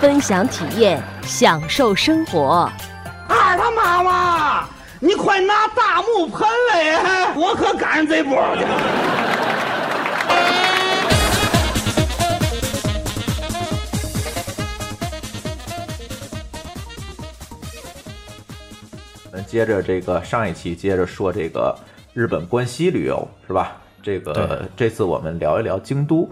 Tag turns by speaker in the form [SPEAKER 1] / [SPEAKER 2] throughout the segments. [SPEAKER 1] 分享体验，享受生活。
[SPEAKER 2] 二他妈妈，你快拿大木盆来，我可赶上这波去了。
[SPEAKER 3] 咱接着这个上一期接着说这个日本关西旅游是吧？这个这次我们聊一聊京都。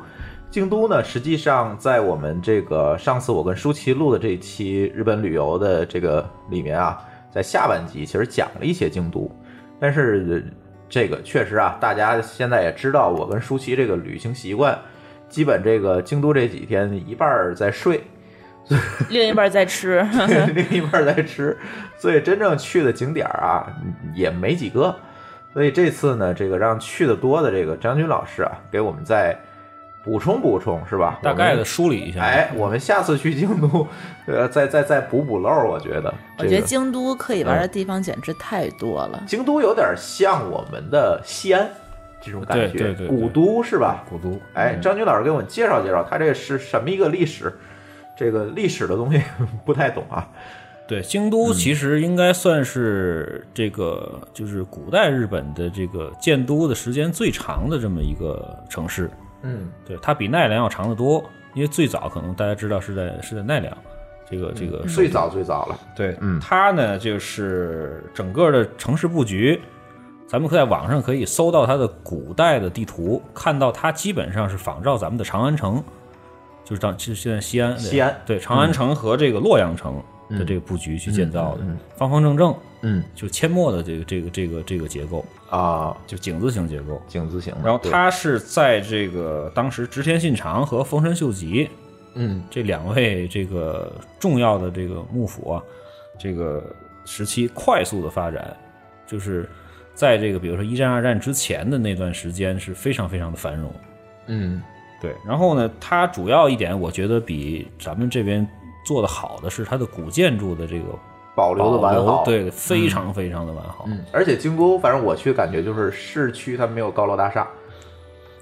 [SPEAKER 3] 京都呢，实际上在我们这个上次我跟舒淇录的这一期日本旅游的这个里面啊，在下半集其实讲了一些京都，但是呃这个确实啊，大家现在也知道我跟舒淇这个旅行习惯，基本这个京都这几天一半儿在睡，
[SPEAKER 4] 另一半在吃，
[SPEAKER 3] 另一半儿在吃，所以真正去的景点儿啊也没几个。所以这次呢，这个让去的多的这个张军老师啊，给我们再补充补充，是吧？
[SPEAKER 5] 大概
[SPEAKER 3] 我
[SPEAKER 5] 的啊
[SPEAKER 3] 们。
[SPEAKER 5] 梳理一下。
[SPEAKER 3] 哎，我们下次去京都， 呃，再再再补补漏儿，我觉得。
[SPEAKER 4] 我觉
[SPEAKER 3] 这
[SPEAKER 4] 得
[SPEAKER 3] 个
[SPEAKER 4] 京都可以玩的地方简直太多了。
[SPEAKER 3] 京都有点像我们的西安这种感觉，
[SPEAKER 5] 对对对对嗯
[SPEAKER 3] 古都是吧？
[SPEAKER 5] 古都，
[SPEAKER 3] 哎，张军老师给我们介绍介绍，他这是什么一个历史？这个历史的东西 不太懂啊。
[SPEAKER 5] 对，京
[SPEAKER 3] 嗯
[SPEAKER 5] 都其实应该算是这个就是古代日本的这个建都的时间最长的这么一个城市。
[SPEAKER 3] 嗯，
[SPEAKER 5] 对，它比奈良要长得多，因为最早可能大家知道是在是在奈良，这个这个
[SPEAKER 3] 嗯最早最早了，
[SPEAKER 5] 对，
[SPEAKER 3] 嗯
[SPEAKER 5] 它呢就是整个的城市布局，咱们可以在网上可以搜到它的古代的地图，看到它基本上是仿照咱们的长安城，就是当就是现在西安
[SPEAKER 3] 西安嗯
[SPEAKER 5] 对长安城和这个洛阳城的这个布局去建造的，
[SPEAKER 3] 嗯嗯嗯
[SPEAKER 5] 方方正正，
[SPEAKER 3] 嗯
[SPEAKER 5] 就阡陌的这个这个这个这个结构，
[SPEAKER 3] 啊，
[SPEAKER 5] 就井字形结构。
[SPEAKER 3] 井字形的。
[SPEAKER 5] 然后
[SPEAKER 3] 嗯对，
[SPEAKER 5] 它是在这个当时织田信长和丰臣秀吉
[SPEAKER 3] 嗯
[SPEAKER 5] 这两位这个重要的这个幕府啊，这个时期快速的发展，就是在这个比如说一战、二战之前的那段时间是非常非常的繁荣。
[SPEAKER 3] 嗯
[SPEAKER 5] 对，然后呢，它主要一点我觉得比咱们这边做的好的是它的古建筑的这个
[SPEAKER 3] 保留的
[SPEAKER 5] 保
[SPEAKER 3] 完好。
[SPEAKER 5] 对，非常非常的完好。
[SPEAKER 3] 嗯，而且京都，反正我去感觉就是市区它没有高楼大厦，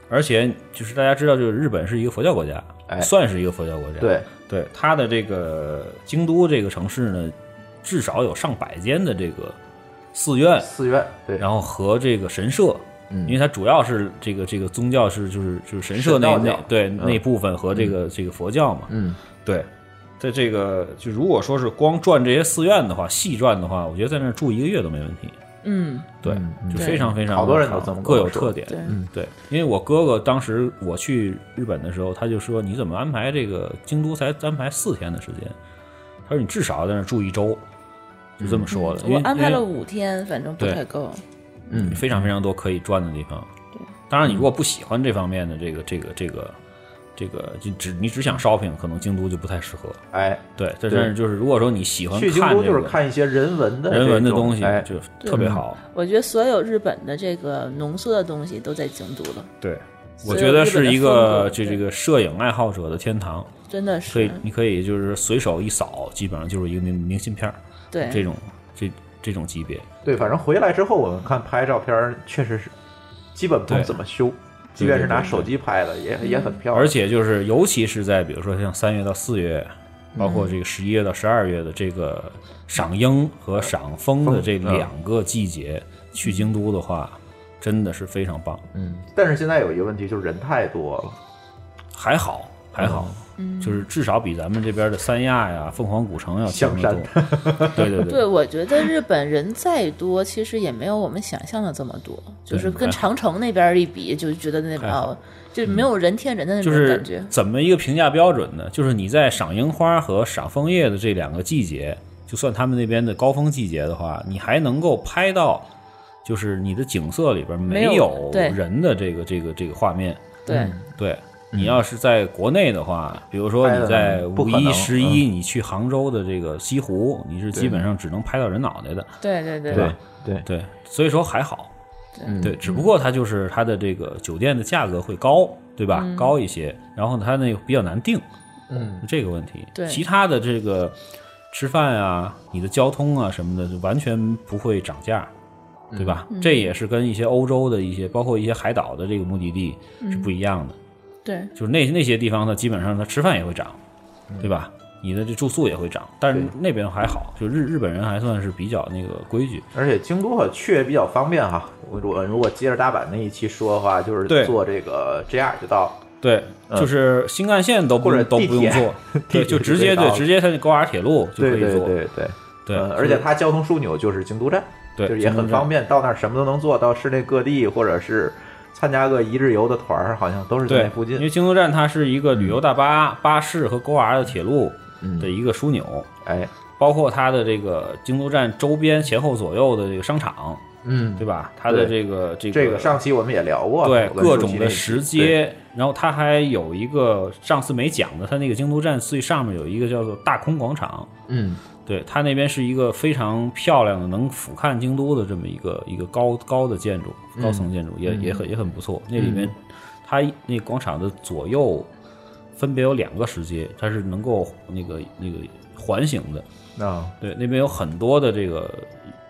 [SPEAKER 5] 而且就是大家知道，就是日本是一个佛教国家，
[SPEAKER 3] 哎
[SPEAKER 5] 算是一个佛教国家。
[SPEAKER 3] 对，
[SPEAKER 5] 对，它的这个京都这个城市呢，至少有上百间的这个寺院，
[SPEAKER 3] 寺院，对，嗯
[SPEAKER 5] 然后和这个神社，因为它主要是这个这个宗教是就是就是神社
[SPEAKER 3] 神
[SPEAKER 5] 那
[SPEAKER 3] 道
[SPEAKER 5] 那
[SPEAKER 3] 教
[SPEAKER 5] 对、
[SPEAKER 3] 嗯
[SPEAKER 5] 那部分和这个、这个佛教嘛，
[SPEAKER 3] 嗯
[SPEAKER 5] 对。在这个就如果说是光转这些寺院的话，细转的话，我觉得在那儿住一个月都没问题。
[SPEAKER 4] 嗯，
[SPEAKER 5] 对，就
[SPEAKER 4] 对
[SPEAKER 5] 非常非常
[SPEAKER 3] 好多人都这么跟
[SPEAKER 5] 各
[SPEAKER 3] 我
[SPEAKER 5] 有
[SPEAKER 3] 说嗯
[SPEAKER 5] 特点。嗯
[SPEAKER 4] 对，
[SPEAKER 5] 对，因为我哥哥当时我去日本的时候，他就说你怎么安排这个京都才安排四天的时间？他说你至少在那儿住一周，就这么说的。因
[SPEAKER 4] 嗯我
[SPEAKER 5] 为
[SPEAKER 4] 安排了
[SPEAKER 5] 因为
[SPEAKER 4] 五天，反正不
[SPEAKER 5] 对
[SPEAKER 4] 太够。
[SPEAKER 3] 嗯
[SPEAKER 5] 非常非常多可以转的地方。当然，你如果不喜欢这方面的这个这个这个这个，就只你只想 shopping，可能京都就不太适合。
[SPEAKER 3] 哎，
[SPEAKER 5] 对，但
[SPEAKER 3] 对
[SPEAKER 5] 是就是如果说你喜欢
[SPEAKER 3] 去京
[SPEAKER 5] 看
[SPEAKER 3] 都
[SPEAKER 5] 这
[SPEAKER 3] 就是
[SPEAKER 5] 个
[SPEAKER 3] 看一些人文的
[SPEAKER 5] 人文的
[SPEAKER 3] 这种
[SPEAKER 5] 东西
[SPEAKER 3] 哎，，
[SPEAKER 5] 就特别好。
[SPEAKER 4] 我觉得所有日本的这个浓缩的东西都在京都了，
[SPEAKER 5] 对，我
[SPEAKER 4] 所
[SPEAKER 5] 觉
[SPEAKER 4] 有
[SPEAKER 5] 得
[SPEAKER 4] 日本
[SPEAKER 5] 是
[SPEAKER 4] 的
[SPEAKER 5] 一
[SPEAKER 4] 风
[SPEAKER 5] 个
[SPEAKER 4] 格
[SPEAKER 5] 这
[SPEAKER 4] 对
[SPEAKER 5] 这个摄影爱好者的天堂。
[SPEAKER 4] 真的
[SPEAKER 5] 可以
[SPEAKER 4] 是，。
[SPEAKER 5] 你可以就是随手一扫，基本上就是一个明明信片儿
[SPEAKER 4] 对，
[SPEAKER 5] 这种这这种级别。
[SPEAKER 3] 对，反正回来之后我们看拍照片儿，确实是基本不用
[SPEAKER 5] 对
[SPEAKER 3] 怎么修，即
[SPEAKER 5] 对
[SPEAKER 3] 便
[SPEAKER 5] 对
[SPEAKER 3] 是拿
[SPEAKER 5] 对
[SPEAKER 3] 手机拍的，也也很漂亮。
[SPEAKER 5] 而且就是尤其是在比如说像三月到四月，包
[SPEAKER 4] 嗯
[SPEAKER 5] 括这个十一月到十二月的这个赏樱和赏枫的这
[SPEAKER 3] 嗯
[SPEAKER 5] 两个季节，去京都的话，真的是非常棒。
[SPEAKER 3] 嗯，但是现在有一个问题就是人太多了，
[SPEAKER 5] 还好还好，
[SPEAKER 4] 嗯
[SPEAKER 5] 就是至少比咱们这边的三亚呀、凤凰古城要强得多。对对
[SPEAKER 4] 对，我觉得日本人再多，其实也没有我们想象的这么多，就是
[SPEAKER 5] 还
[SPEAKER 4] 跟
[SPEAKER 5] 好
[SPEAKER 4] 长城那边儿一比，就觉得那边
[SPEAKER 5] 还好
[SPEAKER 4] 哦，就没有人贴人的那
[SPEAKER 5] 哎就
[SPEAKER 4] 种
[SPEAKER 5] 是
[SPEAKER 4] 感觉。
[SPEAKER 5] 怎么一个评价标准呢？就是你在赏樱花和赏枫叶的这两个季节，就算他们那边的高峰季节的话，你还能够拍到，就是你的景色里边
[SPEAKER 4] 没有
[SPEAKER 5] 有
[SPEAKER 4] 对
[SPEAKER 5] 人的这个这个这个画面。
[SPEAKER 4] 对，
[SPEAKER 5] 对，
[SPEAKER 3] 嗯
[SPEAKER 5] 你要是在国内的话，比如说你在
[SPEAKER 3] 不
[SPEAKER 5] 五
[SPEAKER 3] 可
[SPEAKER 5] 一、
[SPEAKER 3] 能嗯
[SPEAKER 5] 十一，你去杭州的这个西湖，你是基本上只能拍到人脑袋的。
[SPEAKER 4] 对对对
[SPEAKER 3] 对对，
[SPEAKER 5] 对，所以说还好，
[SPEAKER 3] 嗯
[SPEAKER 5] 对，只不过它就是它的这个酒店的价格会高，对吧？高一些，然后它那个比较难定，
[SPEAKER 3] 嗯，
[SPEAKER 5] 这个问题。
[SPEAKER 4] 对
[SPEAKER 5] 其他的这个吃饭啊、你的交通啊什么的，就完全不会涨价，
[SPEAKER 3] 嗯
[SPEAKER 5] 对吧？这也是跟一些欧洲的一些，包括一些海岛的这个目的地
[SPEAKER 3] 嗯
[SPEAKER 5] 是不一样的，
[SPEAKER 4] 对
[SPEAKER 5] 就是那那些地方呢，基本上它吃饭也会涨，对吧？你的这住宿也会涨，但是
[SPEAKER 3] 嗯对
[SPEAKER 5] 那边还好，就日日本人还算是比较那个规矩，
[SPEAKER 3] 而且京都啊去也比较方便哈。我我如果接着大阪那一期说的话，就是
[SPEAKER 5] 对
[SPEAKER 3] 坐这个 JR 就到。
[SPEAKER 5] 对，就是新干线都
[SPEAKER 3] 嗯
[SPEAKER 5] 不
[SPEAKER 3] 或者
[SPEAKER 5] 用都不
[SPEAKER 3] 地铁
[SPEAKER 5] 用坐，
[SPEAKER 3] 铁
[SPEAKER 5] 对，就
[SPEAKER 3] 就
[SPEAKER 5] 直
[SPEAKER 3] 可以
[SPEAKER 5] 接
[SPEAKER 3] 到
[SPEAKER 5] 对
[SPEAKER 3] 了
[SPEAKER 5] 直接它那高架铁路就可
[SPEAKER 3] 对
[SPEAKER 5] 以
[SPEAKER 3] 对
[SPEAKER 5] 坐，
[SPEAKER 3] 对对，
[SPEAKER 5] 对
[SPEAKER 3] 嗯，而且它交通枢纽就是京都站，
[SPEAKER 5] 对
[SPEAKER 3] 就是也很方
[SPEAKER 5] 便。
[SPEAKER 3] 便，到那儿什么都能做，到市内各地或者是参加个一日游的团儿，好像都是在
[SPEAKER 5] 对
[SPEAKER 3] 那附，
[SPEAKER 5] 因为
[SPEAKER 3] 近。
[SPEAKER 5] 京都站它是一个旅游大巴、巴士和 GoR 的铁路
[SPEAKER 3] 嗯
[SPEAKER 5] 的一个枢纽，
[SPEAKER 3] 哎，
[SPEAKER 5] 包括它的这个京都站周边前后左右的这个商场，
[SPEAKER 3] 嗯，
[SPEAKER 5] 对吧？它的
[SPEAKER 3] 对
[SPEAKER 5] 这个这个
[SPEAKER 3] 这个上期我们也聊过，
[SPEAKER 5] 对
[SPEAKER 3] 我跟
[SPEAKER 5] 各
[SPEAKER 3] 舒淇
[SPEAKER 5] 种
[SPEAKER 3] 那
[SPEAKER 5] 的
[SPEAKER 3] 期
[SPEAKER 5] 石
[SPEAKER 3] 对
[SPEAKER 5] 阶，然后它还有一个上次没讲的，它那个京都站最上面有一个叫做大空广场，
[SPEAKER 3] 嗯，
[SPEAKER 5] 对，它那边是一个非常漂亮的，能俯瞰京都的这么一个一个高高的建筑，
[SPEAKER 3] 嗯
[SPEAKER 5] 高层建筑、也也很也很不错。那里面，它那广场的左右分别有两个石阶，它是能够那个那个环形的。
[SPEAKER 3] 啊，
[SPEAKER 5] 对，那边有很多的这个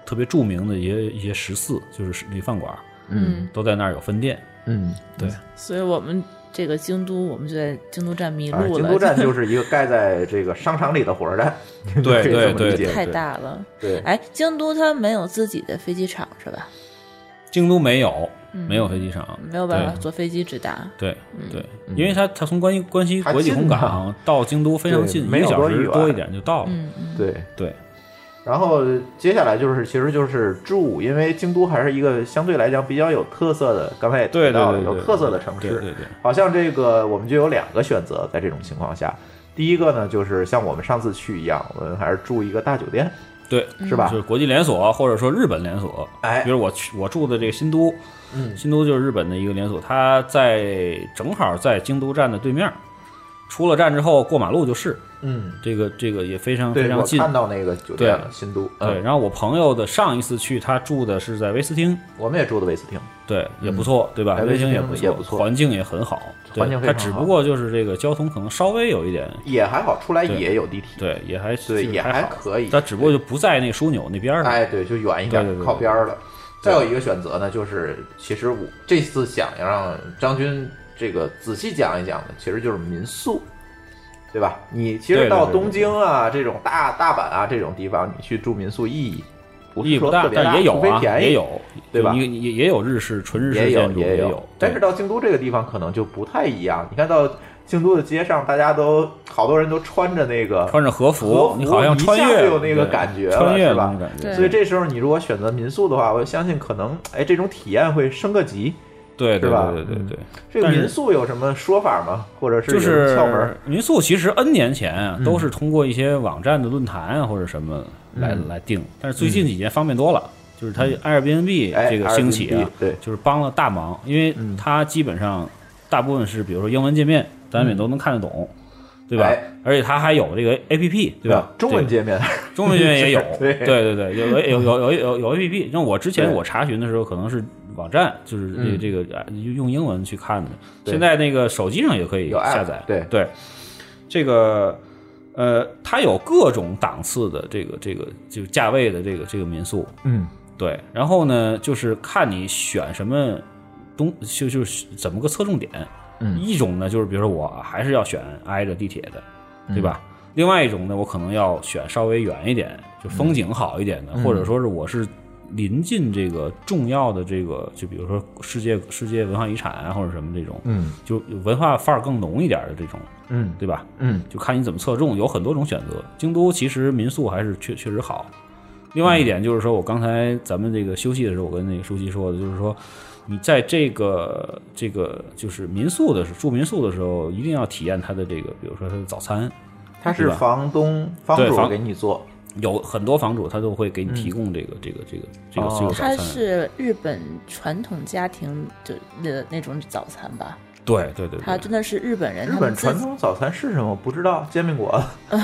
[SPEAKER 5] 特别著名的一些一些食肆，就是食那饭馆，
[SPEAKER 4] 嗯，
[SPEAKER 5] 都在那儿有分店。
[SPEAKER 3] 嗯，
[SPEAKER 5] 对，
[SPEAKER 4] 所以我们这个京都，我们就在京都站迷
[SPEAKER 3] 反正
[SPEAKER 4] 路
[SPEAKER 3] 啊京
[SPEAKER 4] 了，
[SPEAKER 3] 都 站就是一个盖在这个商场里的火车站，
[SPEAKER 5] 对
[SPEAKER 3] 可以这
[SPEAKER 5] 对
[SPEAKER 3] 么
[SPEAKER 5] 对
[SPEAKER 3] 理解
[SPEAKER 5] 对，
[SPEAKER 4] 太大了。
[SPEAKER 3] 对，
[SPEAKER 4] 哎，京都它没有自己的飞机场是吧？
[SPEAKER 5] 京都没有没有飞机场，
[SPEAKER 4] 嗯没有办法嗯
[SPEAKER 5] 对
[SPEAKER 4] 坐飞机直达。
[SPEAKER 5] 对对，因为它它从关西关西
[SPEAKER 3] 嗯它
[SPEAKER 5] 国际
[SPEAKER 3] 近
[SPEAKER 5] 空
[SPEAKER 3] 呐
[SPEAKER 5] 港到京都非常
[SPEAKER 3] 对
[SPEAKER 5] 近，一
[SPEAKER 3] 没
[SPEAKER 5] 个
[SPEAKER 3] 有
[SPEAKER 5] 小
[SPEAKER 3] 多
[SPEAKER 5] 时
[SPEAKER 3] 远
[SPEAKER 5] 多一点就到了。
[SPEAKER 4] 嗯嗯，
[SPEAKER 3] 对。
[SPEAKER 5] 对
[SPEAKER 3] 然后接下来就是，其实就是住，因为京都还是一个相对来讲比较有特色的，刚才也提
[SPEAKER 5] 对对
[SPEAKER 3] 到了
[SPEAKER 5] 对，
[SPEAKER 3] 有
[SPEAKER 5] 对
[SPEAKER 3] 特色的城市。
[SPEAKER 5] 对对对，
[SPEAKER 3] 好像这个我们就有两个选择，在这种情况下，第一个呢就是像我们上次去一样，我们还是住一个大酒店，
[SPEAKER 5] 对，
[SPEAKER 3] 是吧
[SPEAKER 5] 就？是国际连锁或者说日本连锁。
[SPEAKER 3] 哎
[SPEAKER 5] 比如我去我住的这个新都，
[SPEAKER 3] 嗯
[SPEAKER 5] 新都就是日本的一个连锁，它在正好在京都站的对面儿，出了站之后过马路就是，
[SPEAKER 3] 嗯，
[SPEAKER 5] 这个这个也非常非
[SPEAKER 3] 对，
[SPEAKER 5] 常
[SPEAKER 3] 我
[SPEAKER 5] 近。
[SPEAKER 3] 看到那个酒店了，
[SPEAKER 5] 对
[SPEAKER 3] 新都，
[SPEAKER 5] 对，
[SPEAKER 3] 嗯，
[SPEAKER 5] 然后我朋友的上一次去，他住的是在威斯汀，
[SPEAKER 3] 我们也住的威斯汀，
[SPEAKER 5] 对，也不错，对吧？
[SPEAKER 3] 哎
[SPEAKER 5] 威斯汀
[SPEAKER 3] 威斯汀
[SPEAKER 5] 不
[SPEAKER 3] 也不错
[SPEAKER 5] 环境也很好，对
[SPEAKER 3] 环境非
[SPEAKER 5] 它
[SPEAKER 3] 常
[SPEAKER 5] 只
[SPEAKER 3] 好
[SPEAKER 5] 不过就是这个交通可能稍微有一点，
[SPEAKER 3] 也还好，出来
[SPEAKER 5] 对
[SPEAKER 3] 也有地铁，
[SPEAKER 5] 对，也还
[SPEAKER 3] 对，
[SPEAKER 5] 就是
[SPEAKER 3] 也
[SPEAKER 5] 还好
[SPEAKER 3] 可以，
[SPEAKER 5] 它只不过就不在那个枢纽那边儿了。
[SPEAKER 3] 哎，对，就远一点，
[SPEAKER 5] 对对对
[SPEAKER 3] 靠边儿了。再有一个选择呢，就是其实我这次想要让张军这个仔细讲一讲的，其实就是民宿，对吧？你其实
[SPEAKER 5] 对对
[SPEAKER 3] 到
[SPEAKER 5] 对
[SPEAKER 3] 东京啊这种大大阪啊这种地方，你去住民宿意义不
[SPEAKER 5] 意
[SPEAKER 3] 是
[SPEAKER 5] 义
[SPEAKER 3] 说
[SPEAKER 5] 不
[SPEAKER 3] 特
[SPEAKER 5] 大，
[SPEAKER 3] 别
[SPEAKER 5] 但也有
[SPEAKER 3] 除非
[SPEAKER 5] 啊，
[SPEAKER 3] 便宜
[SPEAKER 5] 也有，
[SPEAKER 3] 对吧
[SPEAKER 5] 就你也也有日式纯日式
[SPEAKER 3] 也有
[SPEAKER 5] 建筑，
[SPEAKER 3] 也
[SPEAKER 5] 有，
[SPEAKER 3] 但是
[SPEAKER 5] 对
[SPEAKER 3] 到京都这个地方可能就不太一样。你看到京都的街上，大家都好多人都穿着那个
[SPEAKER 5] 穿着和
[SPEAKER 3] 和
[SPEAKER 5] 服
[SPEAKER 3] 服，
[SPEAKER 5] 你好像穿
[SPEAKER 3] 一下
[SPEAKER 5] 越
[SPEAKER 3] 就有那个
[SPEAKER 5] 对
[SPEAKER 3] 感觉了
[SPEAKER 5] 穿越
[SPEAKER 3] 是
[SPEAKER 5] 了
[SPEAKER 3] 吧
[SPEAKER 5] 那种感觉。
[SPEAKER 4] 对
[SPEAKER 3] 所以这时候你如果选择民宿的话，我相信可能哎这种体验会升个级。
[SPEAKER 5] 对
[SPEAKER 3] 是
[SPEAKER 5] 对
[SPEAKER 3] 吧嗯
[SPEAKER 5] 对对对对，
[SPEAKER 3] 这个
[SPEAKER 5] 但是
[SPEAKER 3] 民宿有什么说法吗？或者是
[SPEAKER 5] 就
[SPEAKER 3] 有什么窍门
[SPEAKER 5] 是？民宿其实 N 年前啊，都是通过一些网站的论坛啊或者什么来
[SPEAKER 3] 嗯
[SPEAKER 5] 来定，但是最近几年方便多了，就是它 Airbnb
[SPEAKER 3] 哎
[SPEAKER 5] 这个兴起啊
[SPEAKER 3] Airbnb，，对
[SPEAKER 5] 就是帮了大忙，因为它基本上大部分是比如说英文界面，咱们也都能看得懂。对吧
[SPEAKER 3] 哎？啊
[SPEAKER 5] 而且它还有这个 A P P，对吧？
[SPEAKER 3] 中文界面，
[SPEAKER 5] 中文界面也有
[SPEAKER 3] ，对
[SPEAKER 5] 对对对，有有有有有有 A P P。那我之前
[SPEAKER 3] 对
[SPEAKER 5] 我查询的时候，可能是网站，就是这
[SPEAKER 3] 嗯
[SPEAKER 5] 这个啊用英文去看的。
[SPEAKER 3] 对
[SPEAKER 5] 现在那个手机上也可以
[SPEAKER 3] 有 app，
[SPEAKER 5] 下载，
[SPEAKER 3] 对
[SPEAKER 5] 对。这个呃，它有各种档次的这个这个就价位的这个这个民宿，
[SPEAKER 3] 嗯，
[SPEAKER 5] 对。然后呢，就是看你选什么东，就就是怎么个侧重点。
[SPEAKER 3] 嗯
[SPEAKER 5] 一种呢，就是比如说我还是要选挨着地铁的，
[SPEAKER 3] 嗯
[SPEAKER 5] 对吧？另外一种呢，我可能要选稍微远一点，
[SPEAKER 3] 嗯
[SPEAKER 5] 就风景好一点的，或者说是我是临近这个重要的这个，就比如说世界世界文化遗产啊，或者什么这种，
[SPEAKER 3] 嗯，
[SPEAKER 5] 就文化范儿更浓一点的这种，
[SPEAKER 3] 嗯
[SPEAKER 5] 对吧？
[SPEAKER 3] 嗯，
[SPEAKER 5] 就看你怎么侧重，有很多种选择。京都其实民宿还是确确实好。另外一点就是说，我刚才咱们这个休息的时候，我跟那个舒淇说的，就是说，你在这个这个就是民宿的时候住民宿的时候，一定要体验它的这个，比如说它的早餐，
[SPEAKER 3] 他
[SPEAKER 5] 对
[SPEAKER 3] 是
[SPEAKER 5] 吧
[SPEAKER 3] 房东房
[SPEAKER 5] 对
[SPEAKER 3] 主
[SPEAKER 5] 房
[SPEAKER 3] 给你做，
[SPEAKER 5] 有很多房主他都会给你提供这个、这个这个这个
[SPEAKER 3] 哦
[SPEAKER 5] 这个早
[SPEAKER 4] 它呃
[SPEAKER 5] 餐。
[SPEAKER 4] 是日本传统家庭就那那种早餐吧？
[SPEAKER 5] 对对对，
[SPEAKER 4] 它真的是日本人，
[SPEAKER 3] 日
[SPEAKER 4] 他
[SPEAKER 3] 本
[SPEAKER 4] 们自
[SPEAKER 3] 传
[SPEAKER 4] 己
[SPEAKER 3] 统早餐是什么？不知道，煎饼果子。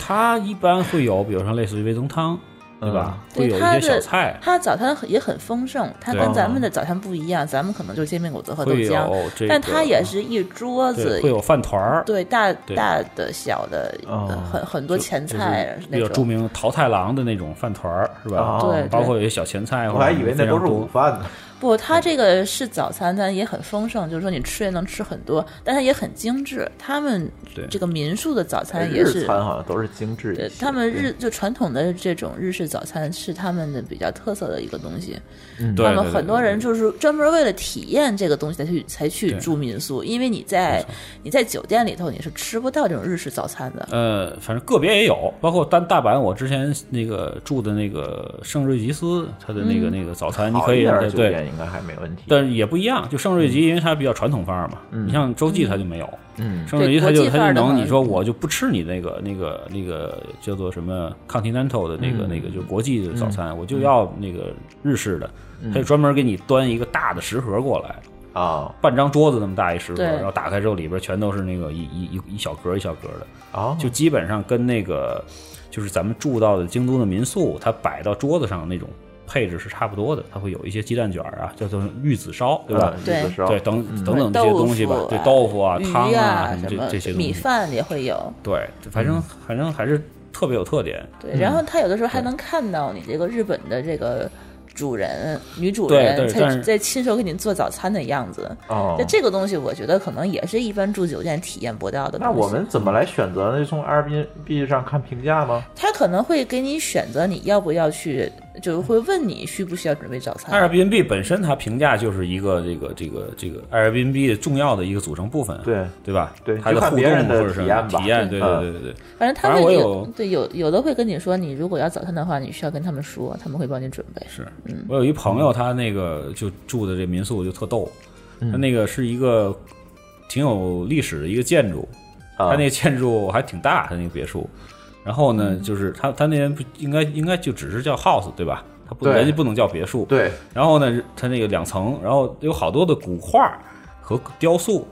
[SPEAKER 5] 它一般会有，比如说类似于味增汤，对吧？
[SPEAKER 4] 对
[SPEAKER 5] 会有一
[SPEAKER 4] 它
[SPEAKER 5] 些
[SPEAKER 4] 的
[SPEAKER 5] 小菜，
[SPEAKER 4] 它早餐很也很丰盛，它
[SPEAKER 5] 对啊
[SPEAKER 4] 跟咱们的早餐不一样，咱们可能就是煎饼果子和豆
[SPEAKER 5] 会
[SPEAKER 4] 浆，
[SPEAKER 5] 有这个，
[SPEAKER 4] 但它也是一桌子
[SPEAKER 5] 对，会有饭团儿，
[SPEAKER 4] 对大
[SPEAKER 5] 对
[SPEAKER 4] 大的小的，
[SPEAKER 3] 哦
[SPEAKER 4] 呃很很多前菜
[SPEAKER 5] 就是
[SPEAKER 4] 那
[SPEAKER 5] 比较著
[SPEAKER 4] 种。啊
[SPEAKER 5] 名桃太郎的那种饭团儿，是吧？
[SPEAKER 3] 哦
[SPEAKER 4] 对，
[SPEAKER 5] 包
[SPEAKER 4] 对
[SPEAKER 5] 括有些小前菜，啊
[SPEAKER 3] 我还以为那都是嗯午饭呢。
[SPEAKER 4] 不，它这个是早餐，但也很丰盛，就是说你吃也能吃很多，但它也很精致。他们
[SPEAKER 5] 对
[SPEAKER 4] 这个民宿的早餐也
[SPEAKER 3] 日
[SPEAKER 4] 是，
[SPEAKER 3] 餐好像都是精致一些
[SPEAKER 4] 对，他们日就传统的这种日式早餐是他们的比较特色的一个东西。
[SPEAKER 5] 对，
[SPEAKER 4] 他
[SPEAKER 5] 对
[SPEAKER 4] 们
[SPEAKER 5] 对
[SPEAKER 4] 很多
[SPEAKER 5] 对
[SPEAKER 4] 人就是专门为了体验这个东西才去才去
[SPEAKER 5] 对
[SPEAKER 4] 住民宿，因为你在你在酒店里头你是吃不到这种日式早餐的。
[SPEAKER 5] 呃，反正个别也有，包括单大阪，我之前那个住的那个圣瑞吉斯，它的那
[SPEAKER 4] 嗯
[SPEAKER 5] 个、那个早餐，你
[SPEAKER 3] 好
[SPEAKER 5] 可
[SPEAKER 3] 一
[SPEAKER 5] 以
[SPEAKER 3] 点的酒
[SPEAKER 5] 对，
[SPEAKER 3] 店应该还没问题。
[SPEAKER 5] 但是也不一样，就圣瑞吉，因为它比较传统范儿嘛。
[SPEAKER 3] 嗯
[SPEAKER 5] 你像洲际它就没有，
[SPEAKER 3] 嗯
[SPEAKER 5] 圣瑞吉它
[SPEAKER 4] 对国际
[SPEAKER 5] 就它
[SPEAKER 4] 范
[SPEAKER 5] 就
[SPEAKER 4] 儿的
[SPEAKER 5] 能，
[SPEAKER 4] 话
[SPEAKER 5] 你说我就不吃你那个那个那个叫做什么 continental 的那个、
[SPEAKER 3] 嗯
[SPEAKER 5] 那个就国际的早餐，
[SPEAKER 4] 嗯
[SPEAKER 5] 我就要那个日式的，它就专门给你端一个大的食盒过来。
[SPEAKER 3] 啊
[SPEAKER 5] 半张桌子那么大一食盒，
[SPEAKER 4] 对
[SPEAKER 5] 然后打开之后里边全都是那个一一一一小格一小格的，
[SPEAKER 3] 哦，
[SPEAKER 5] 就基本上跟那个就是咱们住到的京都的民宿，它摆到桌子上那种配置是差不多的。它会有一些鸡蛋卷儿啊，叫做玉子烧，对吧？
[SPEAKER 3] 嗯
[SPEAKER 4] 对
[SPEAKER 3] 日子烧
[SPEAKER 5] 对，等等等这些
[SPEAKER 4] 豆
[SPEAKER 5] 东西吧
[SPEAKER 4] 腐，
[SPEAKER 5] 对
[SPEAKER 4] 啊，
[SPEAKER 5] 豆腐啊、
[SPEAKER 4] 鱼
[SPEAKER 5] 汤
[SPEAKER 4] 啊
[SPEAKER 5] 什
[SPEAKER 4] 什
[SPEAKER 5] 么
[SPEAKER 4] 么
[SPEAKER 5] 这这些东
[SPEAKER 4] 米
[SPEAKER 5] 西，
[SPEAKER 4] 饭也会有。
[SPEAKER 5] 对，反
[SPEAKER 3] 嗯
[SPEAKER 5] 正反正还是特别有特点。
[SPEAKER 4] 对，然
[SPEAKER 5] 嗯
[SPEAKER 4] 后他有的时候还能看到你这个日本的这个主人、女主
[SPEAKER 5] 对
[SPEAKER 4] 人
[SPEAKER 5] 对但是
[SPEAKER 4] 在在亲手给你做早餐的样子。
[SPEAKER 3] 哦
[SPEAKER 4] 那。这个东西，我觉得可能也是一般住酒店体验不到的东
[SPEAKER 3] 那
[SPEAKER 4] 西。
[SPEAKER 3] 我们怎么来选择呢？就从 Airbnb 上看评价吗？
[SPEAKER 4] 他可能会给你选择，你要不要去，就会问你需不需要准备早餐。
[SPEAKER 5] Airbnb 本身它评价就是一个这个这个这个 Airbnb 的重要的一个组成部分，
[SPEAKER 3] 对
[SPEAKER 5] 对吧？
[SPEAKER 3] 对
[SPEAKER 5] 它的
[SPEAKER 3] 就看
[SPEAKER 5] 互
[SPEAKER 3] 别人
[SPEAKER 5] 动
[SPEAKER 3] 的
[SPEAKER 5] 或者是
[SPEAKER 3] 体验吧
[SPEAKER 5] 体验，对对
[SPEAKER 3] 嗯
[SPEAKER 5] 对对对。
[SPEAKER 4] 反正他
[SPEAKER 5] 反正
[SPEAKER 4] 们
[SPEAKER 5] 我
[SPEAKER 4] 有
[SPEAKER 5] 有
[SPEAKER 4] 对有有的会跟你说，你如果要早餐的话，你需要跟他们说，他们会帮你准备。
[SPEAKER 5] 是我有一朋友，他那个就住的这民宿就特逗，
[SPEAKER 3] 嗯
[SPEAKER 5] 他那个是一个挺有历史的一个建筑，
[SPEAKER 3] 啊，嗯
[SPEAKER 5] 他那建筑还挺大，他那个别墅。然后呢，就是他他那人不应该应该就只是叫 house 对吧？他不
[SPEAKER 3] 对
[SPEAKER 5] 人家不能叫别墅。
[SPEAKER 3] 对，
[SPEAKER 5] 然后呢，他那个两层，然后有好多的古画和雕塑，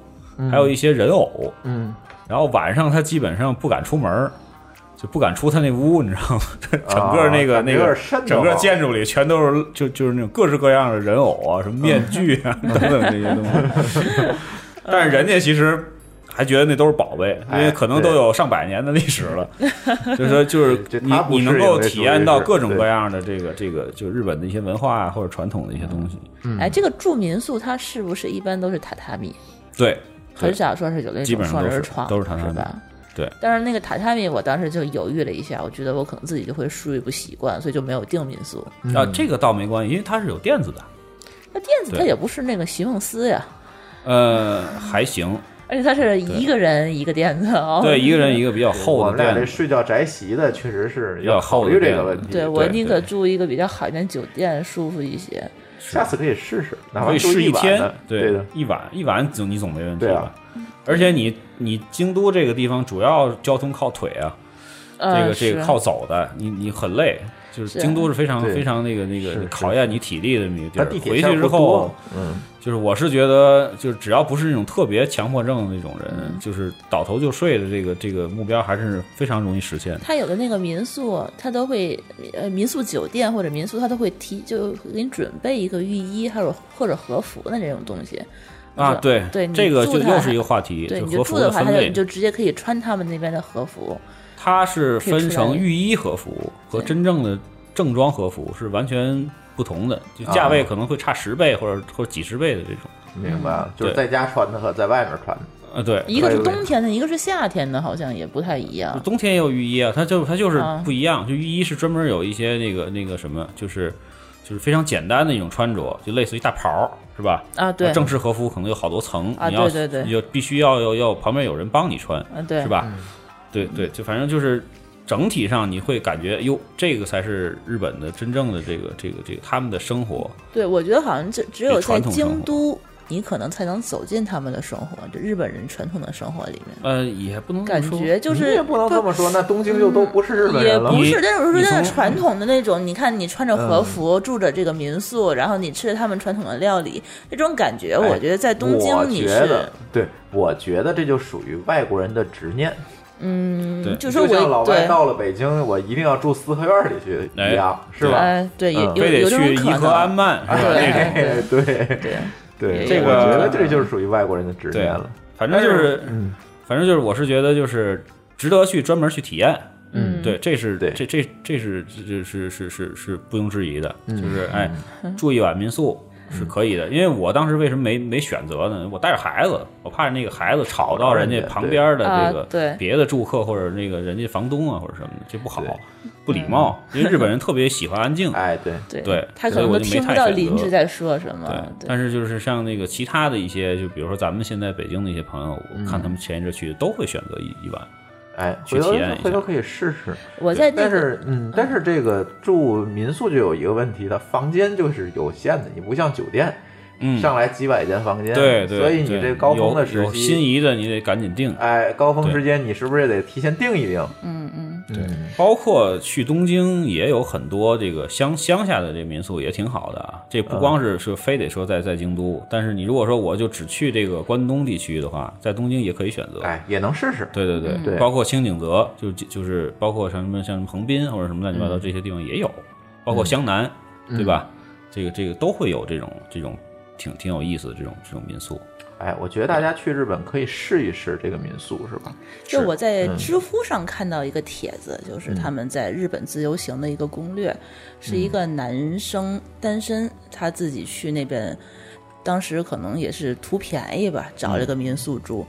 [SPEAKER 5] 还有一些人偶。
[SPEAKER 3] 嗯，
[SPEAKER 5] 然后晚上他基本上不敢出门儿，就不敢出他那屋，你知道吗？ 整个那个、
[SPEAKER 3] 啊
[SPEAKER 5] 那
[SPEAKER 3] 有
[SPEAKER 5] 个
[SPEAKER 3] 点瘆得慌
[SPEAKER 5] 整个建筑里全都是就就是那种各式各样的人偶啊，什么面具 啊、等等这些东西。但是人家其实还觉得那都是宝贝，因为
[SPEAKER 3] 哎
[SPEAKER 5] 可能都有上百年的历史了。 就是说，就是
[SPEAKER 3] 这
[SPEAKER 5] 你
[SPEAKER 3] 他不
[SPEAKER 5] 你
[SPEAKER 3] 是
[SPEAKER 5] 能
[SPEAKER 3] 也
[SPEAKER 5] 够
[SPEAKER 3] 没
[SPEAKER 5] 体
[SPEAKER 3] 说
[SPEAKER 5] 验
[SPEAKER 3] 这
[SPEAKER 5] 到
[SPEAKER 3] 是
[SPEAKER 5] 各种各
[SPEAKER 3] 对
[SPEAKER 5] 样的这个这个，就日本的一些文化啊或者传统的一些东西。
[SPEAKER 3] 嗯
[SPEAKER 4] 哎，这个住民宿它是不是一般都是榻榻米？
[SPEAKER 5] 对，
[SPEAKER 4] 很
[SPEAKER 5] 对
[SPEAKER 4] 少说是有那
[SPEAKER 5] 基
[SPEAKER 4] 种
[SPEAKER 5] 本上
[SPEAKER 4] 双
[SPEAKER 5] 都是
[SPEAKER 4] 人床，
[SPEAKER 5] 都是榻榻米
[SPEAKER 4] 吧？
[SPEAKER 5] 对，
[SPEAKER 4] 但是那个榻榻米，我当时就犹豫了一下，我觉得我可能自己就会睡不习惯，所以就没有订民宿。
[SPEAKER 5] 啊，
[SPEAKER 3] 嗯
[SPEAKER 5] 这个倒没关系，因为它是有垫子的。
[SPEAKER 4] 那垫子它
[SPEAKER 5] 对
[SPEAKER 4] 也不是那个席梦思呀，
[SPEAKER 5] 呃，还行，
[SPEAKER 4] 而且它是一个人一个垫子哦。
[SPEAKER 5] 对，一个人一个比较厚
[SPEAKER 3] 我
[SPEAKER 5] 的
[SPEAKER 3] 们俩
[SPEAKER 5] 垫
[SPEAKER 3] 这
[SPEAKER 5] 子，
[SPEAKER 3] 睡觉宅席的确实是
[SPEAKER 5] 比较
[SPEAKER 3] 要
[SPEAKER 5] 厚
[SPEAKER 3] 考
[SPEAKER 5] 的
[SPEAKER 3] 虑这
[SPEAKER 5] 垫
[SPEAKER 3] 个
[SPEAKER 5] 子
[SPEAKER 3] 问题。
[SPEAKER 4] 对我
[SPEAKER 5] 对
[SPEAKER 4] 宁可
[SPEAKER 5] 对
[SPEAKER 4] 住一个比较好一点酒店，舒服一些。
[SPEAKER 3] 下次可以试试，哪
[SPEAKER 5] 可
[SPEAKER 3] 怕
[SPEAKER 5] 以
[SPEAKER 3] 住
[SPEAKER 5] 试
[SPEAKER 3] 一晚
[SPEAKER 5] 天
[SPEAKER 3] 的，
[SPEAKER 5] 对
[SPEAKER 3] 的，
[SPEAKER 5] 一晚一晚总你总没问题
[SPEAKER 3] 对
[SPEAKER 5] 吧
[SPEAKER 3] 啊？
[SPEAKER 5] 而且你你京都这个地方主要交通靠腿啊，这
[SPEAKER 4] 呃，
[SPEAKER 5] 个这个
[SPEAKER 4] 是
[SPEAKER 5] 靠走的，你你很累。就是
[SPEAKER 4] 是
[SPEAKER 5] 京都是非常
[SPEAKER 3] 对
[SPEAKER 5] 非常那个那
[SPEAKER 3] 是
[SPEAKER 5] 个
[SPEAKER 3] 是
[SPEAKER 5] 考验你体力的那个地
[SPEAKER 3] 它
[SPEAKER 5] 儿。
[SPEAKER 3] 地铁
[SPEAKER 5] 回
[SPEAKER 3] 线
[SPEAKER 5] 去之
[SPEAKER 3] 不
[SPEAKER 5] 后
[SPEAKER 3] 多，，嗯，
[SPEAKER 5] 就是我是觉得，就是只要不是那种特别强迫症的那种人，
[SPEAKER 4] 嗯
[SPEAKER 5] 就是倒头就睡的这个这个目标还是非常容易实现的。
[SPEAKER 4] 它有的那个民宿，它都会呃民宿酒店或者民宿，它都会提就给你准备一个浴衣，还有或者和服的那种东西。
[SPEAKER 5] 啊，
[SPEAKER 4] 是
[SPEAKER 5] 对，
[SPEAKER 4] 对，你
[SPEAKER 5] 这个
[SPEAKER 4] 住
[SPEAKER 5] 就
[SPEAKER 4] 它
[SPEAKER 5] 又是一个话题，
[SPEAKER 4] 对，你
[SPEAKER 5] 和
[SPEAKER 4] 就
[SPEAKER 5] 服
[SPEAKER 4] 住的话，
[SPEAKER 5] 分
[SPEAKER 4] 他就
[SPEAKER 5] 类
[SPEAKER 4] 你，就直接可以穿他们那边的和服。
[SPEAKER 5] 它是
[SPEAKER 4] 可以
[SPEAKER 5] 分
[SPEAKER 4] 出
[SPEAKER 5] 成
[SPEAKER 4] 来
[SPEAKER 5] 浴衣和服和
[SPEAKER 4] 对
[SPEAKER 5] 真正的正装和服是完全不同的，就价
[SPEAKER 4] 啊
[SPEAKER 5] 位可能会差十倍或者或者几十倍的这种。
[SPEAKER 3] 明白了，就是
[SPEAKER 5] 嗯对
[SPEAKER 3] 在家穿的和在外面穿的。
[SPEAKER 5] 啊，对，
[SPEAKER 4] 一个
[SPEAKER 3] 可以
[SPEAKER 4] 是
[SPEAKER 3] 可以
[SPEAKER 4] 冬天的，一个是夏天的，好像也不太一
[SPEAKER 5] 就
[SPEAKER 4] 样。
[SPEAKER 5] 冬天也有浴衣啊，它就它就是
[SPEAKER 4] 啊
[SPEAKER 5] 不一样，就浴衣是专门有一些那个那个什么，就是就是非常简单的一种穿着，就类似于大袍儿是吧？
[SPEAKER 4] 啊，对，
[SPEAKER 5] 正式和服可能有好多层，
[SPEAKER 4] 啊
[SPEAKER 5] 你要
[SPEAKER 4] 对对对
[SPEAKER 5] 你就必须要要要旁边有人帮你穿，
[SPEAKER 4] 啊对
[SPEAKER 5] 是吧？对对，就反正就是整体上你会感觉，哟，这个才是日本的真正的这个这个这个他们的生活，
[SPEAKER 4] 对，我觉得好像只只有
[SPEAKER 5] 比传
[SPEAKER 4] 在
[SPEAKER 5] 统生
[SPEAKER 4] 京
[SPEAKER 5] 活
[SPEAKER 4] 都你可能才能走进他们的生活，就日本人传统的生活里面，
[SPEAKER 5] 呃，也不能这么
[SPEAKER 4] 感
[SPEAKER 5] 说
[SPEAKER 4] 觉就
[SPEAKER 3] 你
[SPEAKER 4] 是嗯
[SPEAKER 3] 也不能这么说，那东京就都不是日本
[SPEAKER 4] 也
[SPEAKER 3] 人了。
[SPEAKER 4] 不是，
[SPEAKER 5] 你
[SPEAKER 4] 但是我说
[SPEAKER 5] 你
[SPEAKER 4] 那
[SPEAKER 5] 从嗯
[SPEAKER 4] 种传统的那种，你看你穿着和服，住着这个民宿，然后你吃着他们传统的料理，这种感觉，
[SPEAKER 3] 哎
[SPEAKER 4] 我觉得在东京
[SPEAKER 3] 我
[SPEAKER 4] 你
[SPEAKER 3] 觉
[SPEAKER 4] 是
[SPEAKER 3] 得，对，我觉得这就属于外国人的执念，
[SPEAKER 5] 对，
[SPEAKER 4] 就说
[SPEAKER 3] 就像老
[SPEAKER 4] 我
[SPEAKER 3] 外
[SPEAKER 4] 对。
[SPEAKER 3] 到了北京，我一定要住四合院里去一样，是吧？
[SPEAKER 4] 哎，对，有
[SPEAKER 3] 嗯
[SPEAKER 4] 有
[SPEAKER 5] 非
[SPEAKER 4] 有
[SPEAKER 5] 得
[SPEAKER 4] 这
[SPEAKER 5] 去
[SPEAKER 4] 种
[SPEAKER 5] 颐
[SPEAKER 4] 可
[SPEAKER 5] 和安
[SPEAKER 4] 能，啊
[SPEAKER 5] 曼是吧？那种
[SPEAKER 3] 哎， 对对
[SPEAKER 4] 对，
[SPEAKER 3] 对，
[SPEAKER 4] 这
[SPEAKER 5] 个
[SPEAKER 3] 我觉得这就是属于外国人的执
[SPEAKER 5] 对
[SPEAKER 3] 念了。，
[SPEAKER 5] 反正
[SPEAKER 3] 哎
[SPEAKER 5] 就是，
[SPEAKER 3] 嗯
[SPEAKER 5] 反正就是，我是觉得就是值得去专门去体验。
[SPEAKER 3] 嗯
[SPEAKER 5] 对，这是
[SPEAKER 3] 对
[SPEAKER 5] 这这这是这是是是是不庸置疑的，
[SPEAKER 3] 嗯
[SPEAKER 5] 就是哎，住一晚民宿是可以的。因为我当时为什么没没选择呢？我带着孩子，我怕那个孩子吵到人家旁边的这
[SPEAKER 4] 啊
[SPEAKER 5] 个
[SPEAKER 4] 对
[SPEAKER 5] 别的住客或者那个人家房东啊或者什么的，这不好，不礼貌。因为日本人特别喜欢安静，
[SPEAKER 3] 哎，对，
[SPEAKER 4] 对
[SPEAKER 5] 对
[SPEAKER 4] 他可
[SPEAKER 5] 所以
[SPEAKER 4] 能
[SPEAKER 5] 我
[SPEAKER 4] 都
[SPEAKER 5] 就没
[SPEAKER 4] 听不
[SPEAKER 5] 太
[SPEAKER 4] 到
[SPEAKER 5] 选
[SPEAKER 4] 邻
[SPEAKER 5] 择
[SPEAKER 4] 居在说什么
[SPEAKER 5] 对，，但是就是像那个其他的一些，就比如说咱们现在北京的一些朋友，
[SPEAKER 3] 嗯
[SPEAKER 5] 我看他们前一阵去都会选择一一晚。
[SPEAKER 3] 哎，
[SPEAKER 5] 去
[SPEAKER 3] 回头
[SPEAKER 5] 体验一下
[SPEAKER 3] 回头可以试试。
[SPEAKER 4] 我在那
[SPEAKER 3] 但
[SPEAKER 4] 个
[SPEAKER 3] 是，嗯，但是这个住民宿就有一个问题，它房间就是有限的，你不像酒店，
[SPEAKER 5] 嗯，
[SPEAKER 3] 上来几百间房间，
[SPEAKER 5] 对对，
[SPEAKER 3] 所以你
[SPEAKER 5] 对
[SPEAKER 3] 这高峰的时
[SPEAKER 5] 有有
[SPEAKER 3] 期，
[SPEAKER 5] 心仪的你得赶紧定。
[SPEAKER 3] 哎，高峰
[SPEAKER 5] 对
[SPEAKER 3] 时间你是不是也得提前定一定？
[SPEAKER 4] 嗯嗯，
[SPEAKER 5] 对，包括去东京也有很多这个乡乡下的这民宿也挺好的啊。这不
[SPEAKER 3] 嗯
[SPEAKER 5] 光是是非得说在在京都，但是你如果说我就只去这个关东地区的话，在东京也可以选择。
[SPEAKER 3] 哎，也能试试。
[SPEAKER 5] 对对对，
[SPEAKER 4] 嗯
[SPEAKER 3] 对
[SPEAKER 5] 包括清景泽，就就是包括像什么像什么横滨或者什么乱七八糟
[SPEAKER 3] 嗯
[SPEAKER 5] 这些地方也有，包括湘南，对吧？这个这个都会有这种这种挺挺有意思的这种这种民宿。
[SPEAKER 3] 哎，我觉得大家去日本可以试一试这个民宿，是吧？
[SPEAKER 4] 就我在
[SPEAKER 5] 嗯
[SPEAKER 4] 知乎上看到一个帖子，就是他们在日本自由行的一个攻略，是
[SPEAKER 5] 嗯
[SPEAKER 4] 一个男生单身，他自己去那边，当时可能也是图便宜吧，
[SPEAKER 5] 嗯
[SPEAKER 4] 找了个民宿住。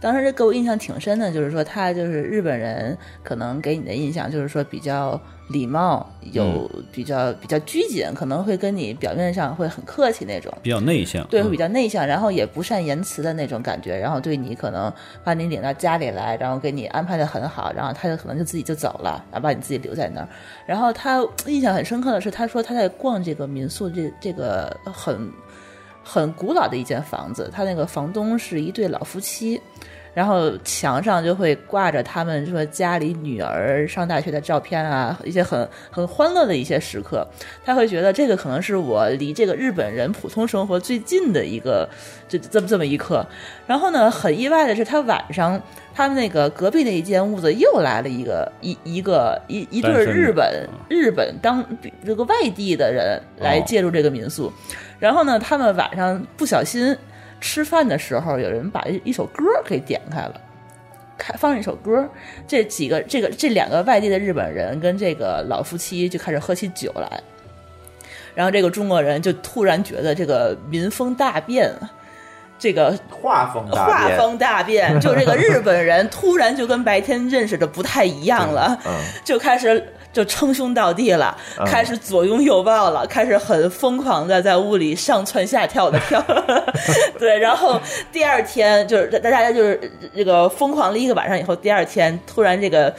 [SPEAKER 4] 当时这给我印象挺深的，就是说他就是日本人，可能给你的印象就是说比较礼貌，有
[SPEAKER 5] 嗯
[SPEAKER 4] 比较比较拘谨，可能会跟你表面上会很客气那种。
[SPEAKER 5] 比较内向，
[SPEAKER 4] 对，会
[SPEAKER 5] 嗯
[SPEAKER 4] 比较内向，然后也不善言辞的那种感觉，然后对你可能把你领到家里来，然后给你安排的很好，然后他就可能就自己就走了，然后把你自己留在那儿。然后他印象很深刻的是，他说他在逛这个民宿这这个很很古老的一间房子，他那个房东是一对老夫妻。然后墙上就会挂着他们说家里女儿上大学的照片啊，一些很很欢乐的一些时刻。他会觉得这个可能是我离这个日本人普通生活最近的一个这这么这么一刻。然后呢，很意外的是，他晚上他们那个隔壁那一间屋子又来了一个一一个一一对
[SPEAKER 5] 单身的嗯
[SPEAKER 4] 日本日本当这个外地的人来
[SPEAKER 5] 哦
[SPEAKER 4] 借助这个民宿。然后呢，他们晚上不小心吃饭的时候，有人把一一首歌给点开了。开放一首歌，这几个这个这两个外地的日本人跟这个老夫妻就开始喝起酒来，然后这个中国人就突然觉得这个民风大变，这个
[SPEAKER 3] 画风大
[SPEAKER 4] 画
[SPEAKER 3] 变，
[SPEAKER 4] 风大变，就这个日本人突然就跟白天认识的不太一样 了，
[SPEAKER 3] 嗯，
[SPEAKER 4] 就开始就称兄道弟了，开始左拥右抱了，开始很疯狂的在屋里上蹿下跳的跳， 对，然后第二天就是大大家就是这个疯狂了一个晚上以后，第二天突然这个。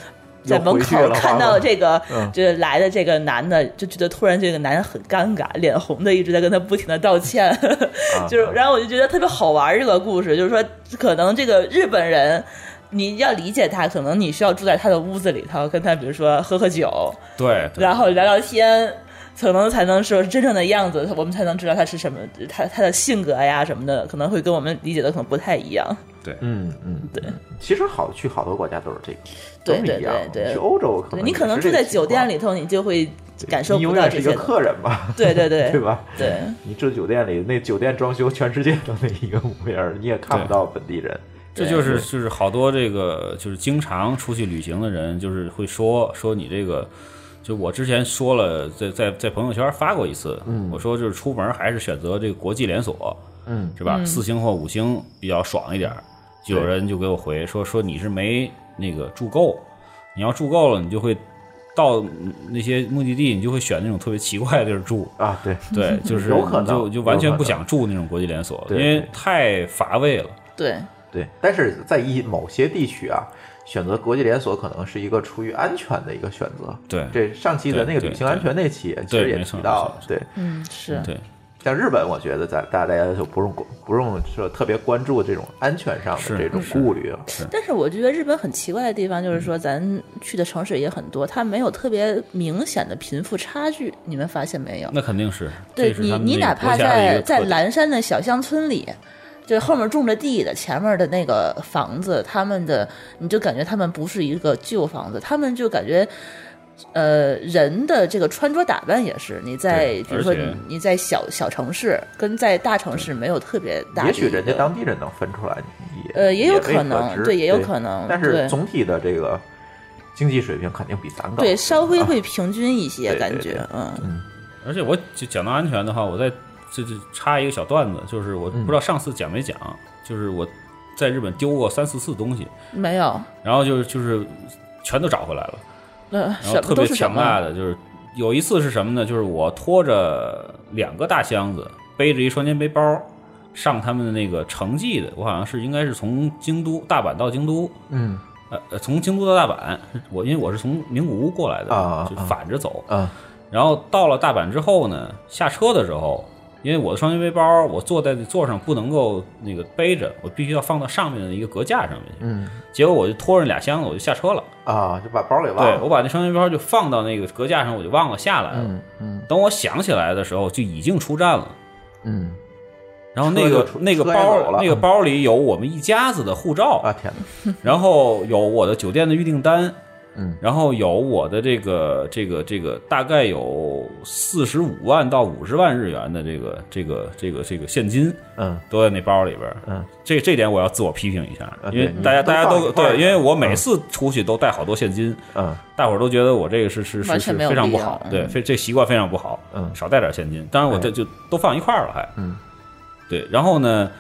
[SPEAKER 4] 在门口
[SPEAKER 3] 又回去了
[SPEAKER 4] 看
[SPEAKER 3] 花
[SPEAKER 4] 到
[SPEAKER 3] 花
[SPEAKER 4] 这个
[SPEAKER 3] 嗯，
[SPEAKER 4] 就是来的这个男的，就觉得突然这个男人很尴尬，脸红的一直在跟他不停的道 歉，
[SPEAKER 3] 啊
[SPEAKER 4] 就是，然后我就觉得特别好玩儿这个故事，就是说，可能这个日本人，你要理解他，可能你需要住在他的屋子里头，跟他比如说喝喝酒，
[SPEAKER 5] 对，对
[SPEAKER 4] 然后聊聊天，可能才能说真正的样子，我们才能知道他是什么，他他的性格呀什么的，可能会跟我们理解的可能不太一样。
[SPEAKER 3] 嗯嗯，对。其实好去好多国家都是这个，
[SPEAKER 4] 对
[SPEAKER 3] 都是一样
[SPEAKER 4] 对对对
[SPEAKER 3] 去欧洲可
[SPEAKER 4] 对
[SPEAKER 3] 能
[SPEAKER 4] 你可能
[SPEAKER 3] 也是
[SPEAKER 4] 住
[SPEAKER 3] 这
[SPEAKER 4] 在
[SPEAKER 3] 个
[SPEAKER 4] 酒店
[SPEAKER 3] 情
[SPEAKER 4] 里头，你就会感受
[SPEAKER 3] 况，你
[SPEAKER 4] 不
[SPEAKER 3] 永
[SPEAKER 4] 到
[SPEAKER 3] 远是
[SPEAKER 4] 这
[SPEAKER 3] 一个
[SPEAKER 4] 些。
[SPEAKER 3] 客人吧？
[SPEAKER 4] 对对 对
[SPEAKER 3] 对吧？
[SPEAKER 4] 对
[SPEAKER 3] 你住酒店里，那酒店装修全世界都那一个模样儿，你也看不
[SPEAKER 5] 对
[SPEAKER 3] 到本地人。
[SPEAKER 5] 这就是就是好多这个就是经常出去旅行的人，就是会说说你这个，就我之前说了，在在在朋友圈发过一次，我说就是出门还是选择这个国际连锁，
[SPEAKER 3] 嗯，
[SPEAKER 5] 是吧？四星或五星比较爽一点儿。就有
[SPEAKER 3] 对
[SPEAKER 5] 人就给我回说说你是没那个住够，你要住够了，你就会到那些目的地，你就会选那种特别奇怪的地儿 住。
[SPEAKER 3] 啊，对，
[SPEAKER 5] 对，就是
[SPEAKER 3] 有可能
[SPEAKER 5] 就就完全
[SPEAKER 3] 有可
[SPEAKER 5] 不
[SPEAKER 3] 能
[SPEAKER 5] 想住那种国际连锁，因
[SPEAKER 3] 对
[SPEAKER 5] 为
[SPEAKER 3] 对
[SPEAKER 5] 太乏味了。
[SPEAKER 4] 对
[SPEAKER 3] 对，但是在一某些地区啊，选择国际连锁可能是一个出于安全的一个选择。
[SPEAKER 5] 对
[SPEAKER 3] 这上期的那个
[SPEAKER 5] 对
[SPEAKER 3] 旅行安全那期也其实
[SPEAKER 5] 对
[SPEAKER 3] 也
[SPEAKER 5] 没错
[SPEAKER 3] 提到
[SPEAKER 5] 没
[SPEAKER 3] 了，对，
[SPEAKER 4] 嗯，是
[SPEAKER 5] 对，
[SPEAKER 3] 像日本，我觉得咱大家就不用不用说特别关注这种安全上的
[SPEAKER 5] 是
[SPEAKER 3] 这种
[SPEAKER 5] 是
[SPEAKER 3] 顾虑啊。
[SPEAKER 4] 但是我觉得日本很奇怪的地方就是说，咱去的城市也很多，它没有特别明显的贫富差距，你们发现没有？
[SPEAKER 5] 那肯定是，
[SPEAKER 4] 对
[SPEAKER 5] 这是
[SPEAKER 4] 你
[SPEAKER 5] 他，们
[SPEAKER 4] 你
[SPEAKER 5] 那个
[SPEAKER 4] 哪怕
[SPEAKER 5] 国家的一
[SPEAKER 4] 在
[SPEAKER 5] 个
[SPEAKER 4] 在
[SPEAKER 5] 特点
[SPEAKER 4] 蓝山的小乡村里，就后面种着地的，前面的那个房子，他们的你就感觉他们不是一个旧房子，他们就感觉。呃，人的这个穿着打扮也是，你在
[SPEAKER 5] 对
[SPEAKER 4] 比如说
[SPEAKER 5] 而且
[SPEAKER 4] 你你在小小城市跟在大城市没有特别大
[SPEAKER 3] 也
[SPEAKER 4] 的一个，
[SPEAKER 3] 许人家当地人能分出来，也
[SPEAKER 4] 呃也有
[SPEAKER 3] 未
[SPEAKER 4] 可能
[SPEAKER 3] 知
[SPEAKER 4] 对也有可能
[SPEAKER 3] 但
[SPEAKER 4] 对
[SPEAKER 3] 是总体的这个经济水平肯定比咱高。
[SPEAKER 4] 对稍微
[SPEAKER 3] 啊
[SPEAKER 4] 会平均一些
[SPEAKER 3] 对
[SPEAKER 4] 感
[SPEAKER 3] 对
[SPEAKER 4] 觉，
[SPEAKER 3] 对
[SPEAKER 4] 嗯，
[SPEAKER 5] 而且我就讲到安全的话，我再这这插一个小段子，就是我
[SPEAKER 3] 嗯
[SPEAKER 5] 不知道上次讲没讲，就是我在日本丢过三四次东西，
[SPEAKER 4] 没有，
[SPEAKER 5] 然后就是就是全都找回来了，
[SPEAKER 4] 呃，
[SPEAKER 5] 然后
[SPEAKER 4] 什
[SPEAKER 5] 特
[SPEAKER 4] 么都
[SPEAKER 5] 别
[SPEAKER 4] 是什
[SPEAKER 5] 强大
[SPEAKER 4] 么？
[SPEAKER 5] 的就是有一次是什么呢？就是我拖着两个大箱子，背着一双肩背包。上他们的那个城际的，我好像是应该是从京都大阪到京都，
[SPEAKER 3] 嗯
[SPEAKER 5] 呃呃，从京都到大阪，我因为我是从名古屋过来的，
[SPEAKER 3] 啊
[SPEAKER 5] 就
[SPEAKER 3] 啊
[SPEAKER 5] 反着走，
[SPEAKER 3] 啊
[SPEAKER 5] 然后到了大阪之后呢，下车的时候，因为我的双肩背包，我坐在座上不能够那个背着，我必须要放到上面的一个隔架上面去。
[SPEAKER 3] 嗯
[SPEAKER 5] 结果我就拖着俩箱子，我就下车了。
[SPEAKER 3] 啊，就把包给忘
[SPEAKER 5] 对我
[SPEAKER 3] 了。
[SPEAKER 5] 把那双肩背包就放到那个隔架上，我就忘了下来了。
[SPEAKER 3] 嗯嗯
[SPEAKER 5] 等我想起来的时候，就已经出站了。
[SPEAKER 3] 嗯
[SPEAKER 5] 然后那
[SPEAKER 3] 车
[SPEAKER 5] 个
[SPEAKER 3] 就出
[SPEAKER 5] 那个
[SPEAKER 3] 车也走
[SPEAKER 5] 包
[SPEAKER 3] 了
[SPEAKER 5] 那个包里有我们一家子的护照，
[SPEAKER 3] 啊天哪，
[SPEAKER 5] 然后有我的酒店的预订单，
[SPEAKER 3] 嗯，
[SPEAKER 5] 然后有我的这个这个这个大概有四十五万到五十万日元的这个这个这个这个现金
[SPEAKER 3] 嗯
[SPEAKER 5] 都在那包里边儿。
[SPEAKER 3] 嗯，
[SPEAKER 5] 这这点我要自我批评一下，
[SPEAKER 3] 啊
[SPEAKER 5] 因为
[SPEAKER 3] 对
[SPEAKER 5] 大家
[SPEAKER 3] 你都
[SPEAKER 5] 大家
[SPEAKER 3] 放
[SPEAKER 5] 都
[SPEAKER 3] 一块儿嗯了
[SPEAKER 5] 对，因为我每次出去都带好多现金，
[SPEAKER 3] 嗯
[SPEAKER 5] 大伙儿都觉得我这个是是是
[SPEAKER 4] 完
[SPEAKER 5] 是
[SPEAKER 4] 全没有
[SPEAKER 5] 非常
[SPEAKER 4] 必
[SPEAKER 5] 不
[SPEAKER 4] 要
[SPEAKER 5] 好，
[SPEAKER 4] 嗯
[SPEAKER 5] 对，非这习惯非常不好。
[SPEAKER 3] 嗯
[SPEAKER 5] 少带点现金。当然我这
[SPEAKER 3] 哎
[SPEAKER 5] 就都放一块儿了，还
[SPEAKER 3] 嗯
[SPEAKER 5] 对。然后呢，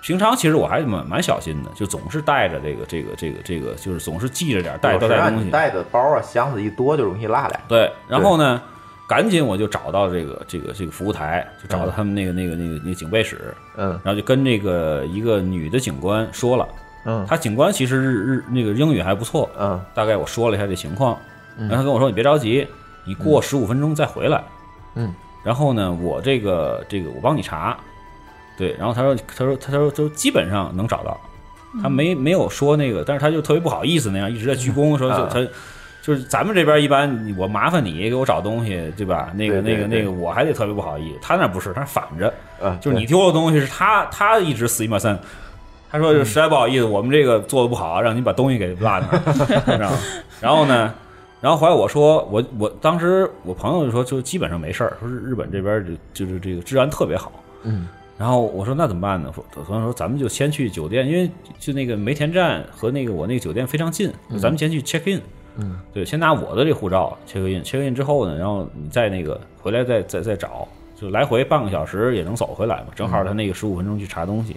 [SPEAKER 5] 平常其实我还蛮蛮小心的，就总是带着这个这个这个这个，就是总是记着点儿带
[SPEAKER 3] 有
[SPEAKER 5] 多
[SPEAKER 3] 时
[SPEAKER 5] 带
[SPEAKER 3] 让
[SPEAKER 5] 东
[SPEAKER 3] 你
[SPEAKER 5] 西。
[SPEAKER 3] 带的包啊箱子一多就容易落俩。
[SPEAKER 5] 对，然后呢，赶紧我就找到这个这个这个服务台，就找到他们那个那个那个那个警备室，
[SPEAKER 3] 嗯
[SPEAKER 5] 然后就跟这个一个女的警官说了，
[SPEAKER 3] 嗯
[SPEAKER 5] 她警官其实日日那个英语还不错，
[SPEAKER 3] 嗯
[SPEAKER 5] 大概我说了一下这情况，然后他跟我说你别着急，你过十五分钟再回来。
[SPEAKER 3] 嗯，
[SPEAKER 5] 然后呢，我这个这个我帮你查，对，然后他说他说他说他说基本上能找到，他没没有说那个，但是他就特别不好意思那样一直在鞠躬说就
[SPEAKER 3] 啊
[SPEAKER 5] 他。就是咱们这边一般，你我麻烦你给我找东西，对吧？那个、
[SPEAKER 3] 对对
[SPEAKER 5] 那个、那
[SPEAKER 3] 对
[SPEAKER 5] 个，我还得特别不好意思。他那不是，他是反着，
[SPEAKER 3] 嗯，
[SPEAKER 5] 就是你丢的东西是他，他一直死一三。他说就实在不好意思，我们这个做的不好，啊让你把东西给落那儿，你知道吗？然后呢，然后后来我说我我当时我朋友就说就基本上没事儿，说是日本这边儿就就是这个治安特别好。
[SPEAKER 3] 嗯，
[SPEAKER 5] 然后我说那怎么办呢？我我朋友说咱们就先去酒店，因为就那个梅田站和那个我那个酒店非常近，咱们先去 check in。
[SPEAKER 3] 嗯，
[SPEAKER 5] 对，先拿我的这护照 check in，check in 之后呢，然后你再那个回来再再再找，就来回半个小时也能走回来嘛，正好他那个十五分钟去查东西。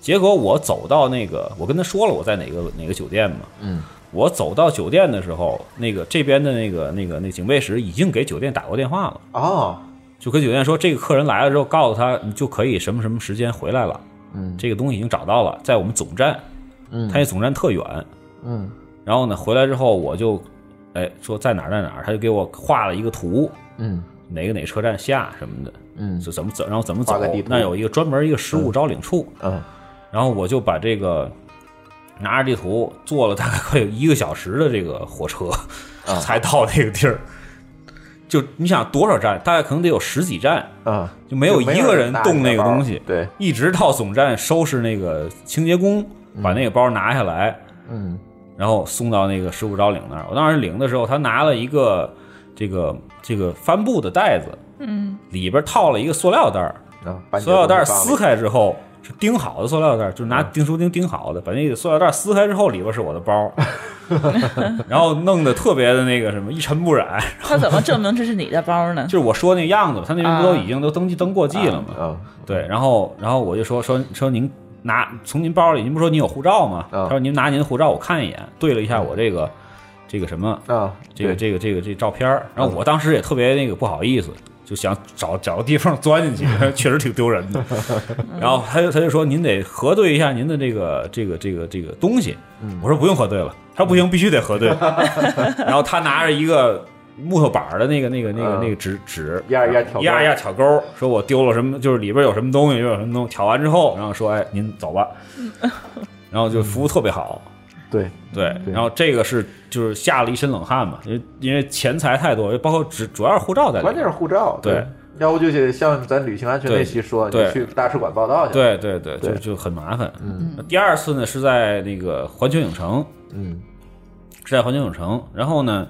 [SPEAKER 5] 结果我走到那个，我跟他说了我在哪个哪个酒店嘛，
[SPEAKER 3] 嗯，
[SPEAKER 5] 我走到酒店的时候，那个这边的那个那个那警卫室已经给酒店打过电话了，
[SPEAKER 3] 哦
[SPEAKER 5] 就跟酒店说这个客人来了之后，告诉他你就可以什么什么时间回来了，
[SPEAKER 3] 嗯
[SPEAKER 5] 这个东西已经找到了，在我们总站，
[SPEAKER 3] 嗯
[SPEAKER 5] 他那总站特远，
[SPEAKER 3] 嗯
[SPEAKER 5] 然后呢回来之后我就，哎说在哪儿在哪儿，他就给我画了一个图，
[SPEAKER 3] 嗯
[SPEAKER 5] 哪个哪车站下什么的，
[SPEAKER 3] 嗯
[SPEAKER 5] 是怎么走，然后怎么
[SPEAKER 3] 画
[SPEAKER 5] 走
[SPEAKER 3] 个地，图
[SPEAKER 5] 那有一个专门一个失物招领处，
[SPEAKER 3] 嗯
[SPEAKER 5] 然后我就把这个拿着地图坐了大概快有一个小时的这个火车，
[SPEAKER 3] 啊
[SPEAKER 5] 才到那个地儿。就你想多少站？大概可能得有十几站，
[SPEAKER 3] 嗯，
[SPEAKER 5] 就没有
[SPEAKER 3] 就没
[SPEAKER 5] 一
[SPEAKER 3] 有
[SPEAKER 5] 个
[SPEAKER 3] 人
[SPEAKER 5] 人
[SPEAKER 3] 拿
[SPEAKER 5] 动
[SPEAKER 3] 你的
[SPEAKER 5] 那个
[SPEAKER 3] 包
[SPEAKER 5] 东西。
[SPEAKER 3] 对，
[SPEAKER 5] 一直到总站收拾那个清洁工，把那个包拿下来，
[SPEAKER 3] 嗯
[SPEAKER 5] 然后送到那个十五招领那儿。我当时领的时候，他拿了一个这个这个帆布的袋子，嗯，里边套了一个塑料袋儿，
[SPEAKER 3] 啊，把你
[SPEAKER 5] 塑料袋
[SPEAKER 3] 的
[SPEAKER 5] 儿
[SPEAKER 3] 东西
[SPEAKER 5] 撕
[SPEAKER 3] 放里嗯
[SPEAKER 5] 开之后是钉好的塑料袋儿，就是拿钉书钉钉好的，把那个塑料袋儿撕开之后里边是我的包，然后弄得特别的那个什么一尘不染，
[SPEAKER 4] 他怎么证明这是你的包呢？
[SPEAKER 5] 就是我说那个样子，他那边不都已经都登记登过季了吗？
[SPEAKER 3] 嗯
[SPEAKER 5] 对，然后然后我就说说说您拿从您包里，您不说您有护照吗？
[SPEAKER 3] 嗯
[SPEAKER 5] 他说您拿您的护照，我看一眼，对了一下我这个这个什么
[SPEAKER 3] 啊，
[SPEAKER 5] 这个
[SPEAKER 3] 对
[SPEAKER 5] 这个这个这照片儿，然后我当时也特别那个不好意思，就想找找个地方钻进去， 确实挺丢人 的。然后他就他就说您得核对一下您的这个这个这个这个
[SPEAKER 3] 嗯
[SPEAKER 5] 东西，我说不用核对了，他说不行，必须得核对。然后他拿着一个木头板儿的那个那个那个
[SPEAKER 3] 嗯
[SPEAKER 5] 那个纸纸，
[SPEAKER 3] 压一压挑钩
[SPEAKER 5] 压一压挑钩儿，说我丢了什么，就是里边有什么东西，又有什么东西，挑完之后，然后说，哎，您走吧，
[SPEAKER 3] 嗯
[SPEAKER 5] 然后就服务特别好，
[SPEAKER 3] 对，
[SPEAKER 5] 对，
[SPEAKER 3] 对
[SPEAKER 5] 然后这个是就是吓了一身冷汗嘛，因为因为钱财太多，包括只主要是护照在里面，
[SPEAKER 3] 关键是护照，
[SPEAKER 5] 对
[SPEAKER 3] 要不就得像咱旅行安全那期说，
[SPEAKER 5] 对
[SPEAKER 3] 你去大使馆报道去，，
[SPEAKER 5] 对对对，就
[SPEAKER 3] 对
[SPEAKER 5] 就很麻烦。嗯，第二次呢是在那个环球影城，
[SPEAKER 3] 嗯，
[SPEAKER 5] 是在环球影城，然后呢。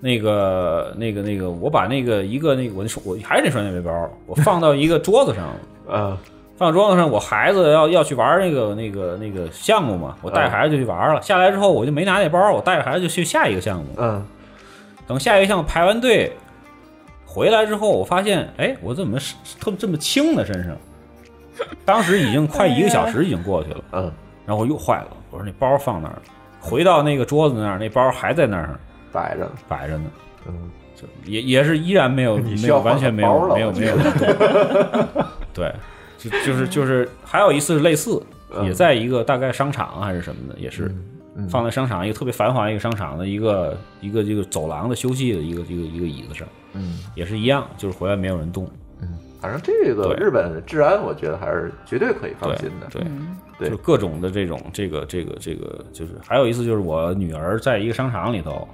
[SPEAKER 5] 那个、那个、那个，我把那个一个那个，我那手我还是那双肩背包，我放到一个桌子上，
[SPEAKER 3] 呃，
[SPEAKER 5] 放桌子上，我孩子要要去玩那个那个那个项目嘛，我
[SPEAKER 3] 哎
[SPEAKER 5] 带着孩子就去玩了。下来之后，我就没拿那包，我带着孩子就去下一个项目。
[SPEAKER 3] 嗯，
[SPEAKER 5] 等下一个项目排完队回来之后，我发现，哎，我怎么是特这么轻呢？身上，当时已经快一个小时已经过去了，
[SPEAKER 3] 嗯，
[SPEAKER 5] 然后我又坏了，我说那包放哪儿了？回到那个桌子那儿，那包还在那儿
[SPEAKER 3] 摆着呢，
[SPEAKER 5] 摆着呢，
[SPEAKER 3] 嗯，
[SPEAKER 5] 就也也是依然没有
[SPEAKER 3] 你
[SPEAKER 5] 没
[SPEAKER 3] 需
[SPEAKER 5] 有
[SPEAKER 3] 要
[SPEAKER 5] 完全没有
[SPEAKER 3] 换个包了
[SPEAKER 5] 没有没有，对，就就是就是还有一次类似，
[SPEAKER 3] 嗯
[SPEAKER 5] 也在一个大概商场啊还是什么的，也是。放在商场一个特别繁华一个商场的一个一个这个走廊的休息的一个一个一个椅子上，
[SPEAKER 3] 嗯，
[SPEAKER 5] 也是一样，就是回来没有人动，
[SPEAKER 3] 反正这个
[SPEAKER 5] 对
[SPEAKER 3] 日本的治安，我觉得还是绝对可以放心的，
[SPEAKER 5] 对，
[SPEAKER 4] 嗯
[SPEAKER 3] 对
[SPEAKER 5] 就是各种的这种这个这个这个，就是还有一次就是我女儿在一个商场里头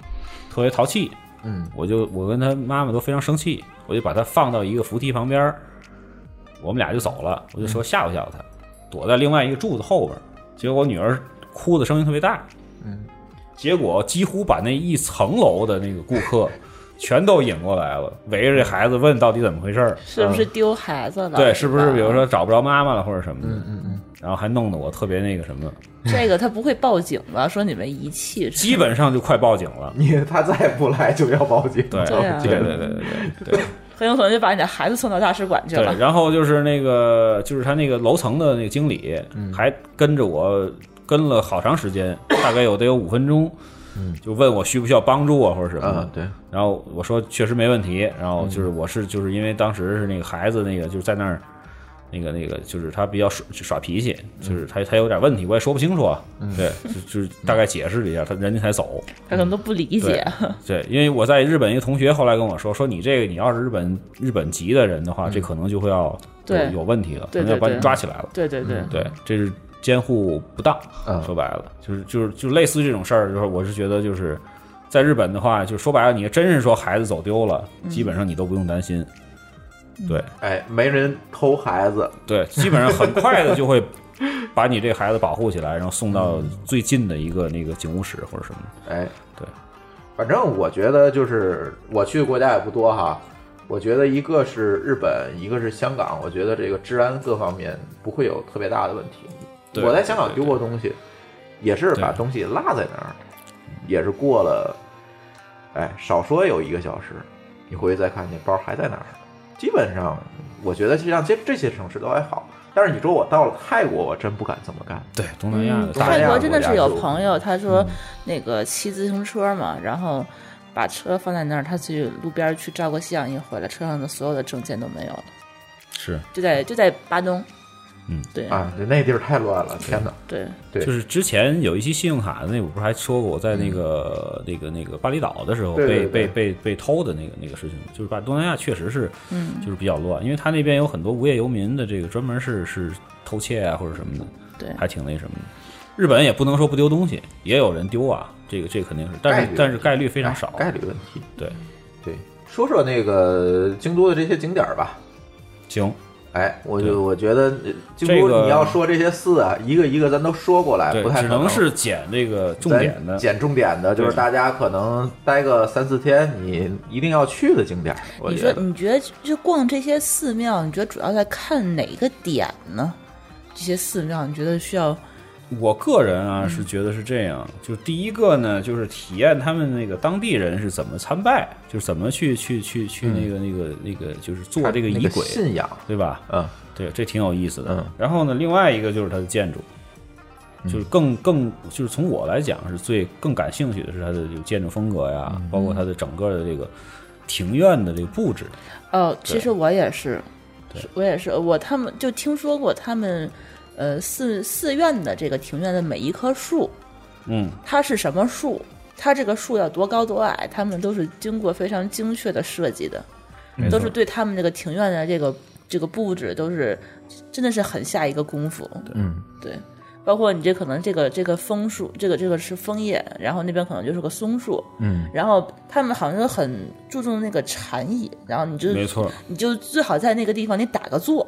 [SPEAKER 5] 特别淘气，
[SPEAKER 3] 嗯，
[SPEAKER 5] 我就我跟她妈妈都非常生气，我就把她放到一个扶梯旁边儿，我们俩就走了，我就说吓唬吓唬她，
[SPEAKER 3] 嗯
[SPEAKER 5] 躲在另外一个柱子后边儿，结果我女儿哭的声音特别大，
[SPEAKER 3] 嗯，
[SPEAKER 5] 结果几乎把那一层楼的那个顾客全都引过来了，围着这孩子问到底怎么回事儿。
[SPEAKER 4] 是不是丢孩子了？
[SPEAKER 5] 嗯对，是不是
[SPEAKER 4] 啊吧
[SPEAKER 5] 比如说找不着妈妈了或者什么的，
[SPEAKER 3] 嗯嗯，
[SPEAKER 5] 然后还弄得我特别那个什么，
[SPEAKER 4] 这个他不会报警吧？说你们遗弃之类
[SPEAKER 5] 基本上就快报警了。
[SPEAKER 3] 你他再不来就要报警，
[SPEAKER 5] 对
[SPEAKER 4] 对啊
[SPEAKER 5] 对对对对对
[SPEAKER 4] 的，很有可能就把你的孩子送到大使馆去
[SPEAKER 5] 对
[SPEAKER 4] 了。
[SPEAKER 5] 然后就是那个，就是他那个楼层的那个经理，还跟着我跟了好长时间，大概有得有五分钟，就问我需不需要帮助啊或者什么的
[SPEAKER 3] 嗯。对，
[SPEAKER 5] 然后我说确实没问题。然后就是我是就是因为当时是那个孩子那个就是在那儿，那个那个就是他比较耍耍脾气，
[SPEAKER 4] 嗯
[SPEAKER 5] 就是他他有点问题，我也说不清楚啊。对，就就是大概解释了一下，他人家才走。
[SPEAKER 4] 他可能都不理解，
[SPEAKER 5] 对，因为我在日本一个同学后来跟我说，说你这个你要是日本日本籍的人的话，这可能就会要
[SPEAKER 4] 嗯对
[SPEAKER 5] 有有问题了，
[SPEAKER 4] 对对
[SPEAKER 5] 可能要把你
[SPEAKER 4] 对
[SPEAKER 5] 抓起来了。
[SPEAKER 4] 对 对对，
[SPEAKER 5] 对，嗯这是监护不当，
[SPEAKER 3] 嗯
[SPEAKER 5] 说白了就是就是就类似这种事儿，就是我是觉得就是在日本的话，就说白了，你真是说孩子走丢了，基本上你都不用担心。对
[SPEAKER 3] 哎，没人偷孩子，
[SPEAKER 5] 对，基本上很快的就会把你这孩子保护起来，然后送到最近的一个那个警务室或者什么的。
[SPEAKER 3] 哎，
[SPEAKER 5] 对，
[SPEAKER 3] 反正我觉得就是我去的国家也不多哈，我觉得一个是日本，一个是香港，我觉得这个治安各方面不会有特别大的问题。
[SPEAKER 5] 对
[SPEAKER 3] 我在香港丢过东西，也是把东西落在那儿，也是过了，哎，少说有一个小时，你回去再看见包还在那儿。基本上，我觉得像这这些城市都还好，但是你说我到了泰国，我真不敢这么干。
[SPEAKER 5] 对，东南亚的大
[SPEAKER 3] 东南
[SPEAKER 4] 泰
[SPEAKER 3] 亚
[SPEAKER 4] 国真的是有
[SPEAKER 3] 国家
[SPEAKER 4] 朋友，他说
[SPEAKER 5] 嗯
[SPEAKER 4] 那个骑自行车嘛，然后把车放在那儿，他去路边去照个相，一回来车上的所有的证件都没有了，
[SPEAKER 5] 是
[SPEAKER 4] 就在就在巴东，
[SPEAKER 5] 嗯，
[SPEAKER 4] 对
[SPEAKER 3] 啊，那地儿太乱了，天哪！
[SPEAKER 4] 对，
[SPEAKER 3] 对
[SPEAKER 5] 就是之前有一期信用卡的那，我不是还说过，我在那个、那个那个巴厘岛的时候被
[SPEAKER 3] 嗯对对对
[SPEAKER 5] 被被被偷的那个那个事情，就是把东南亚确实是，
[SPEAKER 4] 嗯，
[SPEAKER 5] 就是比较乱，因为他那边有很多无业游民的这个专门是是偷窃啊或者什么的，
[SPEAKER 4] 对
[SPEAKER 5] 还挺那什么的。日本也不能说不丢东西，也有人丢啊，这个这个肯定是，但
[SPEAKER 3] 概
[SPEAKER 5] 是
[SPEAKER 3] 率啊
[SPEAKER 5] 但是概率非常少，
[SPEAKER 3] 概率问题。
[SPEAKER 5] 对，
[SPEAKER 3] 对，说说那个京都的这些景点儿吧。
[SPEAKER 5] 行，
[SPEAKER 3] 哎，我
[SPEAKER 5] 对
[SPEAKER 3] 就我觉得呃京
[SPEAKER 5] 这
[SPEAKER 3] 都
[SPEAKER 5] 个
[SPEAKER 3] 你要说这些寺啊，一个一个咱都说过来，
[SPEAKER 5] 对
[SPEAKER 3] 啊不，太
[SPEAKER 5] 只
[SPEAKER 3] 可
[SPEAKER 5] 能是捡这个重点的
[SPEAKER 3] 咱，捡重点的，就是
[SPEAKER 5] 对
[SPEAKER 3] 大家可能待个三四天，你一定要去的景点儿。我
[SPEAKER 4] 你
[SPEAKER 3] 觉
[SPEAKER 4] 说
[SPEAKER 3] 得
[SPEAKER 4] 你觉得就逛这些寺庙，你觉得主要在看哪个点呢？这些寺庙你觉得需要
[SPEAKER 5] 我个人啊
[SPEAKER 3] 嗯
[SPEAKER 5] 是觉得是这样，就第一个呢，就是体验他们那个当地人是怎么参拜，就是怎么去去去去那个、那个那个，就是做这个
[SPEAKER 3] 嗯那
[SPEAKER 5] 仪轨，
[SPEAKER 3] 信仰，
[SPEAKER 5] 对吧？
[SPEAKER 3] 嗯，
[SPEAKER 5] 对，这挺有意思的。
[SPEAKER 3] 嗯
[SPEAKER 5] 然后呢，另外一个就是它的建筑，就是更更就是从我来讲是最更感兴趣的是它的这个建筑风格呀，
[SPEAKER 3] 嗯
[SPEAKER 5] 包括它的整个的这个庭院的这个布置。
[SPEAKER 4] 哦，其
[SPEAKER 5] 对
[SPEAKER 4] 实我也是，是我也是，我他们就听说过他们，呃，寺寺院的这个庭院的每一棵树，
[SPEAKER 5] 嗯，
[SPEAKER 4] 它是什么树，它这个树要多高多矮，他们都是经过非常精确的设计的，都是对他们这个庭院的这个这个布置都是真的是很下一个功夫。
[SPEAKER 3] 嗯，
[SPEAKER 4] 对，包括你这可能这个这个枫树，这个这个是枫叶，然后那边可能就是个松树，
[SPEAKER 3] 嗯，
[SPEAKER 4] 然后他们好像都很注重那个禅意，然后你就
[SPEAKER 5] 没错，
[SPEAKER 4] 你就最好在那个地方你打个坐。